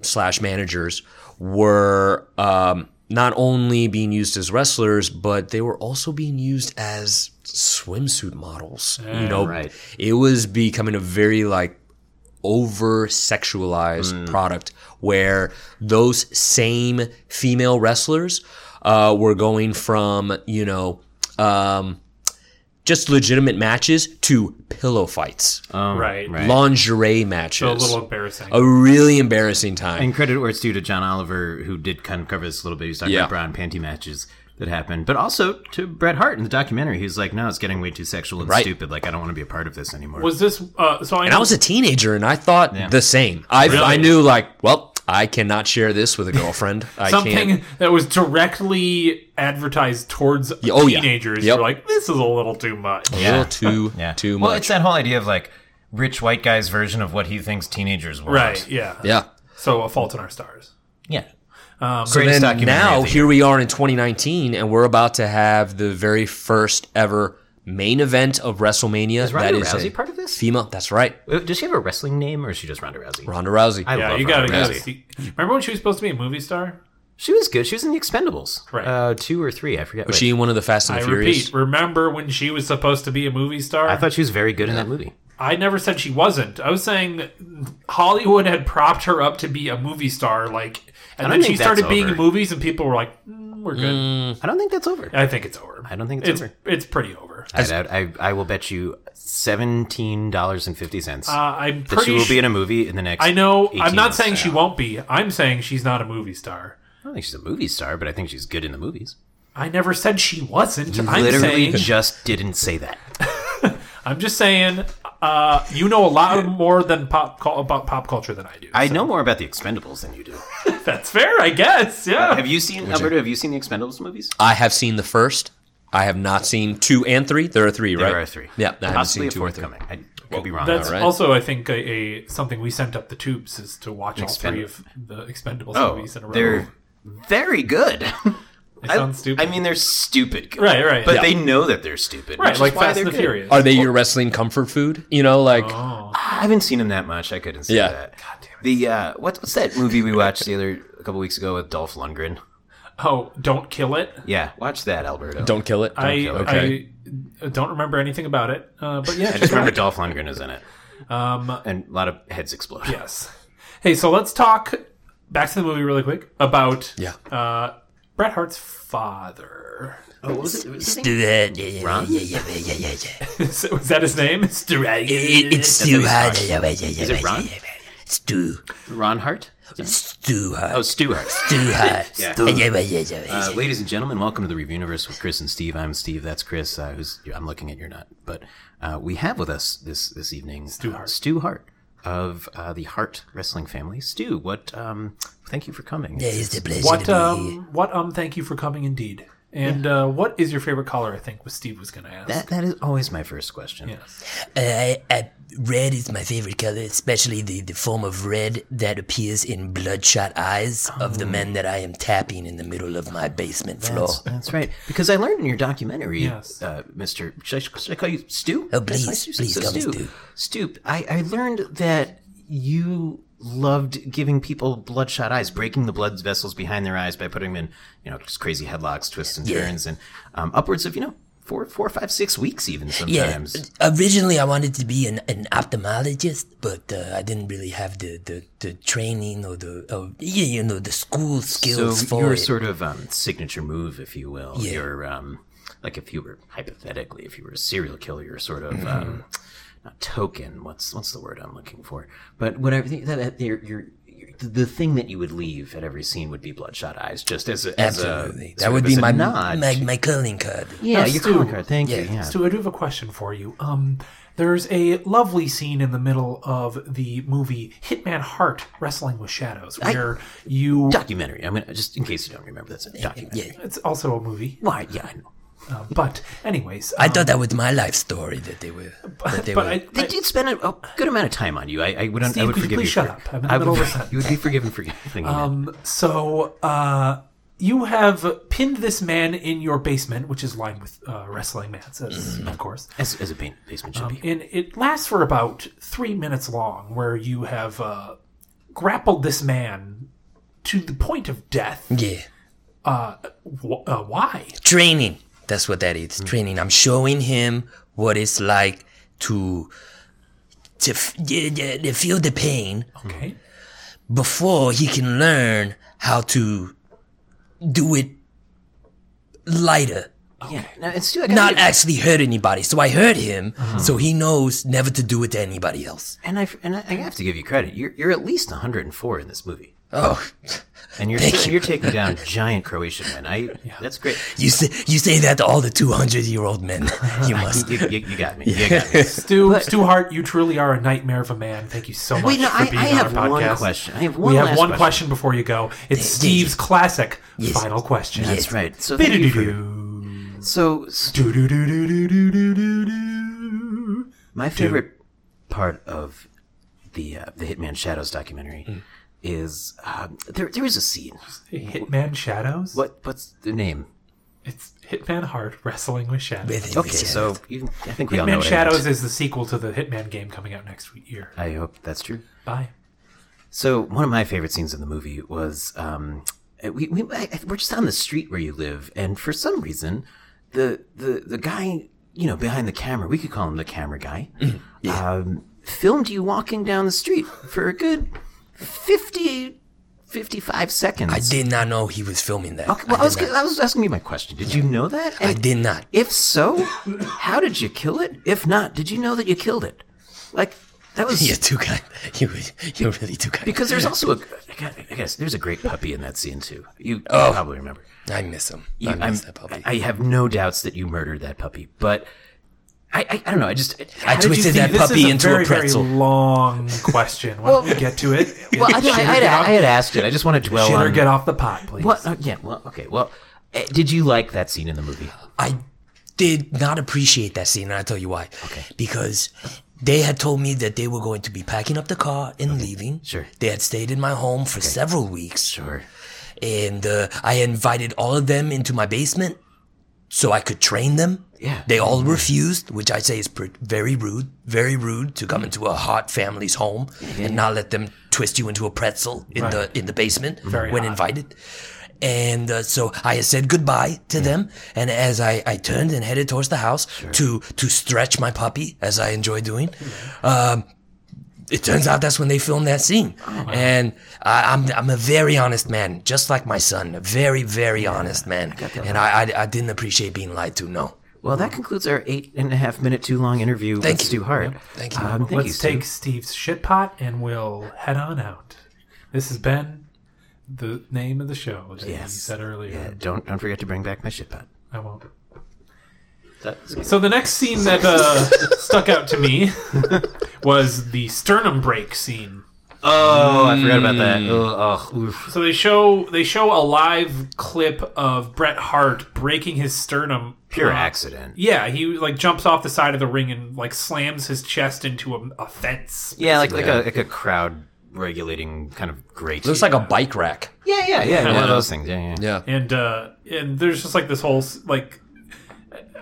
Speaker 3: slash managers were um, not only being used as wrestlers, but they were also being used as swimsuit models. you know,
Speaker 2: right.
Speaker 3: it was becoming a very like over sexualized product where those same female wrestlers uh, were going from you know um, just legitimate matches to pillow fights,
Speaker 1: Uh-huh.
Speaker 2: Oh,
Speaker 1: right.
Speaker 3: lingerie matches.
Speaker 1: A little embarrassing.
Speaker 3: A really embarrassing time.
Speaker 5: And credit where it's due to John Oliver, who did kind of cover this a little bit. He was talking
Speaker 3: Yeah.
Speaker 5: about bra and panty matches that happened, but also to Bret Hart in the documentary. He was like, "No, it's getting way too sexual and
Speaker 3: Right.
Speaker 5: stupid. Like, I don't want to be a part of this anymore."
Speaker 1: was this uh so I
Speaker 3: And I was a teenager, and I thought the same. I I knew like, well, I cannot share this with a girlfriend. I
Speaker 1: something
Speaker 3: can't.
Speaker 1: that was directly advertised towards
Speaker 3: oh, yeah.
Speaker 1: teenagers.
Speaker 3: Yep.
Speaker 1: You're like, this is a little too much.
Speaker 2: Oh,
Speaker 3: A little too too
Speaker 5: well,
Speaker 3: much.
Speaker 5: it's that whole idea of like rich white guy's version of what he thinks teenagers want.
Speaker 1: Right, yeah.
Speaker 3: yeah.
Speaker 1: So a fault in our stars.
Speaker 5: Yeah.
Speaker 1: Um,
Speaker 3: So
Speaker 5: Greatest
Speaker 3: then
Speaker 5: documentary
Speaker 3: now
Speaker 5: of the
Speaker 3: here we are in 2019, and we're about to have the very first ever main event of WrestleMania. Is
Speaker 2: Ronda
Speaker 3: that is
Speaker 2: Rousey
Speaker 3: a
Speaker 2: part of this?
Speaker 3: female. That's right,
Speaker 2: Uh, Does she have a wrestling name, or is she just Ronda Rousey?
Speaker 3: Ronda Rousey.
Speaker 2: I
Speaker 1: Yeah,
Speaker 2: love
Speaker 1: you gotta go
Speaker 2: Ronda Rousey.
Speaker 1: see Remember when she was supposed to be a movie star?
Speaker 2: She was good. She was in the Expendables,
Speaker 1: Right.
Speaker 2: Uh, two or three, I forget.
Speaker 3: was
Speaker 2: which.
Speaker 3: she in one of the Fast and
Speaker 1: I
Speaker 3: the Furious?
Speaker 1: repeat, remember when she was supposed to be a movie star?
Speaker 2: I thought she was very good in that movie.
Speaker 1: I never said she wasn't. I was saying Hollywood had propped her up to be a movie star, like, and
Speaker 2: don't
Speaker 1: then she
Speaker 2: think that's
Speaker 1: started being in
Speaker 2: over.
Speaker 1: movies, and people were like, mm, "We're good."
Speaker 2: I don't think that's over.
Speaker 1: I think it's over.
Speaker 2: I don't think it's over.
Speaker 1: It's pretty over.
Speaker 2: I, doubt- I, I will bet you seventeen dollars and fifty cents
Speaker 1: Uh, I'm
Speaker 2: that
Speaker 1: pretty.
Speaker 2: she will
Speaker 1: su-
Speaker 2: be in a movie in the next.
Speaker 1: I know.
Speaker 2: 18
Speaker 1: I'm not saying
Speaker 2: months.
Speaker 1: she won't be. I'm saying she's not a movie star.
Speaker 2: I don't think she's a movie star, but I think she's good in the movies.
Speaker 1: I never said she wasn't. I'm
Speaker 2: Literally,
Speaker 1: saying.
Speaker 2: just didn't say that.
Speaker 1: I'm just saying. Uh, you know a lot more than pop cul- about pop culture than I do.
Speaker 2: I know more about the Expendables than you do.
Speaker 1: That's fair, I guess. Yeah.
Speaker 2: Have you seen Alberto? Have you seen the Expendables movies?
Speaker 3: I have seen the first. I have not seen two and three. There are three, right?
Speaker 2: There are three.
Speaker 3: Yeah, I haven't
Speaker 2: possibly
Speaker 3: seen
Speaker 2: a
Speaker 3: two or
Speaker 2: fourth
Speaker 3: three.
Speaker 2: coming. I could be wrong.
Speaker 1: That's
Speaker 2: though, right?
Speaker 1: also, I think, a, a something we sent up the tubes is to watch all
Speaker 2: Expend-
Speaker 1: three of the Expendables movies in a
Speaker 2: Oh,
Speaker 1: row.
Speaker 2: they're very good.
Speaker 1: it sounds stupid.
Speaker 2: I mean, they're stupid. good.
Speaker 1: Right, right.
Speaker 2: But
Speaker 1: Yeah.
Speaker 2: they know that they're stupid. which
Speaker 1: right,
Speaker 2: is
Speaker 1: like
Speaker 2: why
Speaker 1: Fast
Speaker 2: they're
Speaker 1: and the
Speaker 2: good.
Speaker 1: Furious.
Speaker 3: Are they your wrestling comfort food? You know, like
Speaker 2: I haven't seen him that much. I couldn't say
Speaker 3: Yeah.
Speaker 2: that. The uh, what, what's that movie we watched the other a couple weeks ago with Dolph Lundgren?
Speaker 1: Oh, don't kill it.
Speaker 2: Yeah, watch that, Alberto.
Speaker 3: don't kill it.
Speaker 1: I,
Speaker 2: Kill It.
Speaker 1: I don't remember anything about it. Uh, but yeah,
Speaker 2: I just remember Dolph Lundgren is in it. and a lot of heads explode.
Speaker 1: Yes. Hey, so let's talk back to the movie really quick about
Speaker 3: Yeah.
Speaker 1: uh, Bret Hart's father.
Speaker 2: Oh, what was it? Was it-
Speaker 3: Ron?
Speaker 1: Is, was that his name? It's Durag.
Speaker 6: It's Stu Hart. Is
Speaker 2: it Ron?
Speaker 6: Stu.
Speaker 2: Ron Hart?
Speaker 6: Stu
Speaker 2: Oh,
Speaker 6: Hart.
Speaker 2: Stu Hart.
Speaker 6: Stu Hart.
Speaker 2: Yeah.
Speaker 6: Stu. Yeah, yeah, yeah, yeah, yeah.
Speaker 2: Uh, ladies and gentlemen, welcome to the Review Universe with Chris and Steve. I'm Steve. That's Chris. Uh, who's I'm looking at. You're not. But uh, we have with us this this evening Stu Hart. Stu Hart of uh, the Hart Wrestling family. Stu, what? Um, thank you for coming.
Speaker 6: Yeah, It's a pleasure
Speaker 1: What
Speaker 6: to be here.
Speaker 1: um what um thank you for coming indeed. And uh, what is your favorite color? I think was Steve was going to ask.
Speaker 2: That that is always my first question.
Speaker 1: yes.
Speaker 6: Uh, I, I, red is my favorite color, especially the, the form of red that appears in bloodshot eyes of the men that I am tapping in the middle of my basement floor.
Speaker 2: Oh. That's, that's right. Because I learned in your documentary,
Speaker 1: Yes.
Speaker 2: uh, Mr. Should I, should I call you Stu?
Speaker 6: Oh,
Speaker 2: Can I call you
Speaker 6: please, please
Speaker 2: So
Speaker 6: call me
Speaker 2: Stu,
Speaker 6: Stu.
Speaker 2: Stu, I, I learned that you loved giving people bloodshot eyes, breaking the blood vessels behind their eyes by putting them in, you know, just crazy headlocks, twists and
Speaker 6: Yeah.
Speaker 2: turns, and um, upwards of, you know, four, four, five, six weeks even
Speaker 6: Yeah,
Speaker 2: sometimes.
Speaker 6: originally I wanted to be an, an ophthalmologist, but uh, I didn't really have the, the, the training or the or, yeah, you know the school skills
Speaker 2: so
Speaker 6: for
Speaker 2: your
Speaker 6: it.
Speaker 2: sort of um, signature move, if you will,
Speaker 6: Yeah.
Speaker 2: your um, like if you were hypothetically, if you were a serial killer, your sort of um, not token. What's what's the word I'm looking for? But whatever that, that your, your your the thing that you would leave at every scene would be bloodshot eyes, just as a, as a-
Speaker 6: Absolutely,
Speaker 2: sort
Speaker 6: that would
Speaker 2: of
Speaker 6: be
Speaker 2: as a
Speaker 6: my,
Speaker 2: nod.
Speaker 6: my my calling card.
Speaker 2: yeah, your
Speaker 1: Stu.
Speaker 2: calling card. Thank you.
Speaker 6: Yeah.
Speaker 2: Yeah.
Speaker 1: Stu, I do have a question for you. Um, there's a lovely scene in the middle of the movie Hitman Hart Wrestling with Shadows, where you.
Speaker 2: Documentary. I'm gonna just in case you don't remember, that's a documentary.
Speaker 6: Yeah,
Speaker 1: It's also a movie,
Speaker 2: Why? Yeah, I know.
Speaker 1: uh, but anyways, um,
Speaker 6: I thought that was my life story that they were. That they
Speaker 1: but
Speaker 6: were.
Speaker 1: I,
Speaker 2: They
Speaker 1: I-
Speaker 2: did spend a, a good amount of time on you. I, I would.
Speaker 1: Steve,
Speaker 2: I would
Speaker 1: could you
Speaker 2: forgive
Speaker 1: please
Speaker 2: you.
Speaker 1: shut
Speaker 2: for-
Speaker 1: up? I'm in the
Speaker 2: I would-
Speaker 1: middle of a sentence.
Speaker 2: You would be forgiven for everything. you did.
Speaker 1: Um, so uh, you have pinned this man in your basement, which is lined with uh, wrestling mats, as, of course.
Speaker 2: as, as a pain, basement should be.
Speaker 1: And it lasts for about three minutes long, where you have uh, grappled this man to the point of death.
Speaker 6: yeah,
Speaker 1: Wh- uh, why?
Speaker 6: training. That's what that is. Training. I'm showing him what it's like to to, f- yeah, yeah, to feel the pain
Speaker 1: Okay.
Speaker 6: before he can learn how to do it lighter.
Speaker 2: Yeah. Now, it's still, I gotta
Speaker 6: Not
Speaker 2: give-
Speaker 6: actually hurt anybody. So I hurt him, so he knows never to do it to anybody else.
Speaker 2: and I and I I have to give you credit. You're you're at least 104 in this movie,
Speaker 6: Oh,
Speaker 2: and you're
Speaker 6: Thank you.
Speaker 2: you're taking down giant Croatian men. I that's great.
Speaker 6: you say you say that to all the two hundred year old men. You must.
Speaker 2: You, you, you got me. You got me.
Speaker 1: Stu, Stu Hart, you truly are a nightmare of a man. Thank you so much
Speaker 2: Wait, no,
Speaker 1: for
Speaker 2: I,
Speaker 1: being
Speaker 2: I
Speaker 1: on
Speaker 2: have
Speaker 1: our podcast.
Speaker 2: one question. I have one.
Speaker 1: We have
Speaker 2: last
Speaker 1: one question. before you go. It's Steve's classic final question.
Speaker 2: That's right. So thank you for,
Speaker 1: Do
Speaker 2: so s-
Speaker 1: do do do do do do do do.
Speaker 2: my favorite part of the uh, the Hitman Shadows documentary is um, there there is a scene.
Speaker 1: Hitman Shadows?
Speaker 2: What what's the name?
Speaker 1: It's Hitman Hart Wrestling with Shadows.
Speaker 2: Okay, so you, I think we all
Speaker 1: Hitman
Speaker 2: know what it is.
Speaker 1: Shadows is the sequel to the Hitman game coming out next year.
Speaker 2: I hope that's true.
Speaker 1: Bye.
Speaker 2: So one of my favorite scenes in the movie was um, we, we I, I- we're just on the street where you live, and for some reason, the the the guy you know behind the camera, we could call him the camera guy, um, filmed you walking down the street for a good 50, 55 seconds.
Speaker 6: I did not know he was filming that.
Speaker 2: Okay, well, I,
Speaker 6: did
Speaker 2: was
Speaker 6: not-
Speaker 2: gonna- I was asking you my question. Did you know that?
Speaker 6: I
Speaker 2: And
Speaker 6: did not.
Speaker 2: If so, how did you kill it? If not, did you know that you killed it? Like that was
Speaker 6: You're too kind. You, you're really too kind.
Speaker 2: Because there's also a, I got- I guess there's a great puppy in that scene too. You probably remember.
Speaker 6: I miss him.
Speaker 2: You-
Speaker 6: Oh. I miss
Speaker 2: I'm-
Speaker 6: that puppy. I,
Speaker 2: I have no doubts that you murdered that puppy, but I, I, I don't know. I just how did you
Speaker 6: twisted
Speaker 2: think
Speaker 6: that
Speaker 2: this
Speaker 6: puppy
Speaker 2: is a
Speaker 6: into
Speaker 1: Very,
Speaker 6: a pretzel.
Speaker 1: very long question. Why don't we get to it?
Speaker 2: Well, I, I, I, had, I had asked it. I just want to dwell
Speaker 1: Shitter,
Speaker 2: on.
Speaker 1: get off the pot, please.
Speaker 2: What? uh, yeah. Well, okay. Well, uh, did you like that scene in the movie?
Speaker 6: I did not appreciate that scene, and I'll tell you why. Okay. Because they had told me that they were going to be packing up the car and leaving.
Speaker 2: Sure.
Speaker 6: They had stayed in my home for several weeks.
Speaker 2: Sure.
Speaker 6: and uh, I invited all of them into my basement so I could train them.
Speaker 2: Yeah.
Speaker 6: They all refused, which I say is pr- very rude, very rude to come into a hot family's home and not let them twist you into a pretzel in the in the basement when invited. And uh, so I said goodbye to them, and as I, I turned and headed towards the house to to stretch my puppy, as I enjoy doing, um, it turns out that's when they filmed that scene. And I, I'm I'm a very honest man, just like my son, a very very honest man. and I, I I didn't appreciate being lied to. No,
Speaker 7: Well, that concludes our eight and a half minute too long interview
Speaker 6: Thank
Speaker 7: with
Speaker 6: you.
Speaker 7: Stu Hart.
Speaker 6: thank you.
Speaker 7: Um, thank you,
Speaker 1: Let's
Speaker 7: Stu.
Speaker 1: take Steve's shit pot and we'll head on out. This has been the name of the show that you
Speaker 7: Yes.
Speaker 1: said earlier.
Speaker 7: Yeah, don't don't forget to bring back my shit pot.
Speaker 1: I won't.
Speaker 7: That's
Speaker 1: So the next scene that uh, stuck out to me was the sternum break scene.
Speaker 7: Oh, I forgot about that.
Speaker 6: Mm.
Speaker 7: Ugh, ugh, oof.
Speaker 1: So they show they show a live clip of Bret Hart breaking his sternum.
Speaker 2: Pure
Speaker 1: Uh,
Speaker 2: accident.
Speaker 1: Yeah, he like jumps off the side of the ring and like slams his chest into a, a fence.
Speaker 2: Yeah, like like a like a crowd regulating kind of great.
Speaker 3: Looks like a bike rack.
Speaker 2: yeah, yeah, yeah, yeah, one of those things. Yeah, yeah.
Speaker 3: Yeah.
Speaker 1: and uh and there's just like this whole s- like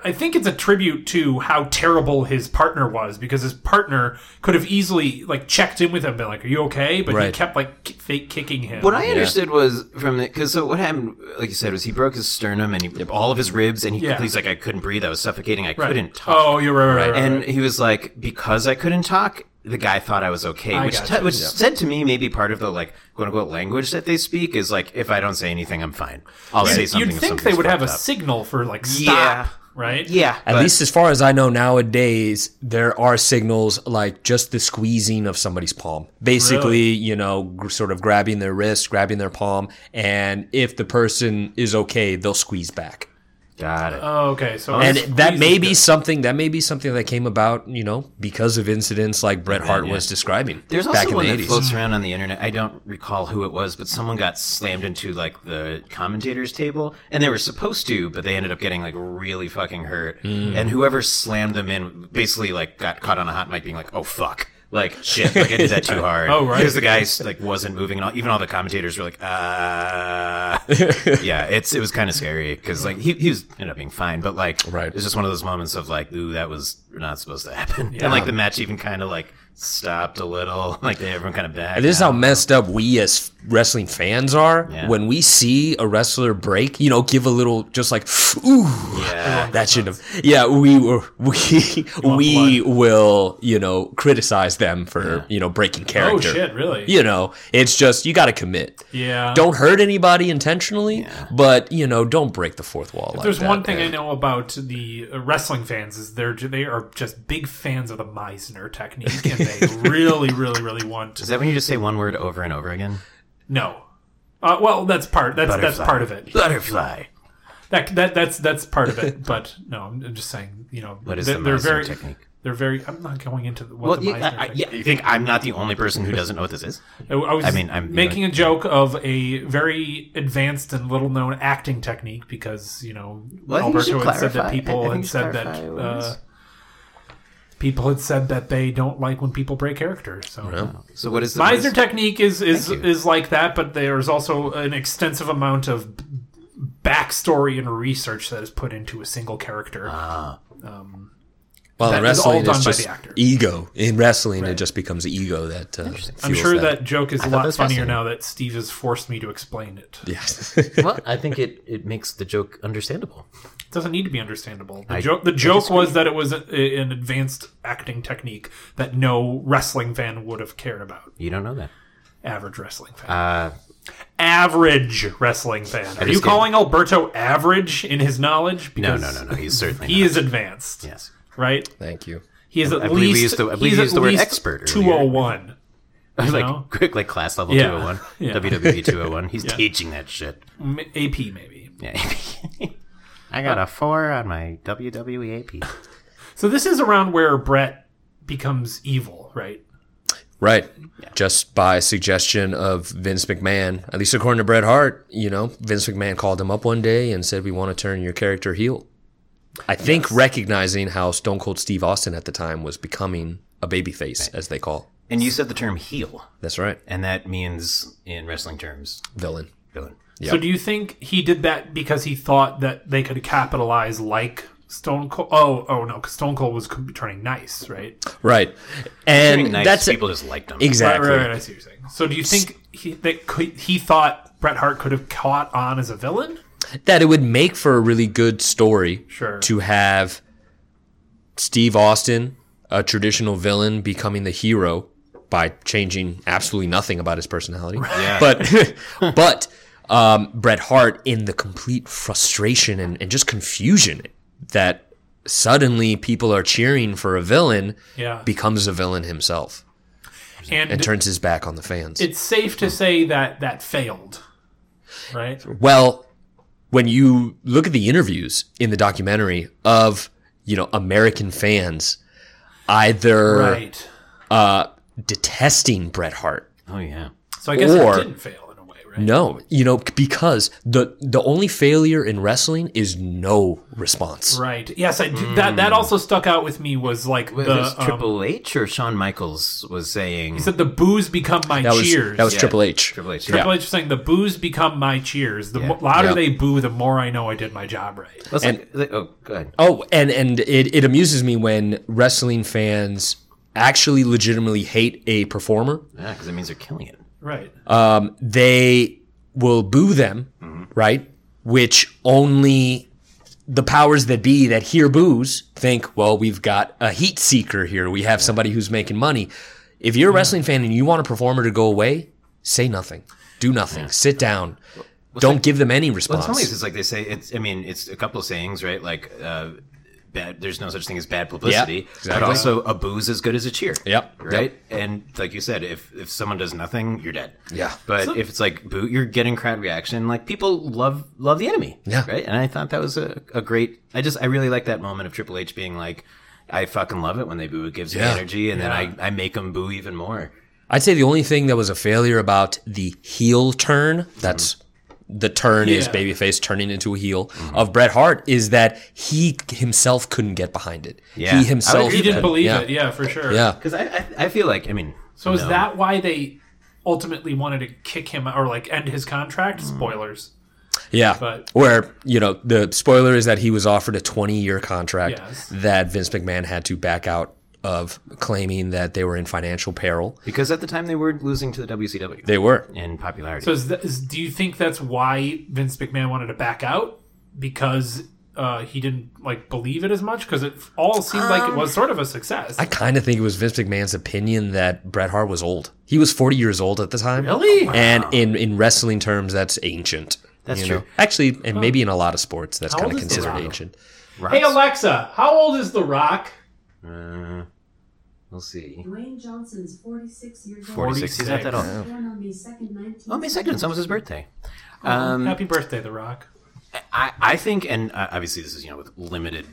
Speaker 1: i think it's a tribute to how terrible his partner was because his partner could have easily like checked in with him been like are you okay but he
Speaker 3: Right.
Speaker 1: kept like k- fake kicking him
Speaker 2: What I understood was from the because so what happened, like you said, was he broke his sternum and he, all of his ribs, and he,
Speaker 1: Yeah.
Speaker 2: he's like, I couldn't breathe, I was suffocating, I
Speaker 1: Right.
Speaker 2: couldn't talk.
Speaker 1: oh you're right, right, right, right.
Speaker 2: And he was like, because I couldn't talk, the guy thought I was okay, which
Speaker 1: gotcha.
Speaker 2: t- which said to me maybe part of the like quote unquote language that they speak is like if I don't say anything, I'm fine. I'll say something.
Speaker 1: you'd
Speaker 2: if
Speaker 1: think they
Speaker 2: something's
Speaker 1: would have a
Speaker 2: fucked up.
Speaker 1: signal for like stop
Speaker 2: Yeah.
Speaker 1: right
Speaker 2: yeah,
Speaker 3: At
Speaker 2: but-
Speaker 3: least as far as I know nowadays, there are signals like just the squeezing of somebody's palm. Basically,
Speaker 1: Really?
Speaker 3: you know, gr- sort of grabbing their wrist, grabbing their palm, and if the person is okay, they'll squeeze back.
Speaker 2: got it.
Speaker 1: oh, okay so Oh,
Speaker 3: And
Speaker 1: squeeze
Speaker 3: that may
Speaker 1: is
Speaker 3: be
Speaker 1: good.
Speaker 3: something that may be something that came about, you know, because of incidents like Bret Hart was describing
Speaker 2: There's
Speaker 3: back
Speaker 2: also
Speaker 3: in
Speaker 2: one
Speaker 3: the
Speaker 2: that
Speaker 3: 80s.
Speaker 2: floats around on the internet. I don't recall who it was, but someone got slammed into like the commentators table, and they were supposed to, but they ended up getting like really fucking hurt.
Speaker 3: Mm.
Speaker 2: And whoever slammed them in basically like got caught on a hot mic, being like, "Oh fuck." Like shit, like I did that too hard.
Speaker 1: Oh, right.
Speaker 2: because the guy like wasn't moving, and all, even all the commentators were like, "Uh, yeah." It's it was kind of scary because like he he was ended up being fine, but like
Speaker 3: Right.
Speaker 2: it's just one of those moments of like, "Ooh, that was not supposed to happen," and like the match even kind of like stopped a little, like they everyone kind of back.
Speaker 3: And this is how messed up we as wrestling fans are.
Speaker 2: Yeah.
Speaker 3: When we see a wrestler break, you know, give a little, just like, ooh,
Speaker 2: Yeah.
Speaker 3: that shouldn't have. Yeah, we were, we, we will, you know, criticize them for, you know, breaking
Speaker 1: oh
Speaker 3: character.
Speaker 1: shit really
Speaker 3: You know, it's just, you got to commit.
Speaker 1: yeah
Speaker 3: Don't hurt anybody intentionally, but, you know, don't break the fourth wall. like
Speaker 1: There's
Speaker 3: that,
Speaker 1: one thing
Speaker 3: man.
Speaker 1: I know about the uh, wrestling fans is they're ju- they are just big fans of the Meisner technique, and they really, really, really want
Speaker 2: Is that when you just say one word over and over again?
Speaker 1: no. Uh, well, that's part that's
Speaker 2: Butterfly.
Speaker 1: that's part of it.
Speaker 2: Butterfly.
Speaker 1: That, that that's that's part of it. But no, I'm, I'm just saying. You know,
Speaker 2: What is
Speaker 1: they-
Speaker 2: the
Speaker 1: they're
Speaker 2: Meisner
Speaker 1: very
Speaker 2: technique?
Speaker 1: they're very. I'm not going into the, what
Speaker 2: Well,
Speaker 1: the
Speaker 2: you,
Speaker 1: Meisner
Speaker 2: I, I,
Speaker 1: technique.
Speaker 2: yeah, you think I'm not the only person who doesn't know what this is?
Speaker 1: I, I was
Speaker 2: I mean, I'm-
Speaker 1: making a joke of a very advanced and little known acting technique because you know
Speaker 7: Well, I think you should
Speaker 1: Alberto had said
Speaker 7: clarify.
Speaker 1: that people
Speaker 7: I- I think
Speaker 1: had
Speaker 7: you
Speaker 1: said
Speaker 7: should
Speaker 1: that
Speaker 7: clarify what it is.
Speaker 1: uh, people had said that they don't like when people break character. So
Speaker 2: So what is the
Speaker 1: Meisner technique is is
Speaker 2: Thank you.
Speaker 1: is like that, but there's also an extensive amount of b- backstory and research that is put into a single character.
Speaker 2: Ah,
Speaker 3: Well,
Speaker 1: that
Speaker 3: in
Speaker 1: is all
Speaker 3: wrestling,
Speaker 1: done
Speaker 3: it's
Speaker 1: by
Speaker 3: just
Speaker 1: the actor.
Speaker 3: ego. In wrestling, it just becomes ego that. Uh,
Speaker 1: I'm
Speaker 3: fuels
Speaker 1: sure that, joke is a lot
Speaker 2: that's
Speaker 1: funnier
Speaker 2: fascinating.
Speaker 1: now that Steve has forced me to explain it.
Speaker 3: Yes.
Speaker 2: well, I think it, it makes the joke understandable.
Speaker 1: It doesn't need to be understandable. The joke, the joke was that it was a, a- an advanced acting technique that no wrestling fan would have cared about.
Speaker 2: You don't know that.
Speaker 1: Average wrestling fan.
Speaker 2: Uh,
Speaker 1: average wrestling fan. Are you
Speaker 2: just
Speaker 1: calling Alberto average in his knowledge?
Speaker 2: no,
Speaker 1: Because
Speaker 2: no, no, no. He's certainly
Speaker 1: He
Speaker 2: not.
Speaker 1: is advanced,
Speaker 2: Yes.
Speaker 1: right?
Speaker 3: Thank you.
Speaker 1: He is at
Speaker 2: I believe we
Speaker 1: least.
Speaker 2: used the- I believe
Speaker 1: he's
Speaker 2: we
Speaker 1: at
Speaker 2: used the word
Speaker 1: least
Speaker 2: expert earlier.
Speaker 1: 201. know?
Speaker 2: like quick, like class level
Speaker 1: Yeah.
Speaker 2: 201,
Speaker 1: Yeah.
Speaker 2: WWE 201. He's teaching that shit.
Speaker 1: M- AP, maybe.
Speaker 2: Yeah. I got a four on my E WWE AP.
Speaker 1: So this is around where Brett becomes evil, right?
Speaker 3: Right. Just by suggestion of Vince McMahon, at least according to Bret Hart, you know, Vince McMahon called him up one day and said, We want to turn your character heel. I think recognizing how Stone Cold Steve Austin at the time was becoming a babyface, as they call.
Speaker 2: And you said the term heel,
Speaker 3: That's right.
Speaker 2: and that means in wrestling terms,
Speaker 3: Villain.
Speaker 2: villain.
Speaker 1: So do you think he did that because he thought that they could capitalize like Stone Cold? Oh, oh no, because Stone Cold was turning nice, right?
Speaker 3: Right.
Speaker 2: Being
Speaker 3: And
Speaker 2: nice,
Speaker 3: that's
Speaker 2: people just liked him.
Speaker 3: exactly.
Speaker 1: Right, right, right. I see what you're saying. So do you think he that could, he thought Bret Hart could have caught on as a villain?
Speaker 3: that it would make for a really good story
Speaker 1: Sure.
Speaker 3: to have Steve Austin, a traditional villain, becoming the hero by changing absolutely nothing about his personality. But but um, Bret Hart in the complete frustration and, and just confusion that suddenly people are cheering for a villain
Speaker 1: Yeah.
Speaker 3: becomes a villain himself and turns his back on the fans.
Speaker 1: it's safe to say that that failed, right?
Speaker 3: Well, when you look at the interviews in the documentary of, you know, American fans either
Speaker 1: Right.
Speaker 3: uh, detesting Bret Hart.
Speaker 2: Oh yeah.
Speaker 1: So I guess
Speaker 3: Or-
Speaker 1: it didn't fail in a way, right?
Speaker 3: No, you know, because the the only failure in wrestling is no response.
Speaker 1: Right. Yes, I, that that also stuck out with me was like
Speaker 2: Was
Speaker 1: the
Speaker 2: this
Speaker 1: um,
Speaker 2: Triple H or Shawn Michaels was saying
Speaker 1: said the booze become my
Speaker 3: That was
Speaker 1: cheers.
Speaker 3: that was Triple H.
Speaker 2: Triple H.
Speaker 1: Triple H was saying the booze become my cheers. The mo- louder
Speaker 3: Yeah.
Speaker 1: they boo, the more I know I did my job right.
Speaker 2: Let's like, like- oh, go ahead.
Speaker 3: Oh, and and it, it amuses me when wrestling fans actually legitimately hate a performer.
Speaker 2: Yeah, because it means they're killing it.
Speaker 1: Right.
Speaker 3: They will boo them, right? Which only the powers that be that hear boos think, well, we've got a heat seeker here. We have somebody who's making money. If you're a wrestling fan and you want a performer to go away, say nothing. Do nothing. Sit down. Don't give them any
Speaker 2: Well, in some ways,
Speaker 3: response.
Speaker 2: it's like they say. It's. I mean, it's a couple of sayings, right? Like, uh, bad. There's no such thing as bad publicity.
Speaker 3: Yeah,
Speaker 2: But
Speaker 3: exactly.
Speaker 2: also, a boo's as good as a cheer.
Speaker 3: Yep, yep.
Speaker 2: Right. And like you said, if if someone does nothing, you're dead.
Speaker 3: Yeah.
Speaker 2: But if it's like boo, you're getting crowd reaction. Like people love love the enemy.
Speaker 3: Yeah.
Speaker 2: Right. And I thought that was a, a great. I just I really like that moment of Triple H being like. I fucking love it when they boo. It gives
Speaker 3: Yeah.
Speaker 2: me energy, and then I, I make them boo even more.
Speaker 3: I'd say the only thing that was a failure about the heel turn, that's the turn is
Speaker 1: Yeah.
Speaker 3: babyface turning into a heel of Bret Hart, is that he himself couldn't get behind it.
Speaker 2: Yeah. I
Speaker 3: He
Speaker 2: would
Speaker 3: himself
Speaker 2: agree
Speaker 1: he didn't believe
Speaker 3: Oh, yeah.
Speaker 1: it. Yeah, for sure.
Speaker 3: Yeah.
Speaker 2: Because I, I I feel like I mean.
Speaker 1: So is
Speaker 2: no.
Speaker 1: that why they ultimately wanted to kick him or like end his contract? Spoilers.
Speaker 3: Yeah.
Speaker 1: But-
Speaker 3: Where, you know, the spoiler is that he was offered a 20 year contract
Speaker 1: Yes.
Speaker 3: that Vince McMahon had to back out of, claiming that they were in financial peril.
Speaker 2: Because at the time they were losing to the WCW
Speaker 3: They were.
Speaker 2: in popularity.
Speaker 1: So is that, is, do you think that's why Vince McMahon wanted to back out because uh, he didn't like believe it as much? Because it all seemed like it was sort of a success.
Speaker 3: Um, I kind of think it was Vince McMahon's opinion that Bret Hart was old. He was 40 years old at the time.
Speaker 1: Really? Wow.
Speaker 3: And in, in wrestling terms, that's ancient.
Speaker 2: That's
Speaker 3: you
Speaker 2: true.
Speaker 3: Actually, and maybe in a lot of sports, that's
Speaker 1: How
Speaker 3: kind
Speaker 1: old
Speaker 3: of
Speaker 1: is The
Speaker 3: considered
Speaker 1: Rock?
Speaker 3: ancient.
Speaker 1: hey Alexa, how old is The Rock?
Speaker 2: we'll see.
Speaker 8: Dwayne Johnson's 46 years old.
Speaker 2: 46. He's not that old.
Speaker 8: Born on May 2nd, 19.
Speaker 2: Oh, May 2nd. It's almost his birthday. Um,
Speaker 1: Happy birthday, The Rock.
Speaker 2: I, I think, and uh, obviously this is, you know, with limited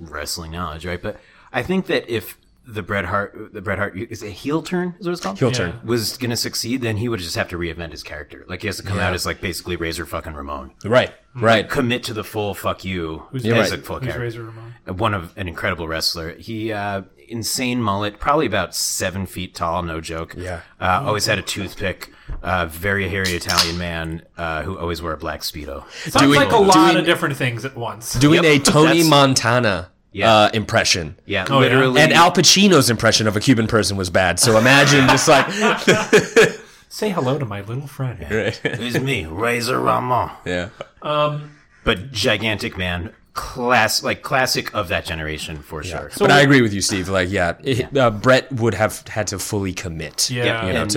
Speaker 2: wrestling knowledge, right? But I think that if the Bret Hart, the Bret Hart, is it a heel turn? Is what it's called?
Speaker 3: Heel turn.
Speaker 2: Was going to succeed, then he would just have to reinvent his character. Like, he has to come out as, like, basically Razor fucking Ramon.
Speaker 3: Right,
Speaker 1: Hmm.
Speaker 3: right.
Speaker 2: Commit to the full fuck you
Speaker 1: You're
Speaker 2: as
Speaker 3: right.
Speaker 2: a full
Speaker 1: Who's
Speaker 2: character.
Speaker 1: Razor Ramon?
Speaker 2: one of an incredible wrestler. He uh, insane mullet, probably about seven feet tall, no joke.
Speaker 3: Yeah.
Speaker 2: uh, always had a toothpick. Uh, very hairy Italian man uh, who always wore a black speedo.
Speaker 1: Sounds
Speaker 3: Doing-
Speaker 1: like a lot
Speaker 3: doing-
Speaker 1: of different things at once.
Speaker 3: Doing
Speaker 2: Yep.
Speaker 3: a Tony
Speaker 2: That's-
Speaker 3: Montana
Speaker 2: Yeah.
Speaker 3: uh, impression.
Speaker 2: Yeah,
Speaker 1: Oh, yeah.
Speaker 2: literally.
Speaker 3: And Al Pacino's impression of a Cuban person was bad. So imagine just like,
Speaker 1: Say hello to my little friend.
Speaker 2: it's me, Razor Ramon,
Speaker 3: yeah.
Speaker 2: but gigantic man, class like classic of that generation for sure.
Speaker 3: but I agree with you, Steve. Like, yeah, it, Uh, Brett would have had to fully commit,
Speaker 1: Yeah.
Speaker 3: you know,
Speaker 1: Yeah,
Speaker 3: to
Speaker 2: yeah.
Speaker 1: That's,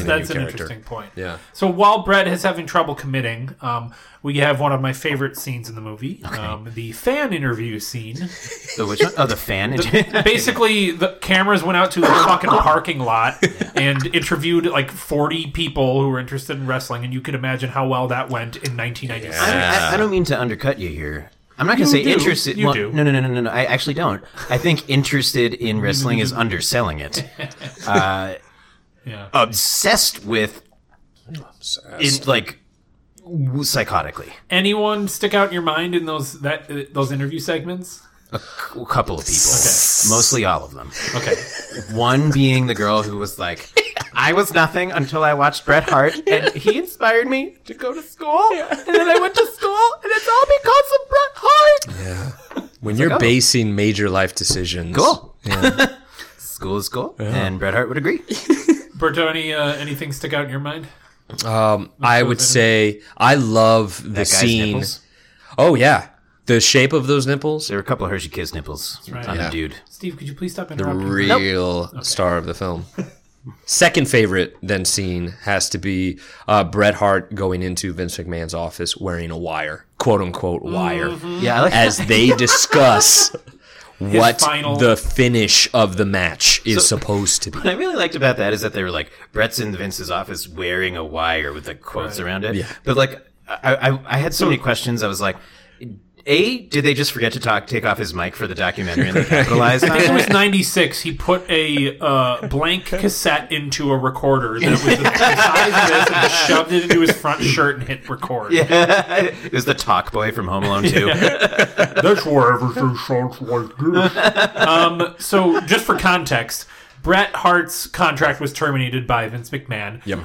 Speaker 3: inventing
Speaker 1: that's
Speaker 3: a
Speaker 1: an
Speaker 3: new character.
Speaker 1: interesting point.
Speaker 3: Yeah.
Speaker 1: So while Brett is having trouble committing, um, we have one of my favorite scenes in the movie, um, the fan interview scene.
Speaker 2: So which one? Oh, the fan.
Speaker 1: Basically, the cameras went out to a fucking parking lot and interviewed like 40 people who were interested in wrestling, and you could imagine how well that went in 1996.
Speaker 2: I, don't- I, I don't mean to undercut you here. I'm not going to say
Speaker 1: do.
Speaker 2: interested.
Speaker 1: You
Speaker 2: well,
Speaker 1: do.
Speaker 2: No, no, no, no, no, no. I actually don't. I think interested in wrestling is underselling it. Uh,
Speaker 1: Yeah.
Speaker 2: Obsessed with, in, like, w- psychotically.
Speaker 1: Anyone stick out in your mind in those that uh, those interview segments?
Speaker 2: A couple of people. Mostly all of them.
Speaker 1: Okay.
Speaker 2: One being the girl who was like, I was nothing until I watched Bret Hart, and he inspired me to go to school, and then I went to school, and it's all because of Bret Hart.
Speaker 3: When you're
Speaker 2: like, oh.
Speaker 3: basing major life decisions,
Speaker 2: Cool. school is school, and Bret Hart would agree.
Speaker 1: Bertoni, uh, anything stick out in your mind?
Speaker 3: I would say I love the
Speaker 2: That guy's
Speaker 3: scene.
Speaker 2: nipples.
Speaker 3: Oh yeah, the shape of those nipples.
Speaker 2: There were a couple of Hershey Kiss nipples on
Speaker 1: right.
Speaker 2: the dude.
Speaker 1: Steve, could you please stop
Speaker 3: The
Speaker 1: interrupting?
Speaker 3: real star of the film. Second favorite then scene has to be uh, Bret Hart going into Vince McMahon's office wearing a wire, quote unquote wire,
Speaker 1: Mm-hmm.
Speaker 7: Yeah, I like
Speaker 3: as they discuss what
Speaker 1: final-
Speaker 3: the finish of the match is supposed to be.
Speaker 2: What I really liked about that is that they were like Brett's in Vince's office wearing a wire with the quotes around it. Yeah. But like, I, I I had so many questions. I was like, a did they just forget to talk take off his mic for the documentary and they capitalized on
Speaker 1: It was
Speaker 2: it?
Speaker 1: 96. He put a uh, blank cassette into a recorder that was the size of this and just shoved it into his front shirt and hit record.
Speaker 2: it was the talk boy from Home Alone 2.
Speaker 1: That's why everything sounds like this. um, so, just for context, Bret Hart's contract was terminated by Vince McMahon. Yep.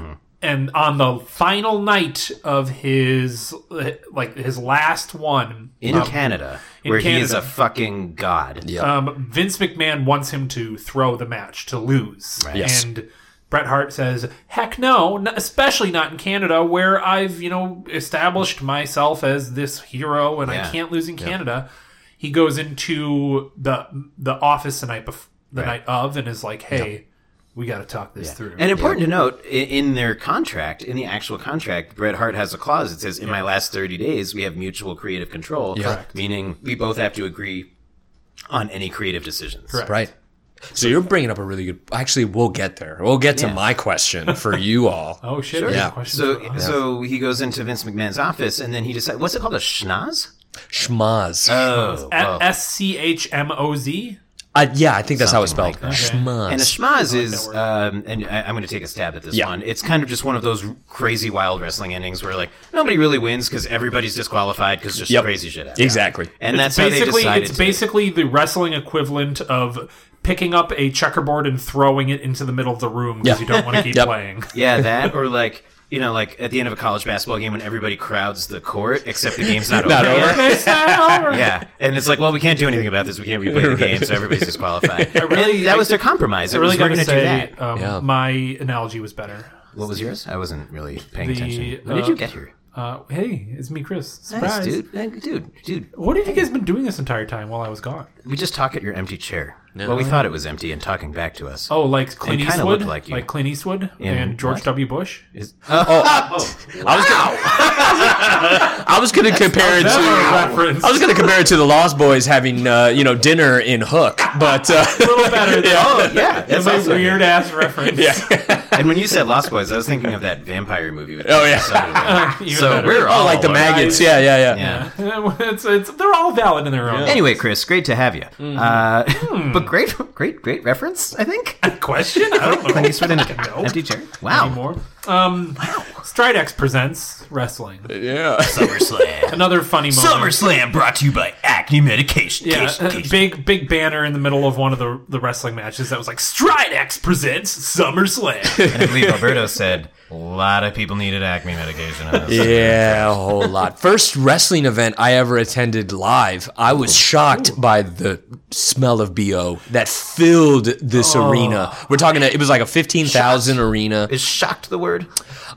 Speaker 1: And on the final night of his, uh, like his last one,
Speaker 2: In Canada,
Speaker 1: in
Speaker 2: where he is a
Speaker 1: Canada.
Speaker 2: fucking god. Yeah.
Speaker 1: um, Vince McMahon wants him to throw the match to lose,
Speaker 3: Yes.
Speaker 1: and Bret Hart says, "Heck no, n- especially not in Canada, where I've you know established myself as this hero, and I
Speaker 2: Yeah.
Speaker 1: can't lose in Canada." He goes into the the office the night bef- the night of, and is like, "Hey, we got to talk this through."
Speaker 2: And important to note, i- in their contract, in the actual contract, Bret Hart has a clause that says, "In my last thirty days, we have mutual creative control," meaning we both have to agree on any creative decisions. Correct.
Speaker 3: Right. So you're bringing up a really good. Actually, we'll get there. We'll get to
Speaker 2: Yeah.
Speaker 3: my question for you all.
Speaker 1: oh shit! there's
Speaker 3: Yeah.
Speaker 1: a question
Speaker 2: So,
Speaker 1: for us.
Speaker 2: so he goes into Vince McMahon's office, and then he decides, "What's it called? A schnoz?"
Speaker 3: Schmaz.
Speaker 2: Oh, well.
Speaker 1: At S C H M O Z.
Speaker 3: I, yeah, I think that's how it's spelled.
Speaker 2: And a
Speaker 3: Schmaz.
Speaker 2: schmaz is, um, and I, I'm going to take a stab at this
Speaker 3: Yeah.
Speaker 2: one. It's kind of just one of those crazy, wild wrestling endings where like nobody really wins because everybody's disqualified because just
Speaker 3: Yep.
Speaker 2: crazy shit happens.
Speaker 3: Exactly.
Speaker 2: And that's how they
Speaker 1: basically
Speaker 2: decided.
Speaker 1: it's
Speaker 2: to-
Speaker 1: basically the wrestling equivalent of picking up a checkerboard and throwing it into the middle of the room because
Speaker 3: Yeah.
Speaker 1: you don't want to keep
Speaker 3: Yep.
Speaker 1: playing.
Speaker 2: Yeah, that or like you know, like at the end of a college basketball game when everybody crowds the court except the game's not,
Speaker 3: Not
Speaker 2: over. yet.
Speaker 3: over.
Speaker 2: Yeah, and it's like, well, we can't do anything about this. We can't replay the game, so everybody's disqualified.
Speaker 1: really-
Speaker 2: And that was their compromise.
Speaker 1: I
Speaker 2: It
Speaker 1: really
Speaker 2: was,
Speaker 1: got
Speaker 2: we're
Speaker 1: to
Speaker 2: going to do
Speaker 1: say,
Speaker 2: that.
Speaker 1: um,
Speaker 3: Yeah.
Speaker 1: my analogy was better.
Speaker 2: What was yours? I wasn't really paying
Speaker 1: The,
Speaker 2: attention. When
Speaker 1: uh,
Speaker 2: did you get here?
Speaker 1: Uh, hey, it's me, Chris.
Speaker 2: Nice,
Speaker 1: Surprise,
Speaker 2: dude. Thank- Dude, dude.
Speaker 1: What have you guys been doing this entire time while I was gone?
Speaker 2: We just talk at your empty chair. Well, we thought it was empty and talking back to us.
Speaker 1: Oh, like Clint
Speaker 2: It kinda
Speaker 1: Eastwood,
Speaker 2: looked like you.
Speaker 1: Clint Eastwood
Speaker 2: In
Speaker 1: and George
Speaker 2: what?
Speaker 1: W. Bush.
Speaker 3: I was gonna, I was gonna compare it to.
Speaker 1: reference.
Speaker 3: I was gonna compare it to the Lost Boys having uh, you know dinner in Hook, but uh, a little
Speaker 1: better than-
Speaker 3: yeah.
Speaker 2: yeah, that's
Speaker 1: That's
Speaker 2: awesome.
Speaker 1: a weird ass reference.
Speaker 2: And when you said Lost Boys, I was thinking of that vampire movie. With
Speaker 3: Oh, yeah.
Speaker 1: Even
Speaker 2: so
Speaker 1: better.
Speaker 2: we're all
Speaker 3: Oh, like the
Speaker 2: over.
Speaker 3: maggots. Yeah, yeah, yeah.
Speaker 2: Yeah.
Speaker 1: it's, it's, they're all valid in their own.
Speaker 2: Anyway, Chris, great to have you.
Speaker 1: Mm-hmm.
Speaker 2: Uh, But great, great, great reference. I think.
Speaker 1: Hmm. question? I don't know.
Speaker 2: Clint Eastwood in an empty chair. Wow.
Speaker 1: anymore. Um, Stridex presents wrestling.
Speaker 2: SummerSlam.
Speaker 1: Another funny moment.
Speaker 2: SummerSlam brought to you by Acne Medication.
Speaker 1: Yeah,
Speaker 2: Case-
Speaker 1: uh,
Speaker 2: case-
Speaker 1: big big banner in the middle of one of the the wrestling matches that was like Stridex presents SummerSlam.
Speaker 2: And I believe Alberto said a lot of people needed acne medication. On this.
Speaker 3: Yeah, a whole lot. First wrestling event I ever attended live. I was shocked by the smell of BO that filled this arena. We're talking, it was like a 15,000 arena.
Speaker 2: Is shocked the word?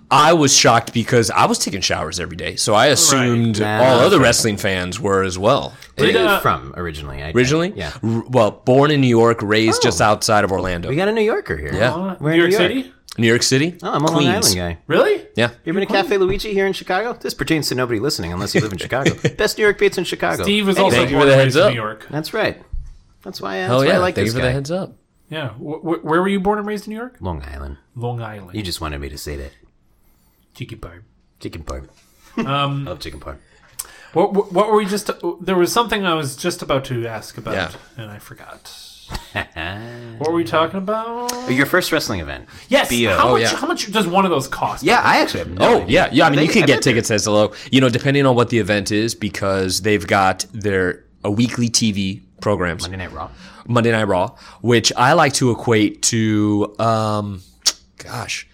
Speaker 3: I was shocked because I was taking showers every day. So I assumed all other wrestling fans were as well.
Speaker 2: Where
Speaker 1: Did,
Speaker 2: are you
Speaker 1: uh,
Speaker 2: from originally? I-
Speaker 3: Originally?
Speaker 2: Yeah. Oh.
Speaker 3: R- well, born in New York, raised just outside of Orlando.
Speaker 2: We got a New Yorker here.
Speaker 3: Yeah.
Speaker 1: Uh,
Speaker 2: We're
Speaker 1: New York
Speaker 2: in New York.
Speaker 1: City,
Speaker 3: New York City?
Speaker 2: Oh, I'm a Long Island guy.
Speaker 1: really?
Speaker 3: Yeah.
Speaker 2: You ever been to Cafe Luigi here in Chicago? This pertains to nobody listening unless you live in Chicago. Best New York pizza in Chicago.
Speaker 1: Steve was
Speaker 2: Hey,
Speaker 1: also
Speaker 3: thank you
Speaker 1: born
Speaker 3: for the
Speaker 1: and raised
Speaker 3: heads
Speaker 1: in
Speaker 3: up.
Speaker 1: New York.
Speaker 2: That's right. That's why. That's
Speaker 3: Oh,
Speaker 2: why
Speaker 3: yeah.
Speaker 2: I like
Speaker 3: Thank
Speaker 2: this
Speaker 3: you for
Speaker 2: guy.
Speaker 3: the heads up.
Speaker 1: Yeah, w- w- where were you born and raised in New York?
Speaker 2: Long Island.
Speaker 1: Long Island.
Speaker 2: You just wanted me to say that.
Speaker 1: Cheeky barb.
Speaker 2: Chicken parm.
Speaker 7: Um,
Speaker 2: I love chicken parm.
Speaker 1: What, what what were we just? There was something I was just about to ask about,
Speaker 3: Yeah.
Speaker 1: and I forgot. what were we talking about?
Speaker 2: Your first wrestling event.
Speaker 1: Yes.
Speaker 2: B.O.
Speaker 1: How
Speaker 2: Oh,
Speaker 1: much?
Speaker 3: yeah.
Speaker 1: How much does one of those cost?
Speaker 2: Yeah, I actually have no
Speaker 3: Oh
Speaker 2: idea.
Speaker 3: yeah, yeah. I mean,
Speaker 2: They-
Speaker 3: you can
Speaker 2: I've
Speaker 3: get
Speaker 2: been there.
Speaker 3: tickets as low. You know, depending on what the event is, because they've got their a weekly TV programs, Monday,
Speaker 2: Monday Night Raw.
Speaker 3: Night Raw, which I like to equate to, um, gosh,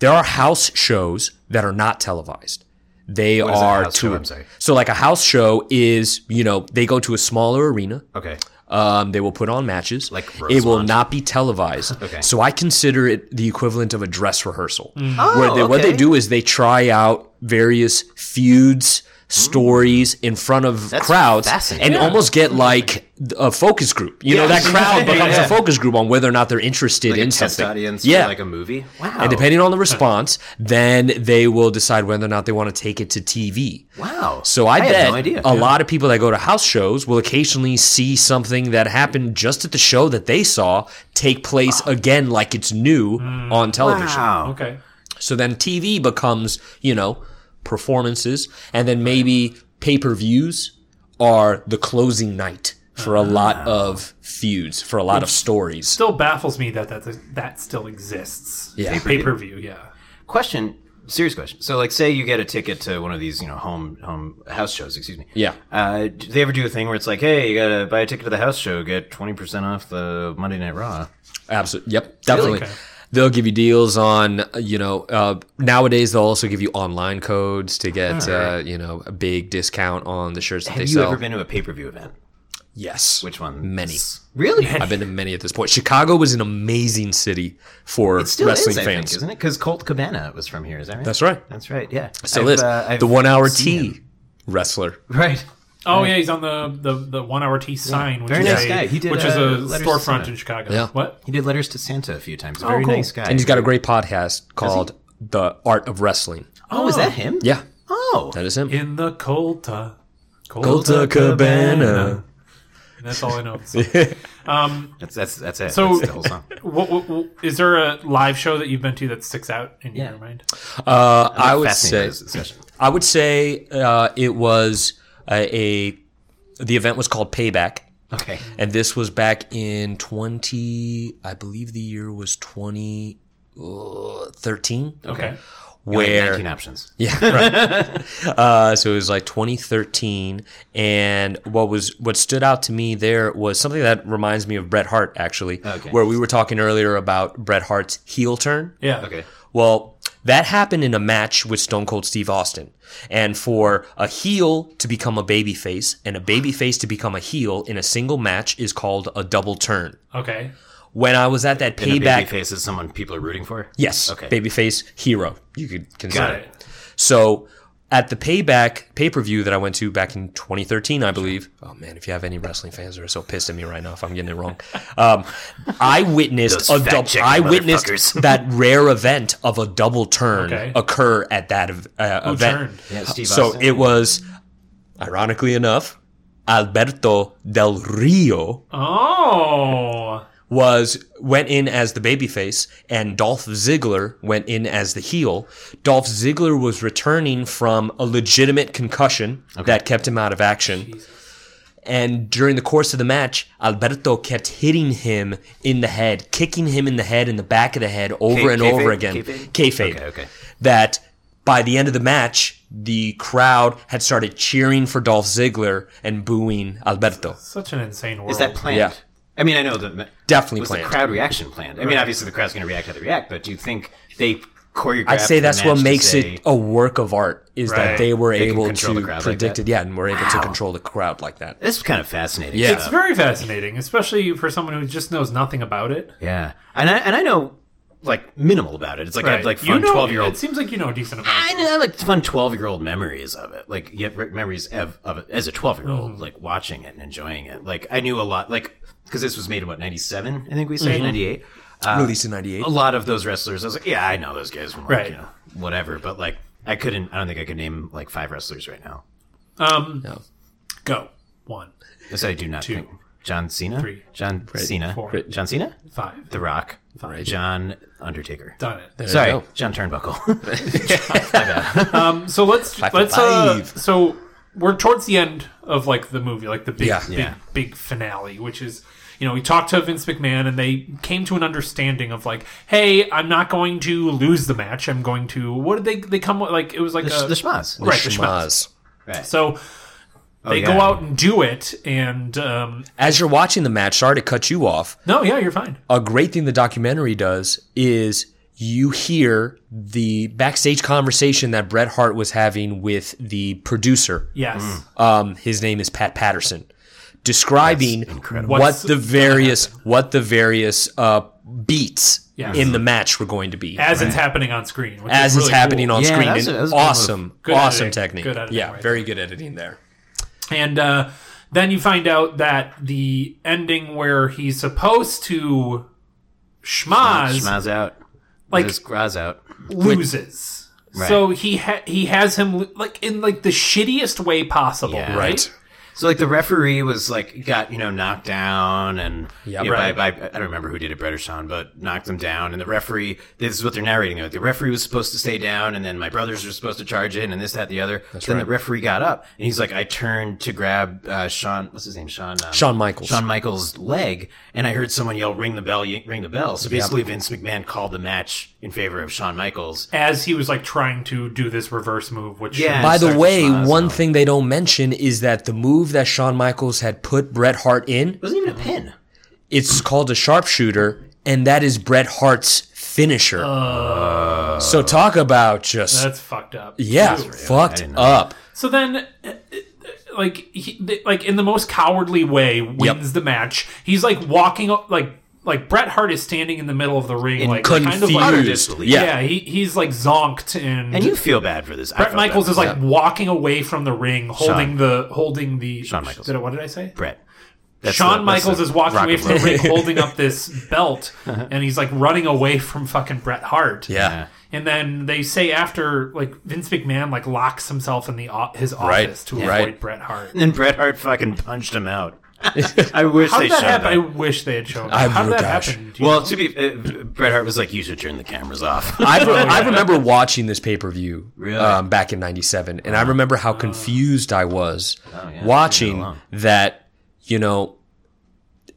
Speaker 3: there are house shows that are not televised. They
Speaker 2: is a
Speaker 3: are
Speaker 2: house show?
Speaker 3: to
Speaker 2: I'm sorry.
Speaker 3: so like a house show is you know they go to a smaller arena.
Speaker 2: Okay.
Speaker 3: Um, they will put on matches.
Speaker 2: Like
Speaker 3: it will
Speaker 2: Rosemont.
Speaker 3: not be televised.
Speaker 2: Okay.
Speaker 3: So I consider it the equivalent of a dress rehearsal,
Speaker 2: Oh,
Speaker 7: Mm.
Speaker 3: where they, what they
Speaker 2: okay.
Speaker 3: do is they try out various feuds, stories in front of
Speaker 7: Mm. That's
Speaker 3: crowds,
Speaker 7: fascinating.
Speaker 3: and almost get like a focus group. You know,
Speaker 7: Yeah.
Speaker 3: that crowd becomes
Speaker 7: Yeah.
Speaker 3: a focus group on whether or not they're interested
Speaker 7: Like a
Speaker 3: in
Speaker 7: test
Speaker 3: something.
Speaker 7: audience
Speaker 3: yeah,
Speaker 7: for like a Oh. movie. Wow.
Speaker 3: and depending on the response, then they will decide whether or not they want to take it to TV.
Speaker 7: wow.
Speaker 3: So I,
Speaker 7: had
Speaker 3: bet
Speaker 7: no idea.
Speaker 3: a lot of people that go to house shows will occasionally see something that happened just at the show that they saw take place again like it's new on television.
Speaker 7: Mm. Wow.
Speaker 1: Okay.
Speaker 3: So then TV becomes, you know, performances and then maybe pay-per-views are the closing night for a lot of feuds, for a lot of stories.
Speaker 1: Still baffles me that that that still exists.
Speaker 3: Yeah.
Speaker 1: Pay per view. Yeah.
Speaker 2: Question, serious question. So, like, say you get a ticket to one of these, you know, home home house shows. Excuse me.
Speaker 3: Yeah.
Speaker 2: Uh, do they ever do a thing where it's like, hey, you gotta buy a ticket to the house show, get twenty percent off the Monday Night Raw?
Speaker 3: Absolutely. Yep. Definitely. They'll give you deals on, uh, you know, uh, nowadays they'll also give you online codes to get, uh, you know, a big discount on the shirts that
Speaker 2: Have
Speaker 3: they
Speaker 2: you
Speaker 3: sell.
Speaker 2: ever been to a pay per view event?
Speaker 3: yes.
Speaker 2: Which one?
Speaker 3: Many.
Speaker 2: Really?
Speaker 3: I've been to many at this point. Chicago was an amazing city for
Speaker 2: It still
Speaker 3: wrestling
Speaker 2: is, I
Speaker 3: fans.
Speaker 2: think, isn't it? Because Colt Cabana was from here. Is that right?
Speaker 3: That's right.
Speaker 2: That's right. Yeah.
Speaker 3: Still
Speaker 2: I've,
Speaker 3: is.
Speaker 2: uh, I've
Speaker 3: the one hour
Speaker 2: seen
Speaker 3: T
Speaker 2: him.
Speaker 3: wrestler.
Speaker 2: Right.
Speaker 1: Oh yeah, he's on the the, the one hour T sign, which
Speaker 2: Very
Speaker 1: is
Speaker 2: nice
Speaker 1: a,
Speaker 2: guy. He did,
Speaker 1: which is
Speaker 2: uh,
Speaker 1: a
Speaker 2: Letters to
Speaker 1: storefront
Speaker 2: Santa.
Speaker 1: in Chicago.
Speaker 3: Yeah.
Speaker 1: What?
Speaker 2: He did letters to Santa a few times. Very
Speaker 1: Oh, cool.
Speaker 2: nice guy.
Speaker 3: And he's got a great podcast called The Art of Wrestling.
Speaker 2: Oh, is that him?
Speaker 3: Yeah.
Speaker 2: Oh.
Speaker 3: That is him.
Speaker 1: In the Colta.
Speaker 3: Colta Cabana.
Speaker 1: And that's all I know. of the song.
Speaker 2: That's that's that's it.
Speaker 1: So-
Speaker 2: that's the whole song.
Speaker 1: what, what, what, is there a live show that you've been to that sticks out in your mind?
Speaker 3: Uh, I would
Speaker 2: Fascinating
Speaker 3: say
Speaker 2: this discussion.
Speaker 3: I would say uh, it was uh, a, a the event was called Payback,
Speaker 2: Okay.
Speaker 3: and this was back in twenty. I believe the year was twenty uh, thirteen.
Speaker 1: Okay.
Speaker 2: Like
Speaker 3: Where
Speaker 2: 19 options.
Speaker 3: yeah, right. uh, so it was like 2013, and what was what stood out to me there was something that reminds me of Bret Hart actually,
Speaker 2: Okay.
Speaker 3: where we were talking earlier about Bret Hart's heel turn.
Speaker 1: Yeah.
Speaker 2: Okay.
Speaker 3: Well, that happened in a match with Stone Cold Steve Austin. And for a heel to become a babyface and a babyface to become a heel in a single match is called a double turn.
Speaker 1: Okay.
Speaker 3: When I was at that
Speaker 2: And a baby
Speaker 3: payback,
Speaker 2: face is someone people are rooting for.
Speaker 3: yes,
Speaker 2: Okay.
Speaker 3: babyface hero, you could consider
Speaker 2: Got
Speaker 3: it.
Speaker 2: it.
Speaker 3: So at the payback pay per view that I went to back in 2013, I believe. Oh man, if you have any wrestling fans that are so pissed at me right now if I'm getting it wrong, um, I witnessed
Speaker 2: Those
Speaker 3: a double.
Speaker 2: fact-checking
Speaker 3: I witnessed
Speaker 2: motherfuckers.
Speaker 3: that rare event of a double turn
Speaker 1: Okay.
Speaker 3: occur at that ev- uh,
Speaker 1: Who
Speaker 3: event.
Speaker 1: turned?
Speaker 2: Yeah, Steve
Speaker 3: So
Speaker 2: Austin.
Speaker 3: it was, ironically enough, Alberto Del Rio
Speaker 1: Oh.
Speaker 3: was went in as the babyface and Dolph Ziggler went in as the heel. Dolph Ziggler was returning from a legitimate concussion that kept him out of action. And during the course of the match, Alberto kept hitting him in the head, kicking him in the head and the back of the head over
Speaker 2: K-
Speaker 3: and
Speaker 2: kayfabe?
Speaker 3: over again.
Speaker 2: Kayfabe?
Speaker 3: Kayfabe.
Speaker 2: Okay, okay.
Speaker 3: That by the end of the match, the crowd had started cheering for Dolph Ziggler and booing Alberto.
Speaker 1: Such an insane world.
Speaker 2: Is that planned?
Speaker 3: Yeah.
Speaker 2: I mean, I know that
Speaker 3: Definitely
Speaker 2: was
Speaker 3: planned.
Speaker 2: the crowd reaction planned. I mean, obviously the crowd's going to react how they react, but do you think they choreographed?
Speaker 3: I'd say
Speaker 2: the
Speaker 3: that's what
Speaker 2: match to
Speaker 3: makes
Speaker 2: say,
Speaker 3: it a work of art is
Speaker 1: Right.
Speaker 3: that they were
Speaker 2: They can
Speaker 3: able
Speaker 2: control the
Speaker 3: to
Speaker 2: crowd like
Speaker 3: predict
Speaker 2: that.
Speaker 3: it, yeah, and were able to control the crowd like that.
Speaker 2: This is kind of fascinating.
Speaker 3: Yeah.
Speaker 1: It's very fascinating, especially for someone who just knows nothing about it.
Speaker 2: yeah. And I and I know like minimal about it. It's like I have like
Speaker 1: you
Speaker 2: fun
Speaker 1: know,
Speaker 2: twelve year
Speaker 1: It
Speaker 2: old.
Speaker 1: seems like you know a decent amount.
Speaker 2: I know I have, like fun twelve year old memories of it. Like yeah, re- memories of, of it as a twelve year
Speaker 1: Mm-hmm.
Speaker 2: old, like watching it and enjoying it. Like I knew a lot. Like because this was made in what ninety seven, I think we
Speaker 1: Mm-hmm.
Speaker 2: said ninety eight.
Speaker 3: Released in '98.
Speaker 2: a lot of those wrestlers. I was like, yeah, I know those guys from like,
Speaker 1: Right.
Speaker 2: you know, whatever. But like, I couldn't. I don't think I could name like five wrestlers right now.
Speaker 1: Um,
Speaker 3: No.
Speaker 1: Go. One,
Speaker 2: This I do not think. John Cena,
Speaker 1: Three.
Speaker 2: John Cena,
Speaker 1: Four.
Speaker 2: John Cena,
Speaker 1: five.
Speaker 2: The Rock,
Speaker 1: Right.
Speaker 2: John Undertaker.
Speaker 1: Done it.
Speaker 2: Sorry,
Speaker 3: go.
Speaker 2: John Turnbuckle.
Speaker 1: So let's
Speaker 3: Five for
Speaker 1: let's uh,
Speaker 3: five.
Speaker 1: so we're towards the end of like the movie, like the big
Speaker 3: Yeah.
Speaker 1: big,
Speaker 2: Yeah.
Speaker 1: big finale, which is you know we talked to Vince McMahon and they came to an understanding of like, hey, I'm not going to lose the match. I'm going to what did they they come with? like it was like
Speaker 2: the,
Speaker 1: a,
Speaker 2: the Schmaz.
Speaker 1: right the schmaz.
Speaker 3: Schmaz.
Speaker 1: So
Speaker 3: Oh,
Speaker 1: they
Speaker 2: yeah.
Speaker 1: go out and do it, and um,
Speaker 3: As you're watching the match, sorry to cut you off.
Speaker 1: no, yeah, you're fine.
Speaker 3: A great thing the documentary does is you hear the backstage conversation that Bret Hart was having with the producer.
Speaker 1: Yes.
Speaker 3: Um, his name is Pat Patterson, describing what
Speaker 1: What's
Speaker 3: the various what the various uh, beats
Speaker 1: Yes.
Speaker 3: in the match we're going to be
Speaker 1: as it's happening on screen. which
Speaker 3: as
Speaker 1: is
Speaker 3: it's
Speaker 1: really
Speaker 3: happening
Speaker 1: cool.
Speaker 3: on
Speaker 7: Yeah,
Speaker 3: screen.
Speaker 7: that was a-
Speaker 3: And
Speaker 7: that was a good move.
Speaker 3: awesome,
Speaker 1: Good
Speaker 3: awesome
Speaker 1: editing.
Speaker 3: technique.
Speaker 1: Good editing
Speaker 3: yeah,
Speaker 1: right
Speaker 3: very good editing there.
Speaker 1: And uh, then you find out that the ending where he's supposed to schmaz,
Speaker 2: Schmaz out.
Speaker 1: Like-
Speaker 2: Like Graz out.
Speaker 1: loses.
Speaker 2: Right.
Speaker 1: So he ha- he has him lo- like in like the shittiest way possible,
Speaker 2: Yeah.
Speaker 1: right?
Speaker 2: So like the referee was like got you know knocked down and
Speaker 3: Yeah,
Speaker 2: yeah, you know,
Speaker 1: right.
Speaker 2: by, by, I don't remember who did it, Brett or Sean, but knocked them down. And the referee, this is what they're narrating. Like, the referee was supposed to stay down, and then my brothers were supposed to charge in, and this, that, the other. then the referee got up, and he's like, I turned to grab uh, Sean. What's his name? Sean. Um,
Speaker 3: Shawn Michaels.
Speaker 2: Shawn Michaels' leg, and I heard someone yell, "Ring the bell! y- Ring the bell!" So basically, Vince McMahon called the match in favor of Shawn Michaels.
Speaker 1: As he was like trying to do this reverse move, which
Speaker 2: Yeah.
Speaker 3: By
Speaker 2: and
Speaker 3: the
Speaker 2: start to
Speaker 3: way,
Speaker 2: smile.
Speaker 3: one thing they don't mention is that the move that Shawn Michaels had put Bret Hart in,
Speaker 2: It wasn't even a pin.
Speaker 3: it's called a sharpshooter, and that is Bret Hart's finisher. so talk about just
Speaker 1: Uh. that's fucked up.
Speaker 3: yeah,
Speaker 1: too.
Speaker 3: fucked
Speaker 2: know
Speaker 3: up.
Speaker 1: So then, uh, uh, like, he, th- like in the most cowardly way, wins the match. He's like walking, up, like, like Bret Hart is standing in the middle of the ring, like kind of like,
Speaker 3: Confused.
Speaker 2: disbelief.
Speaker 3: yeah.
Speaker 1: yeah, he, he's like zonked, and,
Speaker 2: And you feel bad for this. I
Speaker 1: Bret
Speaker 2: felt
Speaker 1: Michaels
Speaker 2: bad.
Speaker 1: is like walking away from the ring, holding
Speaker 2: Shawn.
Speaker 1: the holding the.
Speaker 2: Shawn Michaels.
Speaker 1: Did I- what did I say?
Speaker 2: Brett. That's
Speaker 1: Shawn
Speaker 2: the- that's
Speaker 1: Michaels
Speaker 2: the
Speaker 1: is walking
Speaker 2: rock
Speaker 1: away
Speaker 2: and
Speaker 1: from the
Speaker 2: roll.
Speaker 1: ring, holding up this belt, and he's like running away from fucking Bret Hart.
Speaker 3: Yeah.
Speaker 1: And then they say after, like Vince McMahon, like locks himself in the o- his office to avoid
Speaker 3: right.
Speaker 1: Bret Hart.
Speaker 2: And then Bret Hart fucking punched him out. I wish
Speaker 1: How
Speaker 2: they
Speaker 1: did that
Speaker 2: showed
Speaker 1: happen? I
Speaker 2: that.
Speaker 1: wish they had shown.
Speaker 3: I-
Speaker 1: that. How did that
Speaker 3: gosh.
Speaker 1: happen? Do you
Speaker 2: Well,
Speaker 1: know?
Speaker 2: to be, uh, Bret Hart was like, "You should turn the cameras off."
Speaker 3: I, re- I remember watching this pay per view
Speaker 2: Really?
Speaker 3: um, back in '97, and I remember how confused I was watching that. You know,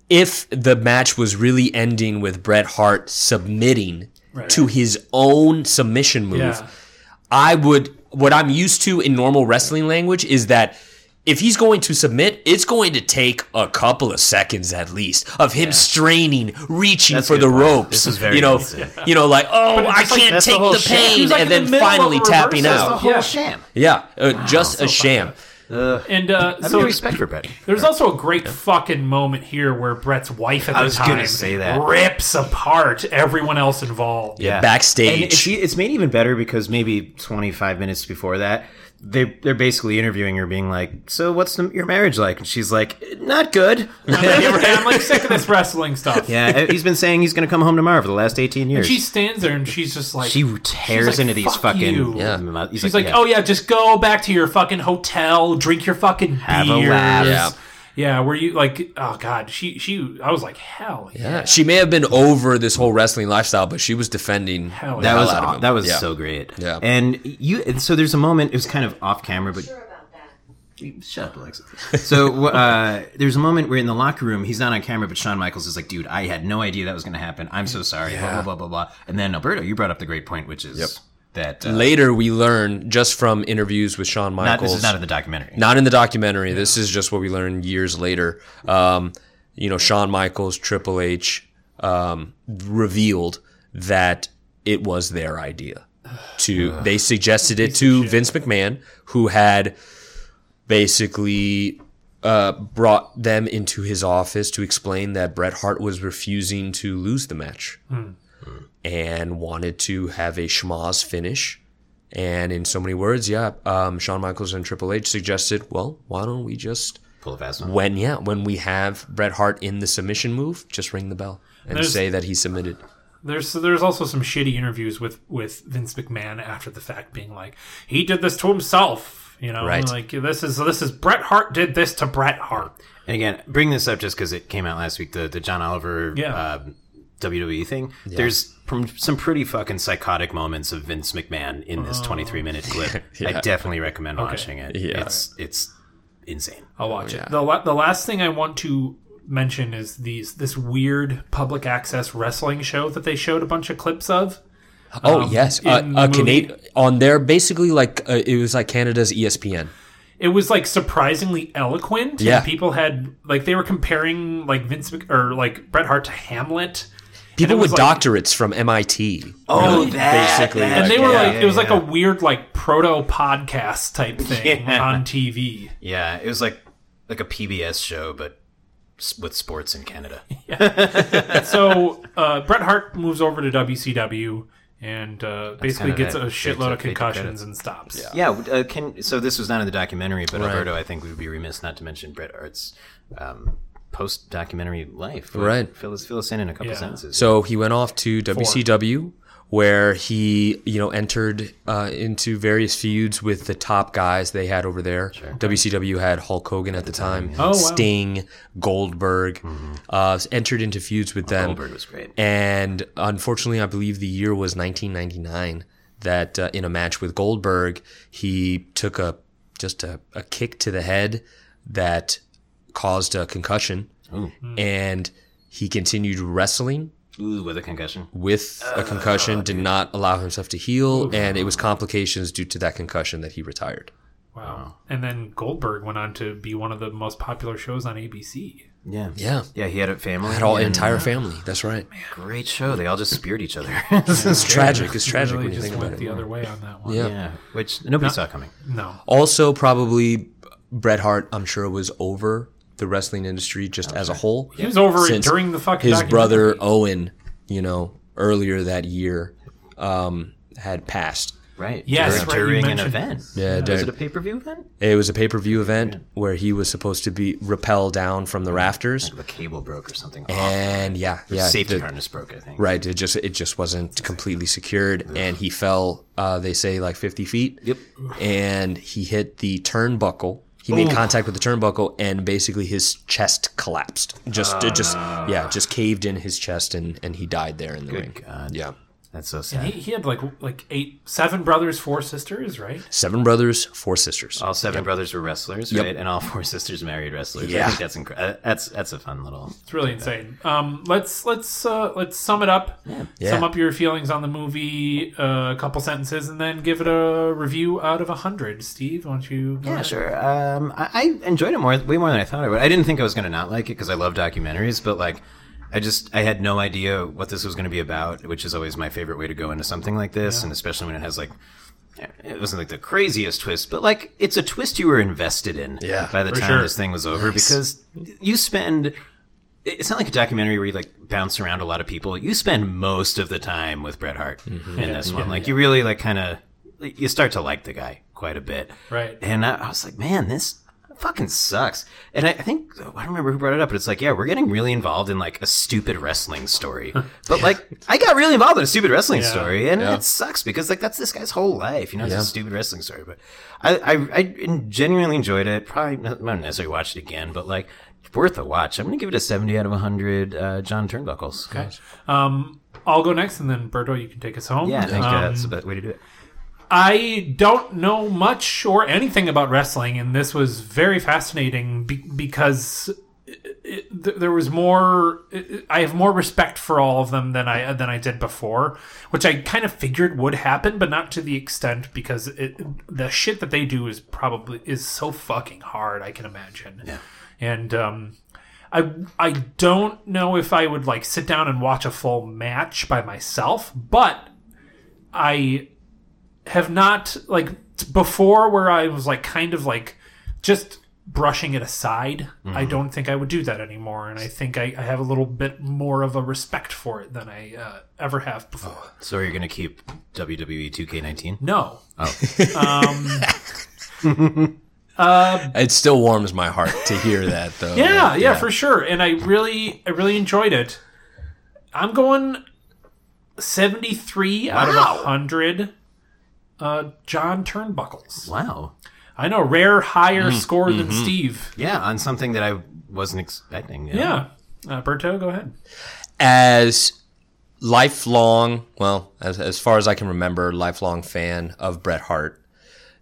Speaker 3: if the match was really ending with Bret Hart submitting to his own submission move,
Speaker 1: yeah,
Speaker 3: I would. What I'm used to in normal wrestling language is that if he's going to submit, it's going to take a couple of seconds at least of him straining, reaching
Speaker 2: That's
Speaker 3: for
Speaker 2: good
Speaker 3: the
Speaker 2: point.
Speaker 3: ropes.
Speaker 2: This is very
Speaker 3: you know,
Speaker 2: good.
Speaker 3: you know, like oh,
Speaker 1: it's
Speaker 3: I
Speaker 1: just like,
Speaker 3: can't
Speaker 1: that's the
Speaker 3: take
Speaker 1: whole
Speaker 3: the,
Speaker 1: shit.
Speaker 3: pain,
Speaker 1: He's like
Speaker 3: and
Speaker 1: in
Speaker 3: then
Speaker 1: the middle of
Speaker 3: finally
Speaker 1: a reverse,
Speaker 3: tapping
Speaker 1: that's
Speaker 3: out.
Speaker 1: the whole Yeah.
Speaker 2: sham.
Speaker 3: Yeah, uh, just a sham.
Speaker 1: and uh,
Speaker 2: I have
Speaker 1: so
Speaker 2: no respect for Bret.
Speaker 1: There's also a great fucking moment here where Brett's wife at the
Speaker 2: was
Speaker 1: time
Speaker 2: gonna say that.
Speaker 1: rips apart everyone else involved.
Speaker 2: Yeah.
Speaker 3: Backstage.
Speaker 2: And it's, it's made even better because maybe 25 minutes before that, they, they're basically interviewing her, being like, So, what's the, your marriage like? And she's like, Not good.
Speaker 1: I'm like sick of this wrestling stuff.
Speaker 2: yeah, uh, he's been saying he's going to come home tomorrow for the last 18 years.
Speaker 1: She stands there and she's just like
Speaker 2: she tears
Speaker 1: she's like,
Speaker 2: into these
Speaker 1: "Fuck
Speaker 2: fucking.
Speaker 1: you."
Speaker 2: Yeah.
Speaker 1: She's like, "Oh yeah, just go back to your fucking hotel, drink your fucking
Speaker 2: Have a
Speaker 1: beers."
Speaker 2: laugh.
Speaker 1: Yeah.
Speaker 2: Yeah.
Speaker 1: were you like, oh god, she she? I was like, hell yeah,
Speaker 3: Yeah, she may have been over this whole wrestling lifestyle, but she was defending.
Speaker 1: hell
Speaker 2: That
Speaker 1: yeah.
Speaker 2: was
Speaker 3: out of
Speaker 2: aw-
Speaker 3: him.
Speaker 2: that was
Speaker 3: Yeah.
Speaker 2: so great.
Speaker 3: Yeah.
Speaker 2: And you and so there's a moment. It was kind of off camera, but
Speaker 8: Sure about that.
Speaker 2: shut up, Alexa. So wh- uh, there's a moment where in the locker room he's not on camera, but Shawn Michaels is like, "Dude, I had no idea that was going to happen. I'm so sorry." Blah blah blah blah blah. And then Alberto, you brought up the great point, which is that uh,
Speaker 3: Later, we learn just from interviews with Shawn
Speaker 2: not,
Speaker 3: Michaels.
Speaker 2: this is not in the documentary.
Speaker 3: not in the documentary. This is just what we learned years later. Um, you know, Shawn Michaels, Triple H um, revealed that it was their idea. To they suggested it to Vince McMahon, who had basically uh, brought them into his office to explain that Bret Hart was refusing to lose the match and wanted to have a schmoz finish. And in so many words, yeah, um, Shawn Michaels and Triple H suggested, well, why don't we just
Speaker 2: Pull a fast one.
Speaker 3: when yeah when we have Bret Hart in the submission move, just ring the bell and
Speaker 1: There's-
Speaker 3: say that he submitted.
Speaker 1: There's there's also some shitty interviews with with Vince McMahon after the fact, being like, he did this to himself. You know,
Speaker 3: Right.
Speaker 1: like this is this is Bret Hart did this to Bret Hart.
Speaker 2: And again, bring this up just because it came out last week. The the John Oliver
Speaker 1: Yeah.
Speaker 2: um, WWE thing. There's pr- some pretty fucking psychotic moments of Vince McMahon in
Speaker 1: Oh.
Speaker 2: this 23 minute clip. I definitely recommend watching it.
Speaker 3: Yeah.
Speaker 2: It's it's insane.
Speaker 1: I'll watch
Speaker 2: Oh,
Speaker 1: it. The, la- the last thing I want to mention is these this weird public access wrestling show that they showed a bunch of clips of.
Speaker 3: Oh yes, a,
Speaker 1: um, in
Speaker 3: a
Speaker 1: the movie-
Speaker 3: Canadian on there basically like uh, it was like Canada's ESPN.
Speaker 1: It was like surprisingly eloquent. and
Speaker 3: Yeah.
Speaker 1: people had like they were comparing like Vince Mc- or like Bret Hart to Hamlet.
Speaker 3: People
Speaker 1: was
Speaker 3: with
Speaker 1: like-
Speaker 3: doctorates from MIT.
Speaker 2: Oh,
Speaker 3: basically,
Speaker 2: that-
Speaker 1: And they
Speaker 2: yeah,
Speaker 1: were like,
Speaker 2: yeah,
Speaker 1: it was like
Speaker 2: yeah.
Speaker 1: a weird, like proto podcast type thing
Speaker 2: Yeah.
Speaker 1: on TV.
Speaker 2: yeah, it was like like a PBS show, but s- with sports in Canada.
Speaker 1: so uh, Bret Hart moves over to WCW and uh, basically
Speaker 2: kinda
Speaker 1: gets
Speaker 2: that.
Speaker 1: a
Speaker 2: They
Speaker 1: shitload of
Speaker 2: took- they took
Speaker 1: concussions
Speaker 2: credit.
Speaker 1: and stops.
Speaker 2: Yeah, uh, can, so this was not in the documentary, but Alberto, I think we would be remiss not to mention Bret Hart's um, post-documentary life.
Speaker 3: Right.
Speaker 2: Fill us, fill us in in a couple
Speaker 1: Yeah.
Speaker 2: sentences.
Speaker 3: So he went off to WCW, where he you know entered uh, into various feuds with the top guys they had over there. WCW had Hulk Hogan at the time,
Speaker 1: Oh, wow.
Speaker 3: Sting, Goldberg, uh, entered into feuds with them.
Speaker 2: Goldberg was great.
Speaker 3: And unfortunately, I believe the year was 1999 that uh, in a match with Goldberg, he took a just a, a kick to the head that caused a concussion. And he continued wrestling
Speaker 2: Ooh, with a concussion.
Speaker 3: with a concussion, did not allow himself to heal, and it was complications due to that concussion that he retired.
Speaker 1: Wow. And then Goldberg went on to be one of the most popular shows on ABC.
Speaker 2: Yeah.
Speaker 3: Yeah.
Speaker 2: Yeah, he had a family.
Speaker 3: Had all
Speaker 2: and-
Speaker 3: entire family. That's right.
Speaker 2: Great show. They all just speared each other.
Speaker 3: It's tragic. It's tragic
Speaker 1: Really
Speaker 3: when you
Speaker 1: just
Speaker 3: think about
Speaker 1: went
Speaker 3: it.
Speaker 1: the other way on that one.
Speaker 3: Yeah.
Speaker 2: yeah, which nobody saw coming.
Speaker 1: No.
Speaker 3: Also, probably Bret Hart, I'm sure, was over the wrestling industry just as a whole.
Speaker 1: He was over it
Speaker 3: Since
Speaker 1: during the fucking
Speaker 3: His brother
Speaker 1: documentary.
Speaker 3: Owen, you know, earlier that year, um, had passed.
Speaker 2: Right.
Speaker 1: Yes, right,
Speaker 2: During-
Speaker 1: you
Speaker 2: During an
Speaker 1: mentioned
Speaker 2: event.
Speaker 3: Yeah,
Speaker 2: Was
Speaker 3: during-
Speaker 2: it a pay per view event?
Speaker 3: it was a pay per view event where he was supposed to be rappel down from the rafters,
Speaker 2: The cable broke or something.
Speaker 3: and yeah,
Speaker 2: yeah,
Speaker 3: yeah,
Speaker 2: safety
Speaker 3: the-
Speaker 2: harness broke, I think.
Speaker 3: Right. It just it just wasn't completely secured, and he fell. Uh, they say like fifty feet.
Speaker 2: Yep.
Speaker 3: And he hit the turnbuckle. He made contact with the turnbuckle, and basically his chest collapsed. Just it just
Speaker 2: Ah.
Speaker 3: yeah, just caved in his chest, and and he died there in the ring.
Speaker 2: God.
Speaker 3: Yeah.
Speaker 2: That's so sad.
Speaker 1: He, he had like like eight, seven brothers, four sisters, right?
Speaker 3: Seven brothers, four sisters.
Speaker 2: all seven brothers were wrestlers,
Speaker 3: Yep.
Speaker 2: right? And all four sisters married wrestlers. I
Speaker 3: Yeah.
Speaker 2: think that's incredible. That's that's a fun little.
Speaker 1: It's really insane. Um, let's let's uh, let's sum it up. Sum
Speaker 3: Yeah.
Speaker 1: up your feelings on the movie, uh, a couple sentences, and then give it a review out of hundred. Steve, why don't you?
Speaker 2: Yeah, sure. Um, I, I enjoyed it more, way more than I thought I would. I didn't think I was going to not like it because I love documentaries, but like, I just I had no idea what this was going to be about, which is always my favorite way to go into something like this, and especially when it has like. It wasn't like the craziest twist, but like it's a twist you were invested in
Speaker 3: Yeah,
Speaker 2: by the time
Speaker 1: sure.
Speaker 2: this thing was over because you spend it's not like a documentary where you like bounce around a lot of people. You spend most of the time with Bret Hart
Speaker 1: Mm-hmm.
Speaker 2: in this one. Like you really like kind of you start to like the guy quite a bit,
Speaker 1: Right.
Speaker 2: And I, I was like, man, this fucking sucks. And I, I think I don't remember who brought it up, but it's like, yeah, we're getting really involved in like a stupid wrestling story. But like, I got really involved in a stupid wrestling story, and it sucks because like that's this guy's whole life. You know, it's a stupid wrestling story. But I, I, I genuinely enjoyed it. Probably not, not necessarily watch it again, but like. it's Worth a watch. I'm gonna give it a 70 out of 100. Uh, John Turnbuckles. Okay.
Speaker 1: Um, I'll go next, and then Berto, you can take us home.
Speaker 2: Yeah, I think
Speaker 1: Um,
Speaker 2: uh, that's the best way to do it.
Speaker 1: I don't know much or anything about wrestling, and this was very fascinating be- because it, it, th- there was more. It, it- I have more respect for all of them than I than I did before, which I kind of figured would happen, but not to the extent because it, the shit that they do is probably is so fucking hard. I can imagine. Yeah. And um, I I don't know if I would like sit down and watch a full match by myself, but I have not like t- before where I was like kind of like just brushing it aside. I don't think I would do that anymore, and I think I, I have a little bit more of a respect for it than I uh, ever have before.
Speaker 2: So you're gonna keep E WWE 2K19?
Speaker 1: No,
Speaker 3: It still warms my heart to hear that though.
Speaker 1: yeah, yeah, for sure. And I really, I really enjoyed it. I'm going 73 out of 100. Uh, John Turnbuckles.
Speaker 2: Wow.
Speaker 1: I know, rare higher score than Steve.
Speaker 2: Yeah, on something that I wasn't expecting.
Speaker 1: Yeah. Uh, Berto, go ahead.
Speaker 3: as lifelong, well, as, as far as I can remember, lifelong fan of Bret Hart,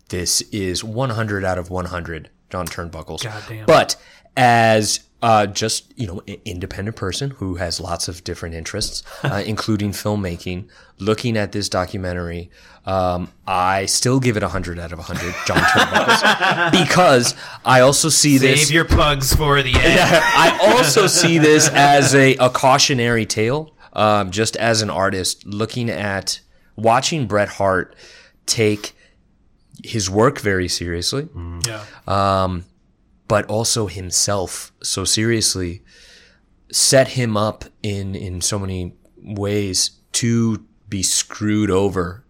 Speaker 3: this is 100 out of 100 John Turnbuckles.
Speaker 1: Goddamn.
Speaker 3: But as uh, just you know, an independent person who has lots of different interests, uh, including filmmaking. Looking at this documentary, um, I still give it hundred out of hundred, John Turnbuckles, because I also see this.
Speaker 2: Save your plugs for the end.
Speaker 3: I also see this as a, a cautionary tale, um, just as an artist looking at watching Bret Hart
Speaker 1: Mm.
Speaker 3: take his work very seriously
Speaker 1: Yeah.
Speaker 3: but also himself so seriously, set him up in in so many ways to be screwed over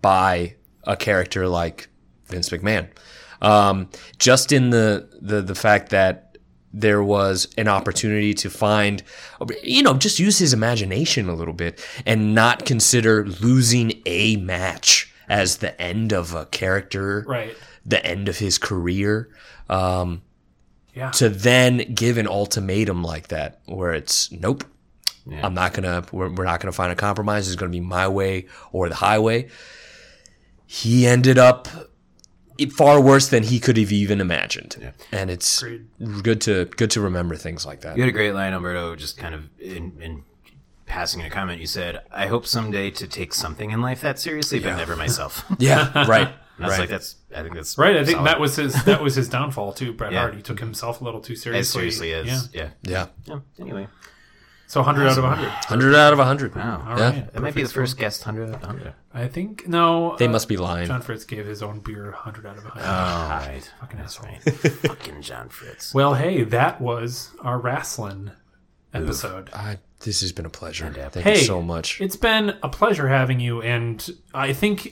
Speaker 3: by a character like Vince McMahon. Um, just in the, the the fact that there was an opportunity to find, you know, just use his imagination a little bit and not consider losing a match as the end of a character,
Speaker 1: Right.
Speaker 3: the end of his career. Um,
Speaker 1: Yeah.
Speaker 3: To then give an ultimatum like that, where it's nope, I'm not gonna. We're, we're not gonna find a compromise. It's gonna be my way or the highway. He ended up it- far worse than he could have even imagined, and it's good to good to remember things like that.
Speaker 2: You had a great line, Alberto, just kind of in, in passing in a comment. You said, I hope someday to take something in life that seriously, but never myself. and
Speaker 3: Yeah, right.
Speaker 2: I was like, that's, I think that's
Speaker 1: Right, I think
Speaker 2: solid.
Speaker 1: that was his that was his downfall too. Bret
Speaker 2: Yeah.
Speaker 1: Hart he took himself a little too seriously.
Speaker 2: as seriously as,
Speaker 1: yeah.
Speaker 2: yeah.
Speaker 3: Yeah,
Speaker 2: yeah. Anyway,
Speaker 1: So hundred out of hundred.
Speaker 3: hundred out of hundred.
Speaker 1: Oh.
Speaker 2: wow.
Speaker 3: Yeah,
Speaker 1: Alright.
Speaker 2: That might be the first guest 100 out of 100.
Speaker 1: I think no.
Speaker 3: they
Speaker 1: uh,
Speaker 3: must be lying.
Speaker 1: John Fritz gave his own beer hundred out of hundred.
Speaker 2: All Uh, right.
Speaker 1: Fucking asshole.
Speaker 2: Fucking John Fritz.
Speaker 1: Well, hey, that was our wrestling episode.
Speaker 3: I, this has been a pleasure. Thank
Speaker 1: Hey,
Speaker 3: you so much.
Speaker 1: It's been a pleasure having you, and I think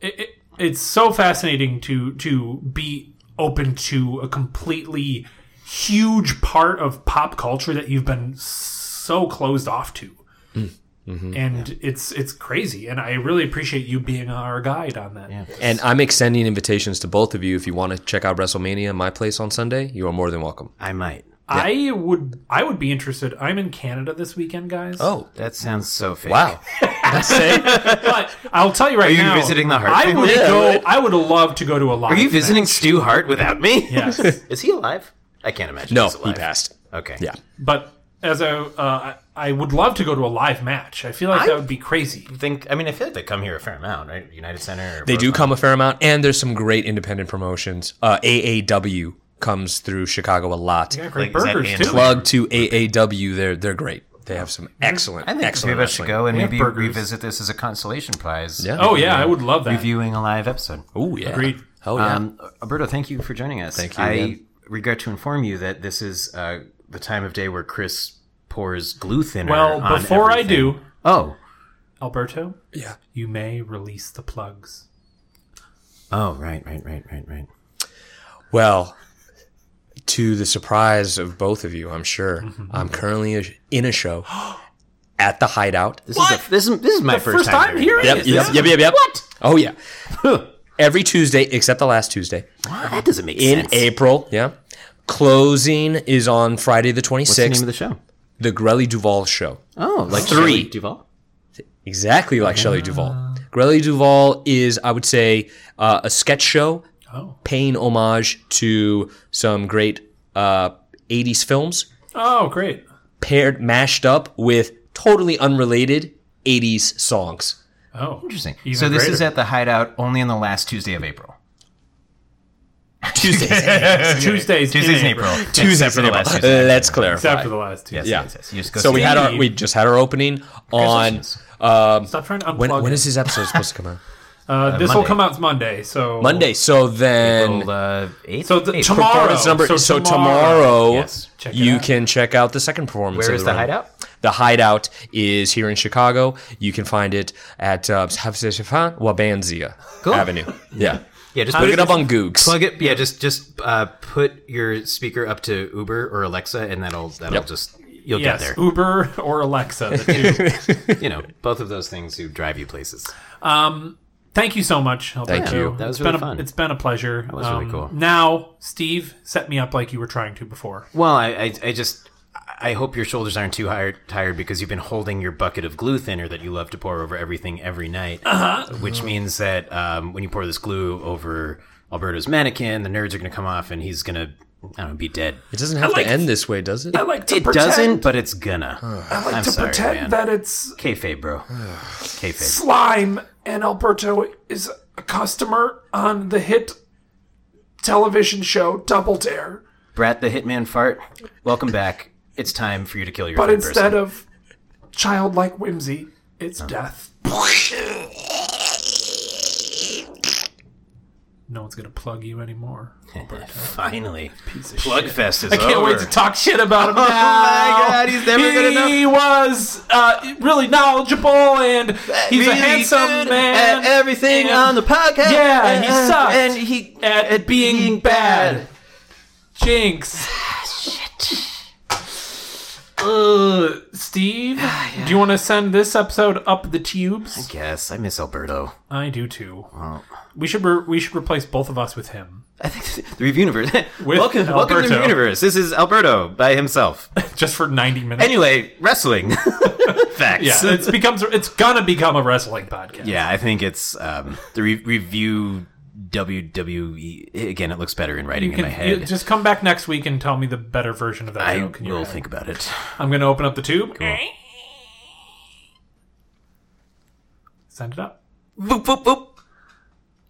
Speaker 1: it, it, it's so fascinating to to be open to a completely huge part of pop culture that you've been so closed off to.
Speaker 2: Mm, mm-hmm.
Speaker 1: And it's it's crazy, and I really appreciate you being our guide on that.
Speaker 3: and I'm extending invitations to both of you. If you want to check out WrestleMania, in my place on Sunday, you are more than welcome.
Speaker 2: I might.
Speaker 1: I would I would be interested. I'm in Canada this weekend, guys.
Speaker 3: Oh,
Speaker 2: That sounds so fake.
Speaker 3: wow. That's it.
Speaker 1: but I'll tell you right
Speaker 2: you
Speaker 1: now,
Speaker 2: visiting the Hart
Speaker 1: I
Speaker 2: family?
Speaker 1: would
Speaker 2: Yeah,
Speaker 1: go. I would love to go to a live.
Speaker 2: Are you visiting Stu Hart without me?
Speaker 1: Yes.
Speaker 2: Is he alive? I can't imagine.
Speaker 3: No,
Speaker 2: he's alive.
Speaker 3: he passed.
Speaker 2: Okay.
Speaker 3: Yeah.
Speaker 1: But as a, uh, I I would love to go to a live match. I feel like that would be crazy.
Speaker 2: Think. I mean, I feel like they come here a fair amount, right? United Center. Or
Speaker 3: They do come a fair amount, and there's some great independent promotions. Uh, AAW comes through Chicago a lot.
Speaker 1: Yeah, great
Speaker 2: Like, is that
Speaker 1: burgers
Speaker 2: in-
Speaker 1: too.
Speaker 3: Plug to AAW, they're they're great. They have some excellent,
Speaker 2: Mm-hmm. I think
Speaker 3: excellent
Speaker 2: maybe I should
Speaker 3: wrestling.
Speaker 2: go and
Speaker 1: Yeah,
Speaker 2: maybe
Speaker 1: burgers.
Speaker 2: revisit this as a consolation prize.
Speaker 3: Yeah.
Speaker 1: Oh yeah, I would love that.
Speaker 2: Reviewing a live episode.
Speaker 3: Oh yeah,
Speaker 1: Agreed.
Speaker 3: Oh yeah,
Speaker 2: Um, Alberto, thank you for joining us.
Speaker 3: Thank you,
Speaker 2: I
Speaker 3: man.
Speaker 2: regret to inform you that this is uh, the time of day where Chris pours glue thinner.
Speaker 1: Well,
Speaker 2: on
Speaker 1: before I
Speaker 2: everything.
Speaker 1: do,
Speaker 2: Oh.
Speaker 1: Alberto,
Speaker 3: yeah.
Speaker 1: you may release the plugs.
Speaker 2: Oh, right, right, right, right, right.
Speaker 3: Well, to the surprise of both of you, I'm sure.
Speaker 2: Mm-hmm.
Speaker 3: I'm currently a, in a show at the Hideout.
Speaker 2: This is the, this is this is my first,
Speaker 1: First time
Speaker 2: doing
Speaker 1: hearing
Speaker 3: Yep,
Speaker 1: it.
Speaker 3: yep, yep, yep, yep. What? Oh yeah. Every Tuesday except the last Tuesday.
Speaker 2: it. Wow, that doesn't make
Speaker 3: in
Speaker 2: sense.
Speaker 3: April. Yeah. Closing is on Friday the 26th.
Speaker 2: What's the name of the show?
Speaker 3: the Grelly Duval show.
Speaker 2: Oh, like
Speaker 3: Three.
Speaker 2: Shelley Duvall.
Speaker 3: Exactly like Shelley
Speaker 2: Ah.
Speaker 3: Duvall. Grelly Duvall is, I would say, uh, a sketch show
Speaker 2: Oh.
Speaker 3: paying homage to some great uh, 80s films,
Speaker 1: Oh, great.
Speaker 3: paired, mashed up with totally unrelated 80s songs.
Speaker 1: Oh,
Speaker 2: Interesting.
Speaker 1: Even
Speaker 2: so this is
Speaker 1: greater.
Speaker 2: at the Hideout only on the last Tuesday of April.
Speaker 1: Tuesdays.
Speaker 2: Tuesdays in April.
Speaker 3: Tuesday
Speaker 2: Except for the last Tuesday.
Speaker 3: Let's
Speaker 1: It's after
Speaker 3: clarify.
Speaker 1: the last Tuesday.
Speaker 3: Yeah.
Speaker 2: Yes, yes, yes. You just go
Speaker 3: So we
Speaker 2: see
Speaker 3: had
Speaker 2: it.
Speaker 3: our we just had our opening on
Speaker 2: Congratulations.
Speaker 1: Stop trying to unplug.
Speaker 3: when when is
Speaker 1: it?
Speaker 3: this episode supposed to come out?
Speaker 1: Uh, this will
Speaker 2: Monday.
Speaker 1: come out Monday. So
Speaker 3: Monday. So then
Speaker 2: April, uh, eighth?
Speaker 1: So the,
Speaker 2: Eighth.
Speaker 1: tomorrow.
Speaker 3: performance number. So, tomorrow,
Speaker 2: Yes.
Speaker 1: Check it
Speaker 3: you
Speaker 1: out.
Speaker 3: can check out the second performance.
Speaker 2: Where
Speaker 3: of
Speaker 2: is the
Speaker 3: Run.
Speaker 2: hideout?
Speaker 3: The hideout is here in Chicago. You can find it at uh, Wabanzia Avenue. Yeah,
Speaker 2: Yeah, just
Speaker 3: look
Speaker 2: put
Speaker 3: it up on Googs.
Speaker 2: Plug it. Yeah, just just uh, put your speaker up to Uber or Alexa, and that'll that'll
Speaker 3: Yep.
Speaker 2: just you'll
Speaker 1: Yes,
Speaker 2: get there.
Speaker 1: Uber or Alexa. The two.
Speaker 2: you know, both of those things who drive you places.
Speaker 1: Thank you so much. Alberto.
Speaker 3: Thank you.
Speaker 2: That
Speaker 1: It's
Speaker 2: was
Speaker 1: been
Speaker 2: really
Speaker 1: a,
Speaker 2: fun.
Speaker 1: It's um, been a pleasure. That
Speaker 2: was really cool.
Speaker 1: Now, Steve, set me up like you were trying to before.
Speaker 2: Well, I I, I just. I hope your shoulders aren't too high, tired because you've been holding your bucket of glue thinner that you love to pour over everything every night. Uh-huh. Which means that um, when you pour this glue over Alberto's mannequin, the nerds are going to come off and he's going to, I don't know, be dead.
Speaker 3: It doesn't have to end this way, does it?
Speaker 1: like
Speaker 2: It doesn't, but it's gonna. I like am
Speaker 1: to
Speaker 2: sorry,
Speaker 1: pretend
Speaker 2: man.
Speaker 1: that it's
Speaker 2: Kayfabe, bro. Kayfabe.
Speaker 1: slime and Alberto is a customer on the hit television show Double Dare,
Speaker 2: Brat the Hitman Fart, welcome back. It's time for you to kill your
Speaker 1: but
Speaker 2: third
Speaker 1: instead
Speaker 2: person.
Speaker 1: of childlike whimsy,
Speaker 2: Uh-huh.
Speaker 1: it's death. No one's gonna plug you anymore.
Speaker 2: Finally, Plugfest is
Speaker 9: I can't
Speaker 2: over. Oh
Speaker 9: wait to talk shit about him now.
Speaker 2: my God, he's never
Speaker 9: he
Speaker 2: gonna know.
Speaker 9: He was uh, really knowledgeable and he's a
Speaker 2: Really
Speaker 9: handsome
Speaker 2: good
Speaker 9: man.
Speaker 2: at everything
Speaker 9: and-
Speaker 2: on the podcast.
Speaker 9: Yeah,
Speaker 2: and,
Speaker 9: he sucked.
Speaker 2: and he
Speaker 9: at, being, bad. Jinx. shit. Uh, Steve, do you want to send this episode up the tubes?
Speaker 2: Yes, I miss Alberto.
Speaker 1: I do too. We should re- we should replace both of us with him.
Speaker 2: I think the Review Universe. welcome, welcome to
Speaker 1: Alberto.
Speaker 2: the Universe. This is Alberto by himself.
Speaker 1: Just for ninety minutes.
Speaker 2: Anyway, wrestling facts.
Speaker 1: yeah, it's becomes it's gonna become a wrestling podcast.
Speaker 2: Yeah, I think it's um, the re- review WWE. Again, it looks better in writing
Speaker 1: You can
Speaker 2: in my
Speaker 1: you-
Speaker 2: head.
Speaker 1: just come back next week and tell me the better version of that
Speaker 2: I
Speaker 1: joke. in your
Speaker 2: will
Speaker 1: head.
Speaker 2: think about it.
Speaker 1: I'm gonna open up the tube. Send it up.
Speaker 2: Boop, boop, boop.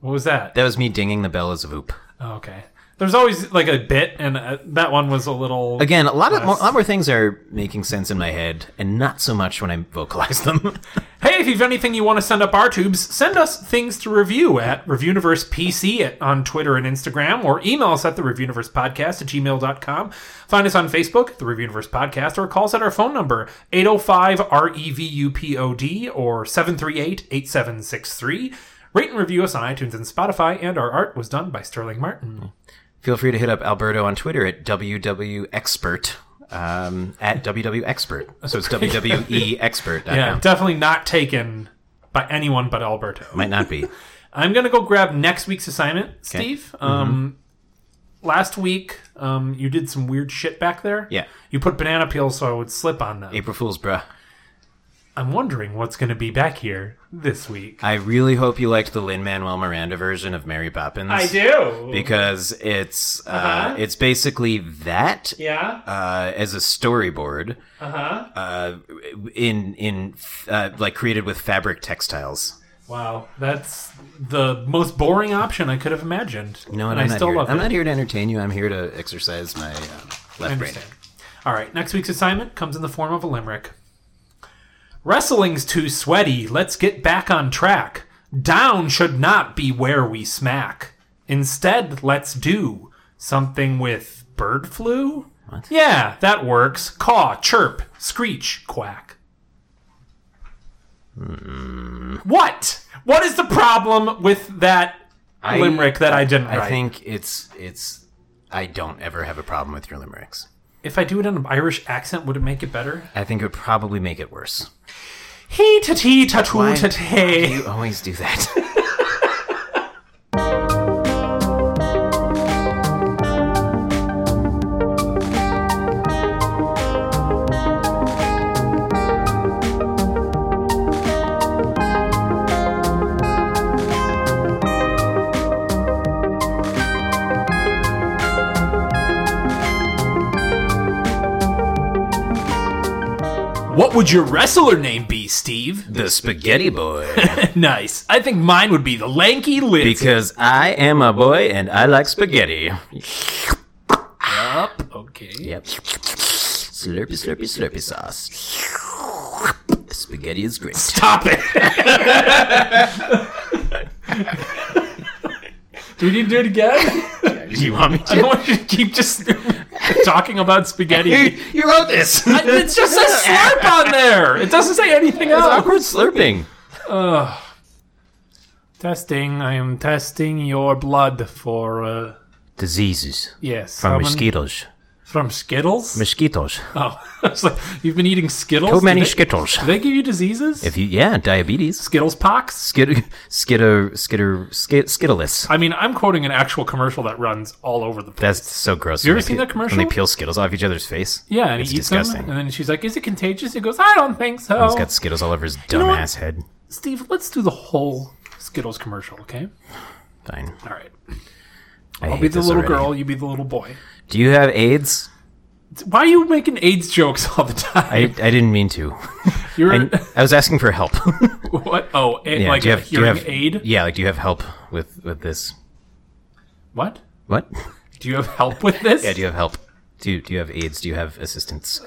Speaker 1: What was that?
Speaker 2: That was me dinging the bell as a whoop.
Speaker 1: Oh, okay. There's always like a bit, and uh, that one was a little.
Speaker 2: Again, a lot of more, a lot more things are making sense in my head, and not so much when I vocalize them.
Speaker 1: Hey, if you've anything you want to send up our tubes, send us things to review at ReviewUniversePC at, on Twitter and Instagram, or email us at the Podcast at gmail.com. Find us on Facebook, The Review Universe Podcast, or call us at our phone number, E 805-REVUPOD or 738-8763. Rate and review us on iTunes and Spotify, and our art was done by Sterling Martin.
Speaker 2: Feel free to hit up Alberto on Twitter at WWExpert. Um, at WWExpert. So it's WWE Expert.
Speaker 1: Yeah, definitely not taken by anyone but Alberto.
Speaker 2: Might not be.
Speaker 1: I'm gonna go grab next week's assignment, Steve.
Speaker 2: Mm-hmm.
Speaker 1: Um, last week, um, you did some weird shit back there.
Speaker 2: Yeah.
Speaker 1: you put banana peels so I would slip on them.
Speaker 2: April Fool's, bruh.
Speaker 1: I'm wondering what's gonna be back here this week.
Speaker 2: I really hope you liked the Lin Manuel Miranda version of Mary Poppins.
Speaker 1: do. Uh-huh.
Speaker 2: Because it's uh, it's basically that
Speaker 1: yeah.
Speaker 2: uh, as a storyboard
Speaker 1: Uh huh.
Speaker 2: uh, in in uh, like created with fabric textiles.
Speaker 1: Wow, that's the most boring option I could have imagined.
Speaker 2: You know
Speaker 1: And
Speaker 2: what?
Speaker 1: I
Speaker 2: I'm not
Speaker 1: still
Speaker 2: here.
Speaker 1: love
Speaker 2: I'm
Speaker 1: it.
Speaker 2: not here to entertain you. I'm here to exercise my
Speaker 1: I
Speaker 2: uh, left brain.
Speaker 1: understand. All right, next week's assignment comes in the form of a limerick. Wrestling's too sweaty. Let's get back on track. Down should not be where we smack. Instead, let's do something with bird flu. Yeah, that works. Caw, chirp, screech, quack.
Speaker 2: Hmm.
Speaker 1: What? What is the problem with that
Speaker 2: I-
Speaker 1: limerick that I didn't
Speaker 2: I
Speaker 1: write?
Speaker 2: think it's it's. I don't ever have a problem with your limericks.
Speaker 1: if I do it in an Irish accent, would it make it better?
Speaker 2: I think it would probably make it worse.
Speaker 1: He ta tee ta too
Speaker 2: Why-
Speaker 1: ta tay.
Speaker 2: You always do that.
Speaker 1: What would your wrestler name be, Steve?
Speaker 2: the spaghetti boy.
Speaker 1: Nice. I think mine would be the Lanky Liz.
Speaker 2: because I am a boy and I like spaghetti.
Speaker 1: okay.
Speaker 2: Yep. Slurpy, slurpy, slurpy sauce. Spaghetti is great.
Speaker 1: Stop it. do we need to do it again?
Speaker 2: You want me
Speaker 1: I don't want you to keep just talking about spaghetti.
Speaker 2: You wrote this.
Speaker 1: It just says slurp on there. It doesn't say anything else.
Speaker 2: awkward slurping.
Speaker 1: Testing. I am testing your blood for, uh,
Speaker 2: Diseases
Speaker 1: yes.
Speaker 2: from mosquitoes.
Speaker 1: From Skittles?
Speaker 2: Mosquitoes.
Speaker 1: Oh, I was like, you've been eating Skittles?
Speaker 2: Too many
Speaker 1: Do they,
Speaker 2: skittles.
Speaker 1: do they give you diseases?
Speaker 2: If you yeah, diabetes.
Speaker 1: Skittles pox?
Speaker 2: Skitter, skitter, skitter, skit, skittleless.
Speaker 1: I mean, I'm quoting an actual commercial that runs all over the place.
Speaker 2: That's so gross.
Speaker 1: You ever
Speaker 2: When they
Speaker 1: seen
Speaker 2: peel-
Speaker 1: that
Speaker 2: When
Speaker 1: commercial?
Speaker 2: they peel skittles off each other's face.
Speaker 1: yeah, and
Speaker 2: it's
Speaker 1: he eats
Speaker 2: disgusting.
Speaker 1: them, and then she's like, "Is it contagious?" He goes, "I don't think so."
Speaker 2: He's got skittles all over his dumbass
Speaker 1: know what?
Speaker 2: head.
Speaker 1: Steve, let's do the whole Skittles commercial, okay?
Speaker 2: Fine.
Speaker 1: All right,
Speaker 2: I
Speaker 1: I'll
Speaker 2: hate
Speaker 1: be the
Speaker 2: this
Speaker 1: little
Speaker 2: already.
Speaker 1: girl, you be the little boy.
Speaker 2: Do you have AIDS?
Speaker 1: Why are you making AIDS jokes all the
Speaker 2: I, I
Speaker 1: time?
Speaker 2: didn't mean to.
Speaker 1: You're
Speaker 2: I, I was asking for help.
Speaker 1: what? Oh, a,
Speaker 2: Yeah,
Speaker 1: like
Speaker 2: do you have,
Speaker 1: a
Speaker 2: do you
Speaker 1: hearing
Speaker 2: have-
Speaker 1: aid?
Speaker 2: Yeah, like do you have help with with this?
Speaker 1: What?
Speaker 2: What?
Speaker 1: Do you have help with this?
Speaker 2: Yeah, do you have help? Do you, do you have AIDS? Do you have assistance?